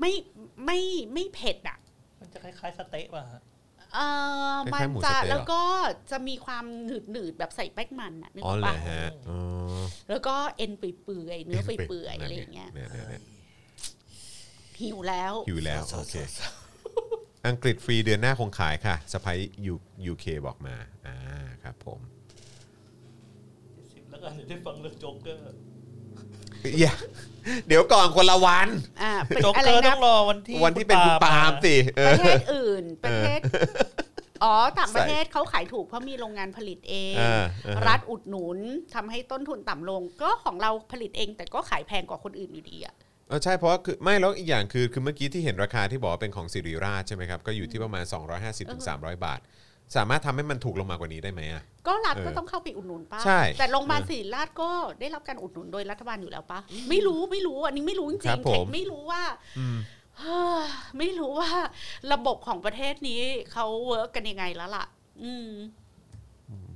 Speaker 2: ไม่ไม่ไม่เผ็ดอะ
Speaker 3: มันจะคล้ายๆสเต๊ะป่ะฮะ
Speaker 2: เออ
Speaker 1: ค
Speaker 2: มั
Speaker 1: ล้ายๆหมูส
Speaker 2: จะ
Speaker 1: เต๊ะเหร
Speaker 2: แล้ว
Speaker 1: อ
Speaker 2: ก็จะมีความหนืดหนืดๆแบบใส่แป้งมันอะนึก
Speaker 1: อ๋อเห
Speaker 2: ออก
Speaker 1: ร
Speaker 2: ปะ
Speaker 1: อฮะอ๋อ
Speaker 2: แล้วก็เอ็นเปื่อยๆเนื้อเปื่อยๆอะไรอย่างเงี้ย
Speaker 1: นี่นี่นี่
Speaker 2: หิวแล้ว
Speaker 1: หิวแล้วโอเค อังกฤษฟรีเดือนหน้าคงขายค่ะสไปยูยูเคบอกมาอ่าครับผม
Speaker 3: สิบแล้วก็เดี๋ยวได้ฟังเรื่องโจ๊กเกอร์
Speaker 1: อย่าเดี๋ยวก่อนคนละวัน
Speaker 2: อ่าเป็น
Speaker 3: โจ๊ก
Speaker 2: อะไร
Speaker 3: เกอร์ต้
Speaker 2: นะ
Speaker 3: องรอวันที่
Speaker 1: วันที่เป็นคุณปาล์มสิเอ
Speaker 2: ป
Speaker 1: อ
Speaker 2: ระเทศอื่นประเทศ อ๋อต่างประเทศเขาขายถูกเพราะมีโรงงานผลิตเอง
Speaker 1: เออเออฮะ
Speaker 2: รัฐอุดหนุนทำให้ต้นทุนต่ำลง ก็ของเราผลิตเอง แต่ก็ขายแพงกว่าคนอื่นอยู่ดีอะ
Speaker 1: เออใช่เพราะคือไม่แล้วอีกอย่างคือคือเมื่อกี้ที่เห็นราคาที่บอกว่าเป็นของสิริราชใช่ไหมครับก็อยู่ที่ประมาณ 250-300ถึง300 บาท สามารถทำให้มันถูกลงมากว่านี้ได้ไหมอ่ะ
Speaker 2: ก็รัฐ
Speaker 1: เออ
Speaker 2: ก็ต้องเข้าไปอุดหนุนป้า
Speaker 1: ใช่
Speaker 2: แต่โรงพยาบาล
Speaker 1: เออ
Speaker 2: ศิริราชก็ได้รับการอุดหนุนโดยรัฐบาลอยู่แล้วปะไม่รู้ไม่รู้อันนี้ไม่รู้จริง
Speaker 1: ครับ
Speaker 2: ๆ
Speaker 1: ผม
Speaker 2: เทคไม่รู้ว่า เฮ้อไม่รู้ว่า ระบบของประเทศนี้เขาเวิร์กกันยังไงแล้วล่ะ อืม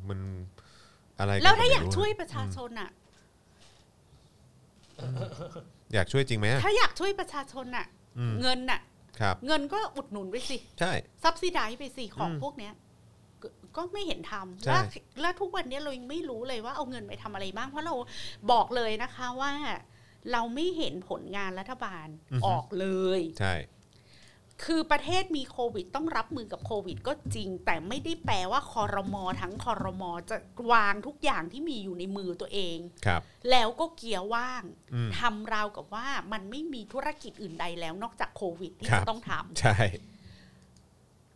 Speaker 1: มันอะไรน
Speaker 2: แล้วถ้าอยาก
Speaker 1: ไม่รู้ะ
Speaker 2: ช่วยประชาชนอะ
Speaker 1: อยากช่วยจริงไหมอะ
Speaker 2: ถ้าอยากช่วยประชาชนอะ
Speaker 1: อืม
Speaker 2: เงินอะ
Speaker 1: ครับ
Speaker 2: เงินก็อุดหนุนไปสิ
Speaker 1: ใช่
Speaker 2: ซับซิได้ไปสิของ
Speaker 1: อืม
Speaker 2: พวกเนี้ยก็ก็ไม่เห็นทำ
Speaker 1: ใช่
Speaker 2: แล้วแล้วทุกวันเนี้ยเรายังไม่รู้เลยว่าเอาเงินไปทำอะไรบ้าง เพราะเราบอกเลยนะคะว่า เราไม่เห็นผลงานรัฐบาลออกเลย
Speaker 1: ใช่
Speaker 2: คือประเทศมีโควิดต้องรับมือกับโควิด ก็จริง แต่ไม่ได้แปลว่าคอรมอทั้งคอรมอจะวางทุกอย่างที่มีอยู่ในมือตัวเอง
Speaker 1: ครับ
Speaker 2: แล้วก็เกียร์ว่าง
Speaker 1: อืม
Speaker 2: ทำราวกับว่ามันไม่มีธุรกิจอื่นใดแล้วนอกจากโควิดที่
Speaker 1: ครับ
Speaker 2: จะต้องทำ
Speaker 1: ใช่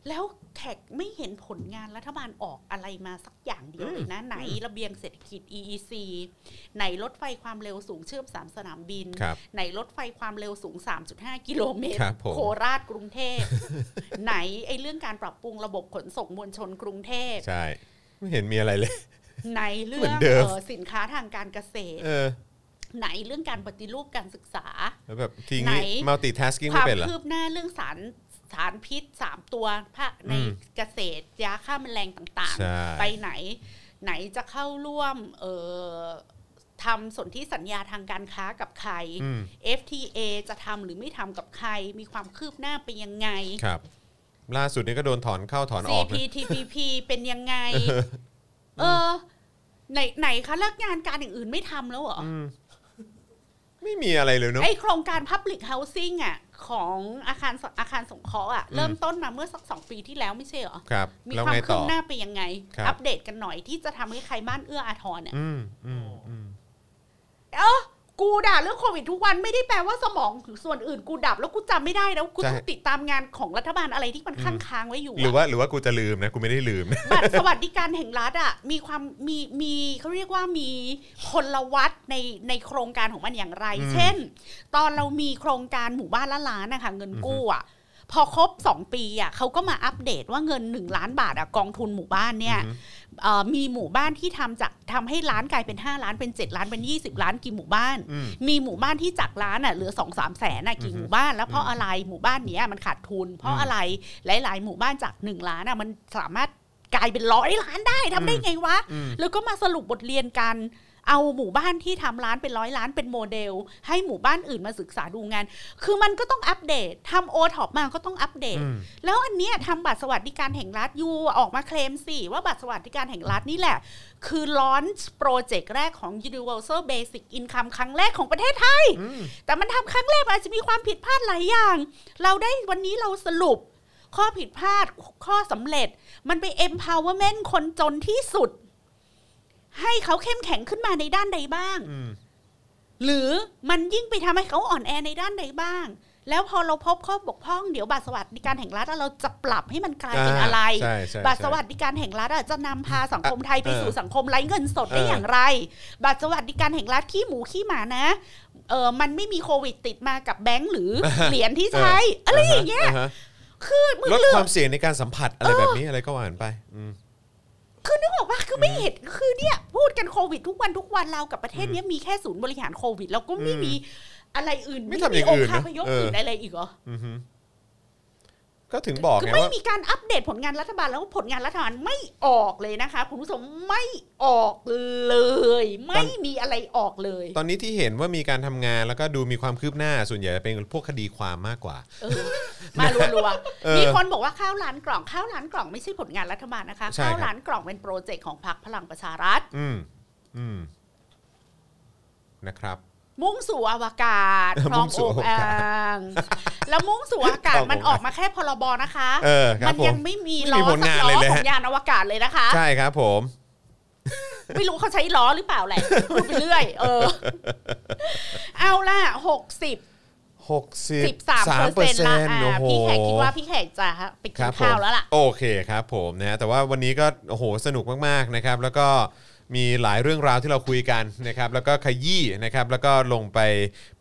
Speaker 2: แล้วแท็กไม่เห็นผลงานรัฐบาลออกอะไรมาสักอย่างเดียวเลยนะ ไหนระเบียงเศรษฐกิจ EEC ไหนรถไฟความเร็วสูงเชื่อมสามสนามบิน
Speaker 1: ครับ
Speaker 2: ไหนรถไฟความเร็วสูง 3.5 กิโลเมตร
Speaker 1: ครับผม
Speaker 2: โคราชกรุงเท พ ไหนไอ้เรื่องการปรับปรุงระบบขนส่งมวลชนกรุงเทพ
Speaker 1: ใช่ ไม่เห็นมีอะไรเลย
Speaker 2: ไหนเรื่
Speaker 1: เหมื
Speaker 2: อ
Speaker 1: อง นเดิม
Speaker 2: เอ่อสินค้าทางการเกษตร
Speaker 1: เออ
Speaker 2: ไหนเรื่องการปฏิรูปการศึกษา
Speaker 1: แล้วแบบที
Speaker 2: ไหน
Speaker 1: นี้มัลติทัสกิ้ง
Speaker 2: ค
Speaker 1: ไม่
Speaker 2: วาม
Speaker 1: เป็นเหรอ
Speaker 2: คืบหน้าเรื่องสารสารพิษสามตัวภาคใน
Speaker 1: อืม
Speaker 2: เกษตรยาฆ่าแมลงต่าง
Speaker 1: ใช่
Speaker 2: ๆ ไปไหน ไหนจะเข้าร่วมเอ่อทำสนธิสัญญาทางการค้ากับใคร
Speaker 1: อืม
Speaker 2: FTA จะทำหรือไม่ทำกับใคร มีความคืบหน้าไปยังไง
Speaker 1: ครับ ล่าสุดนี่ก็โดนถอนเข้าถอนออกนะ
Speaker 2: CPTPP เป็นยังไง เออ ไหนไหนคะเลิกงานการอย่างอื่นไม่ทำแล้วเหรอ
Speaker 1: อืมไม่มีอะไรเลยเนาะ
Speaker 2: ไอโครงการ Public Housing อ่ะ ของอาคารสอาคารสงเคราะห์อ่ะ
Speaker 1: อืม
Speaker 2: เริ่มต้นมาเมื่อสักสองปีที่แล้วไม่ใช่เหรอ
Speaker 1: ครับ
Speaker 2: มี
Speaker 1: แล้ว
Speaker 2: ความ
Speaker 1: ไง
Speaker 2: คื
Speaker 1: ต่อ
Speaker 2: บหน้าไปยังไง
Speaker 1: ครับ
Speaker 2: อัปเดตกันหน่อยที่จะทำให้ใครบ้านเอื้ออาทรเนี่ย
Speaker 1: อืมอืมอืม
Speaker 2: เออกูด่าเรื่องโควิดทุกวันไม่ได้แปลว่าสมองหรือส่วนอื่นกูดับแล้วกูจำไม่ได้แล้วกู
Speaker 1: ใช่
Speaker 2: ต้องติดตามงานของรัฐบาลอะไรที่มันค้างค้างๆไว้อยู่
Speaker 1: หรือ
Speaker 2: อะ
Speaker 1: ว่าหรือว่ากูจะลืมนะกูไม่ได้ลืมนะ
Speaker 2: บัตร สวัสดิการแห่งรัฐอ่ะมีความมีมีเขาเรียกว่ามีพลวัตในในโครงการของมันอย่างไร
Speaker 1: อืม
Speaker 2: เช่น ตอนเรามีโครงการหมู่บ้านละล้านนะคะเงินกู้อ่ะ พอครบ 2 ปีอ่ะเขาก็มาอัปเดตว่าเงิน 1 ล้านบาทอ่ะกองทุนหมู่บ้านเนี่ย
Speaker 1: อือฮึ
Speaker 2: เอ่อมีหมู่บ้านที่ทำจากทำให้ล้านกลายเป็น 5 ล้านเป็น 7 ล้านเป็น 20 ล้านกี่หมู่บ้าน
Speaker 1: อืม
Speaker 2: มีหมู่บ้านที่จากล้านอ่ะเหลือสองสามแสนอ่ะกี่
Speaker 1: อือฮึ
Speaker 2: หมู่บ้านแล้วเพ
Speaker 1: อื
Speaker 2: ราะ
Speaker 1: ม
Speaker 2: อะไรหมู่บ้านเนี้ยมันขาดทุน เพราะ
Speaker 1: อืม
Speaker 2: อะไรหลาย ๆ หมู่บ้านจากหนึ่งล้านอ่ะมันสามารถกลายเป็นร้อยล้านได้ทำได้
Speaker 1: อืม
Speaker 2: ไงวะ
Speaker 1: อืม
Speaker 2: แล้วก็มาสรุปบทเรียนกัน เอาหมู่บ้านที่ทำร้านเป็นร้อยล้านเป็นโมเดล ให้หมู่บ้านอื่นมาศึกษาดูงาน คือมันก็ต้องอัปเดตทำโอท็อปมาก็ต้องอัปเดต
Speaker 1: อืม
Speaker 2: แล้วอันเนี้ยทำบัตรสวัสดิการแห่งรัฐอยูออกมาเคลมสิว่าบัตรสวัสดิการแห่งรัฐนี่แหละ คือลอนช์โปรเจกต์แรกของ Universal Basic Income ครั้งแรกของประเทศไทย
Speaker 1: อืม
Speaker 2: แต่มันทำครั้งแรกมันอาจจะมีความผิดพลาดหลายอย่าง เราได้วันนี้เราสรุป ข้อผิดพลาดข้อสำเร็จ มันไป empowerment คนจนที่สุด ให้เขาเข้มแข็งขึ้นมาในด้านใดบ้าง
Speaker 1: อืม
Speaker 2: หรือมันยิ่งไปทำให้เขาอ่อนแอในด้านใดบ้าง แล้วพอเราพบข้อบกพร่องเดี๋ยวบัตรสวัสดิการแห่งรัฐอะเราจะปรับให้มันกลายเป็นอะไร
Speaker 1: ใช่ใช่ใช่
Speaker 2: บัตรสวัสดิการแห่งรัฐอะจะนำพาสังคมไทยไป
Speaker 1: เออ
Speaker 2: สู่สังคมไร้เงินสดได้
Speaker 1: เอออ
Speaker 2: อย่างไร บัตรสวัสดิการแห่งรัฐขี้หมูขี้หมานะ เออมันไม่มีโควิดติดมากับแบงค์หรือ เหรียญที่ใช้ อะไรอย่างเงี้ย
Speaker 1: ฮะ
Speaker 2: คือมึง
Speaker 1: ลด
Speaker 2: เลื
Speaker 1: ค
Speaker 2: อก
Speaker 1: วามเสี่ยงในการสัมผัสอะไรแบบนี้อะไรก็ว่ากันไปอืม
Speaker 2: คือนึกออกปะคือไม่เห็น คือเนี่ย พูดกันโควิดทุกวันทุกวันเรากับประเทศเนี้ยมีแค่ศูนย์บริหารโควิด แล้วก็ไม่
Speaker 1: อืม
Speaker 2: มีอะไรอื่น
Speaker 1: ไม่ทำอย่างอื่นนะ
Speaker 2: คาพยพ
Speaker 1: เอออื่
Speaker 2: อื่นอะไรอีกเหรอ
Speaker 1: อืมก็ถึงบอก
Speaker 2: คือ
Speaker 1: ไง
Speaker 2: ไม่
Speaker 1: ว่า
Speaker 2: มีการอัปเดตผลงานรัฐบาลแล้วผลงานรัฐบาลไม่ออกเลยนะคะคุณผู้ชมไม่ออกเลย ไม่มีอะไรออกเลย
Speaker 1: ตอนนี้ที่เห็นว่ามีการทำงานแล้วก็ดูมีความคืบหน้าส่วนใหญ่จะเป็นพวกคดีความมากกว่า
Speaker 2: เออ มารัว
Speaker 1: เออ
Speaker 2: ๆมีคนบอกว่าข้าวร้านกล่องข้าวร้านกล่องไม่ใช่ผลงานรัฐบาลนะคะ
Speaker 1: ใช่ครับ
Speaker 2: ข้าวร้านกล่องเป็นโปรเจกต์ของพรรคพลังประชารัฐ
Speaker 1: อืม อืม นะครับ
Speaker 2: มุ่งสู่อวกาศ
Speaker 1: เออ
Speaker 2: คล
Speaker 1: มุ่
Speaker 2: อง
Speaker 1: งสู่
Speaker 2: โอบ
Speaker 1: อวกาศ
Speaker 2: อ่างแล้วมุ่งสู่อากาศ
Speaker 1: คลอง
Speaker 2: มัน
Speaker 1: โอบอ่าง
Speaker 2: ออกมาแค่พรบนะคะ
Speaker 1: เออครั
Speaker 2: มั
Speaker 1: บ
Speaker 2: น
Speaker 1: ผ
Speaker 2: ยั
Speaker 1: ม
Speaker 2: งไม่มี
Speaker 1: ไม่
Speaker 2: ล้
Speaker 1: มี
Speaker 2: อ
Speaker 1: ผล
Speaker 2: สั
Speaker 1: งา
Speaker 2: ก
Speaker 1: น
Speaker 2: ล้
Speaker 1: เลย
Speaker 2: อ
Speaker 1: แหละ
Speaker 2: ของยานอวกาศเลยนะคะ
Speaker 1: ใช่ครับผม
Speaker 2: ไม่รู้เขาใช้ล้อหรือเปล่าแหละพูดไปเรื่อย เออ เอาล่ะหกสิบ
Speaker 1: หกสิ
Speaker 2: สิบสามเปอร์เซ็นต์ละอ่า
Speaker 1: โอ้โห
Speaker 2: พี่แขกคิดว่าพี่แขกจะไปกินข้าวแล้วล่ะ
Speaker 1: โอเคครับผมนะฮะแต่ว่าวันนี้ก็โอ้โหสนุกมากๆนะครับ แล้วก็มีหลายเรื่องราวที่เราคุยกันนะครับแล้วก็ขยี้นะครับแล้วก็ลงไป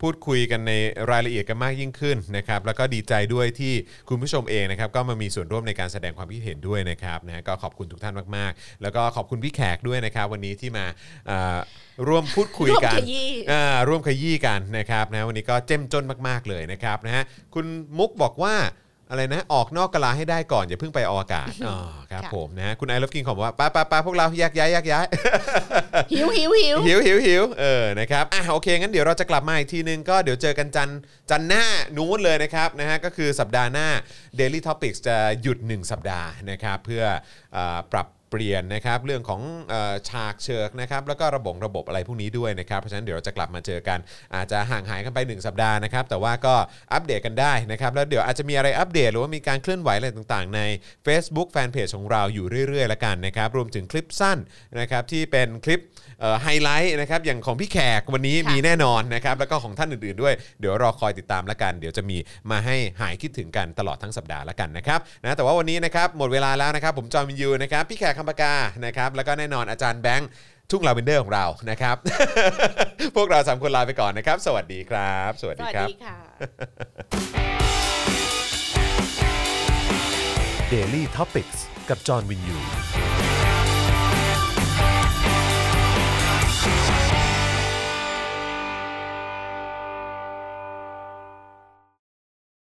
Speaker 1: พูดคุยกันในรายละเอียดกันมากยิ่งขึ้นนะครับแล้วก็ดีใจด้วยที่คุณผู้ชมเองนะครับก็มามีส่วนร่วมในการแสดงความคิดเห็นด้วยนะครับนะฮะก็ขอบคุณทุกท่านมากๆ แล้วก็ขอบคุณพี่แขกด้วยนะครับ วันนี้ที่มาเอ่อร่วมพูดคุยกัน
Speaker 2: ร่วมขยี้
Speaker 1: อ่าร่วมขยี้กันนะครับนะวันนี้ก็เจ้มจนมากๆเลยนะครับนะฮะคุณมุกบอกว่าอะไรนะออกนอกกะลาให้ได้ก่อน อย่าเพิ่งไปออกอากา ศอ๋อครับ
Speaker 2: ค่ะ
Speaker 1: ผมนะฮะคุณไอรับกินของว่าไป้าป้าป้าพวกเราแยกย้ายแยกย้าย
Speaker 2: หิวหิวหิว
Speaker 1: หิวหิวหิวเออนะครับอ่ะโอเค งั้นเดี๋ยวเราจะกลับมาอีกทีนึง ก็เดี๋ยวเจอกันจันทร์จันทร์หน้านู้นเลยนะครับนะฮะก็คือสัปดาห์หน้า Daily Topics จะหยุด 1 สัปดาห์นะครับเพื่อเออปรับเปลี่ยนนะครับเรื่องของเออฉากเชิกนะครับแล้วก็ระบบระบบอะไรพวกนี้ด้วยนะครับเพราะฉะนั้นเดี๋ยวเราจะกลับมาเจอกัน อาจจะห่างหายกันไป 1 สัปดาห์นะครับแต่ว่าก็อัปเดตกันได้นะครับแล้วเดี๋ยวอาจจะมีอะไรอัปเดตหรือว่ามีการเคลื่อนไหวอะไรต่างๆ ใน Facebook Fanpage ของเราอยู่เรื่อยๆละกันนะครับรวมถึงคลิปสั้นนะครับที่เป็นคลิป เอ่อไฮไลท์นะครับอย่างของพี่แขกวันนี้
Speaker 2: ค่ะ
Speaker 1: มีแน่นอนนะครับแล้วก็ของท่านอื่นๆด้วย เดี๋ยวรอคอยติดตามละกัน เดี๋ยวจะมีมาให้หายคิดถึงกันตลอดทั้งสัปดาห์ละกันนะครับนะแต่ว่าวันนี้นะครับหมดเวลาแล้วนะครับผมจอมวินยูนะครับพี่แขกคำปากานะครับแล้วก็แน่นอนอาจารย์แบงค์ทุ่งลาเวนเดอร์ของเรานะครับ พวกเราสามคนลาไปก่อนนะครับ สวัสดีครับ สวัส
Speaker 2: ส
Speaker 1: ดี
Speaker 2: วัส
Speaker 1: ครับ
Speaker 2: ดีค่ะ
Speaker 1: Daily Topics กับจอห์นวินยู